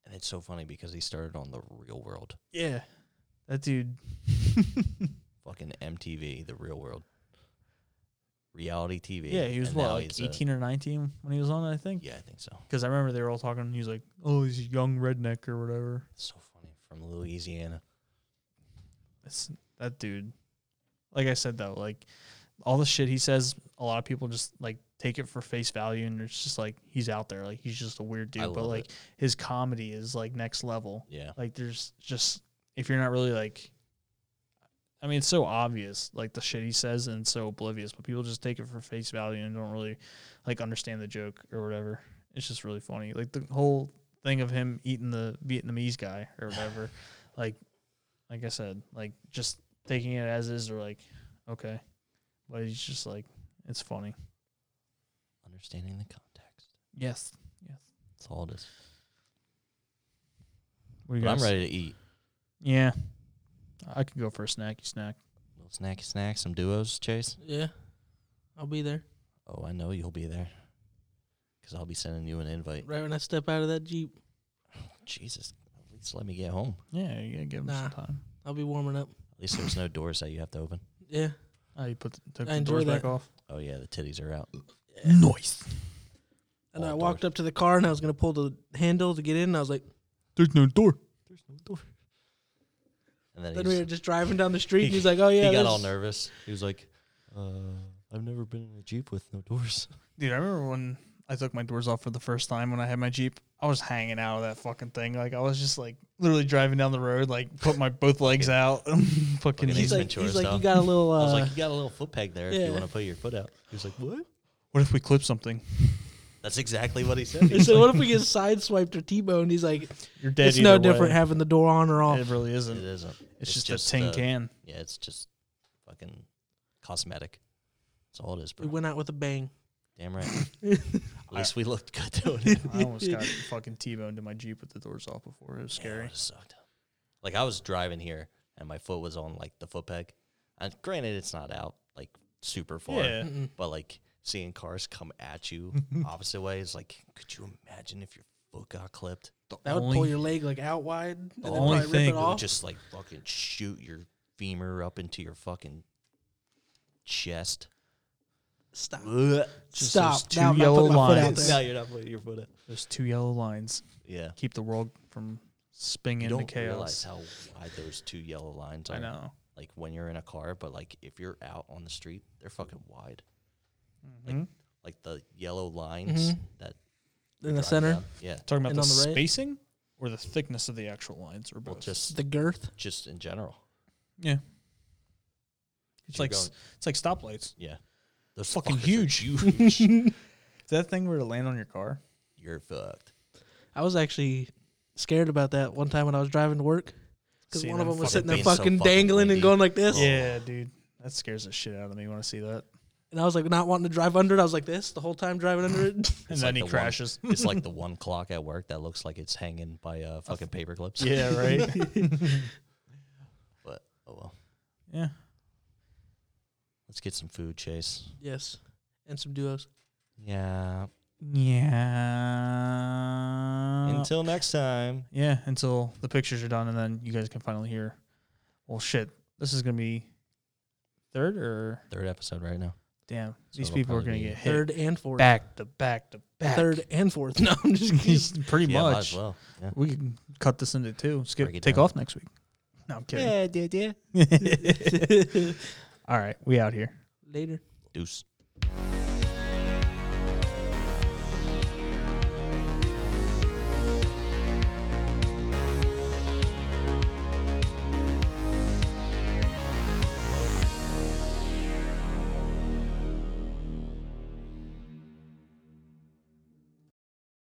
[SPEAKER 2] And it's so funny because he started on the real world.
[SPEAKER 1] Yeah. That dude
[SPEAKER 2] Fucking MTV, the real world. Reality TV.
[SPEAKER 1] Yeah, he was
[SPEAKER 2] and
[SPEAKER 1] what,
[SPEAKER 2] now
[SPEAKER 1] like
[SPEAKER 2] he's a-
[SPEAKER 1] eighteen or nineteen when he was on, I think.
[SPEAKER 2] yeah, I think so.
[SPEAKER 1] Because I remember they were all talking and he was like, Oh, he's a young redneck or whatever.
[SPEAKER 2] It's so funny. From Louisiana.
[SPEAKER 1] It's that dude. Like I said though, like all the shit he says, a lot of people just like take it for face value and it's just like he's out there. Like he's just a weird dude.
[SPEAKER 2] I
[SPEAKER 1] But
[SPEAKER 2] love
[SPEAKER 1] like his comedy is like next level.
[SPEAKER 2] Yeah.
[SPEAKER 1] Like there's just if you're not really like I mean it's so obvious like the shit he says and it's so oblivious, but people just take it for face value and don't really like understand the joke or whatever. It's just really funny. Like the whole thing of him eating the Vietnamese guy or whatever. like like I said, like just taking it as is or like okay. But he's just like it's funny.
[SPEAKER 2] Understanding the context.
[SPEAKER 1] Yes. Yes.
[SPEAKER 2] That's all it is.
[SPEAKER 8] What do you
[SPEAKER 2] But I'm
[SPEAKER 8] guys?
[SPEAKER 2] ready to eat.
[SPEAKER 8] Yeah, I could go for a snacky snack.
[SPEAKER 2] Little snacky snack, some duos, Chase.
[SPEAKER 3] Yeah, I'll be there
[SPEAKER 2] Oh, I know you'll be there. Because I'll be sending you an invite.
[SPEAKER 3] right when I step out of that jeep.
[SPEAKER 2] Jesus. At least let me get home.
[SPEAKER 1] Yeah, you gotta give him
[SPEAKER 3] Nah.
[SPEAKER 1] some time.
[SPEAKER 3] I'll be warming up.
[SPEAKER 2] At least there's no doors that you have to open.
[SPEAKER 3] Yeah,
[SPEAKER 1] Oh, you put the, took
[SPEAKER 3] I
[SPEAKER 1] the
[SPEAKER 3] enjoy
[SPEAKER 1] doors back
[SPEAKER 3] that.
[SPEAKER 1] off.
[SPEAKER 2] Oh, yeah, the titties are out.
[SPEAKER 1] Nice.
[SPEAKER 3] and
[SPEAKER 2] All
[SPEAKER 3] I
[SPEAKER 2] doors.
[SPEAKER 3] walked up to the car and I was gonna pull the handle to get in. And I was like,
[SPEAKER 1] There's no door.
[SPEAKER 2] There's no door. And then,
[SPEAKER 3] then
[SPEAKER 2] he,
[SPEAKER 3] we
[SPEAKER 2] was-
[SPEAKER 3] were just driving down the street. and He's like, oh yeah,
[SPEAKER 2] he got
[SPEAKER 3] this-
[SPEAKER 2] all nervous. He was like, uh, I've never been in a Jeep with no doors.
[SPEAKER 1] Dude, I remember when I took my doors off for the first time when I had my Jeep. I was hanging out of that fucking thing. Like I was just like literally driving down the road, like put my both legs out. fucking
[SPEAKER 2] Fucking
[SPEAKER 3] He's
[SPEAKER 2] Eastman
[SPEAKER 3] like,
[SPEAKER 2] chores,
[SPEAKER 3] he's like,
[SPEAKER 2] though.
[SPEAKER 3] you got a little. Uh,
[SPEAKER 2] I was like, You got a little foot peg there if
[SPEAKER 3] yeah.
[SPEAKER 2] you want to put your foot out. He was like, What?
[SPEAKER 1] what if we clip something?
[SPEAKER 2] That's exactly what he said.
[SPEAKER 3] I
[SPEAKER 2] He's
[SPEAKER 3] uh, said,
[SPEAKER 2] like,
[SPEAKER 3] what if we get sideswiped or T-boned? He's like,
[SPEAKER 1] You're dead.
[SPEAKER 3] it's no
[SPEAKER 1] either
[SPEAKER 3] different
[SPEAKER 1] way.
[SPEAKER 3] having the door on or off.
[SPEAKER 1] It really isn't.
[SPEAKER 2] It isn't.
[SPEAKER 1] It's, just, a tin
[SPEAKER 2] uh,
[SPEAKER 1] can.
[SPEAKER 2] Yeah, it's just fucking cosmetic. That's all it is,
[SPEAKER 3] We
[SPEAKER 2] bro.
[SPEAKER 3] went out with a bang.
[SPEAKER 2] Damn right. At least we looked good doing it.
[SPEAKER 1] I almost got fucking T-boned to my Jeep with the doors off before. It was
[SPEAKER 2] Yeah, it
[SPEAKER 1] scary.
[SPEAKER 2] would've sucked. Like I was driving here and my foot was on like the foot peg. And granted it's not out like super far.
[SPEAKER 1] Yeah.
[SPEAKER 3] Mm-mm.
[SPEAKER 2] But like seeing cars come at you opposite ways, like could you imagine if your foot got clipped?
[SPEAKER 3] That would pull your leg like out wide. And
[SPEAKER 1] The
[SPEAKER 3] then
[SPEAKER 1] only
[SPEAKER 3] probably rip
[SPEAKER 1] thing
[SPEAKER 3] it
[SPEAKER 2] It would
[SPEAKER 3] off.
[SPEAKER 2] just like fucking shoot your femur up into your fucking chest.
[SPEAKER 3] stop.
[SPEAKER 2] Ugh.
[SPEAKER 1] Just
[SPEAKER 3] Stop.
[SPEAKER 1] those two
[SPEAKER 3] Now I'm not
[SPEAKER 1] yellow
[SPEAKER 3] putting my foot out
[SPEAKER 1] lines.
[SPEAKER 2] now
[SPEAKER 3] there.
[SPEAKER 2] you're not putting your foot up.
[SPEAKER 1] Those two yellow lines
[SPEAKER 2] Yeah.
[SPEAKER 1] keep the world from
[SPEAKER 2] You
[SPEAKER 1] spinning into
[SPEAKER 2] don't
[SPEAKER 1] chaos.
[SPEAKER 2] realize how wide those two yellow lines are.
[SPEAKER 1] I know.
[SPEAKER 2] Like when you're in a car, but like if you're out on the street, they're fucking wide.
[SPEAKER 1] Mhm.
[SPEAKER 2] Like the yellow lines
[SPEAKER 1] Mm-hmm.
[SPEAKER 3] Mhm.
[SPEAKER 2] that you're
[SPEAKER 3] In the
[SPEAKER 2] driving
[SPEAKER 3] center,
[SPEAKER 2] down. Yeah.
[SPEAKER 1] Talking about
[SPEAKER 3] And
[SPEAKER 1] the,
[SPEAKER 3] on the right?
[SPEAKER 1] spacing or the thickness of the actual lines, or both.
[SPEAKER 2] Well, just
[SPEAKER 3] the girth.
[SPEAKER 2] just in general.
[SPEAKER 1] yeah, it's
[SPEAKER 2] You're
[SPEAKER 1] like s-
[SPEAKER 2] going-
[SPEAKER 1] it's like stoplights.
[SPEAKER 2] yeah. Those
[SPEAKER 1] fucking
[SPEAKER 2] fuckers are
[SPEAKER 1] huge.
[SPEAKER 2] huge.
[SPEAKER 1] If that thing were to land on your car,
[SPEAKER 2] you're fucked.
[SPEAKER 3] I was actually scared about that one time when I was driving to work because
[SPEAKER 1] See
[SPEAKER 3] one of
[SPEAKER 1] them
[SPEAKER 3] them was
[SPEAKER 2] fucking
[SPEAKER 3] sitting there
[SPEAKER 2] being so
[SPEAKER 3] fucking
[SPEAKER 2] fucking
[SPEAKER 3] dangling
[SPEAKER 2] windy.
[SPEAKER 3] and going like
[SPEAKER 2] Oh.
[SPEAKER 3] this.
[SPEAKER 1] yeah, dude, that scares the shit out of me when I see that.
[SPEAKER 3] And I was like not wanting to drive under it. I was like this the whole time driving under it.
[SPEAKER 1] And
[SPEAKER 2] It's
[SPEAKER 1] then
[SPEAKER 2] like
[SPEAKER 1] he
[SPEAKER 2] the one-
[SPEAKER 1] crashes.
[SPEAKER 2] It's like the one clock at work that looks like it's hanging by uh fucking paper clips.
[SPEAKER 1] yeah, right.
[SPEAKER 2] But oh well.
[SPEAKER 1] yeah,
[SPEAKER 2] Let's get some food, Chase.
[SPEAKER 3] yes. And some duos.
[SPEAKER 2] Yeah.
[SPEAKER 1] yeah.
[SPEAKER 2] Until next time.
[SPEAKER 1] yeah, until the pictures are done, and then you guys can finally hear. Well, shit, this is gonna be third or
[SPEAKER 2] Third episode right now.
[SPEAKER 1] damn.
[SPEAKER 2] So
[SPEAKER 1] these
[SPEAKER 2] it'll
[SPEAKER 1] people are gonna
[SPEAKER 2] probably be
[SPEAKER 1] get hit
[SPEAKER 3] Third and fourth.
[SPEAKER 1] back to back to back.
[SPEAKER 3] Third and fourth. No, I'm just kidding.
[SPEAKER 1] Just pretty
[SPEAKER 2] yeah, might
[SPEAKER 1] much.
[SPEAKER 2] as well. Yeah.
[SPEAKER 1] We can cut this into two. Skip,
[SPEAKER 2] Break it
[SPEAKER 1] take
[SPEAKER 2] down.
[SPEAKER 1] off next week. No, I'm kidding.
[SPEAKER 2] yeah, yeah.
[SPEAKER 1] All right, we out here.
[SPEAKER 3] Later.
[SPEAKER 2] Deuce.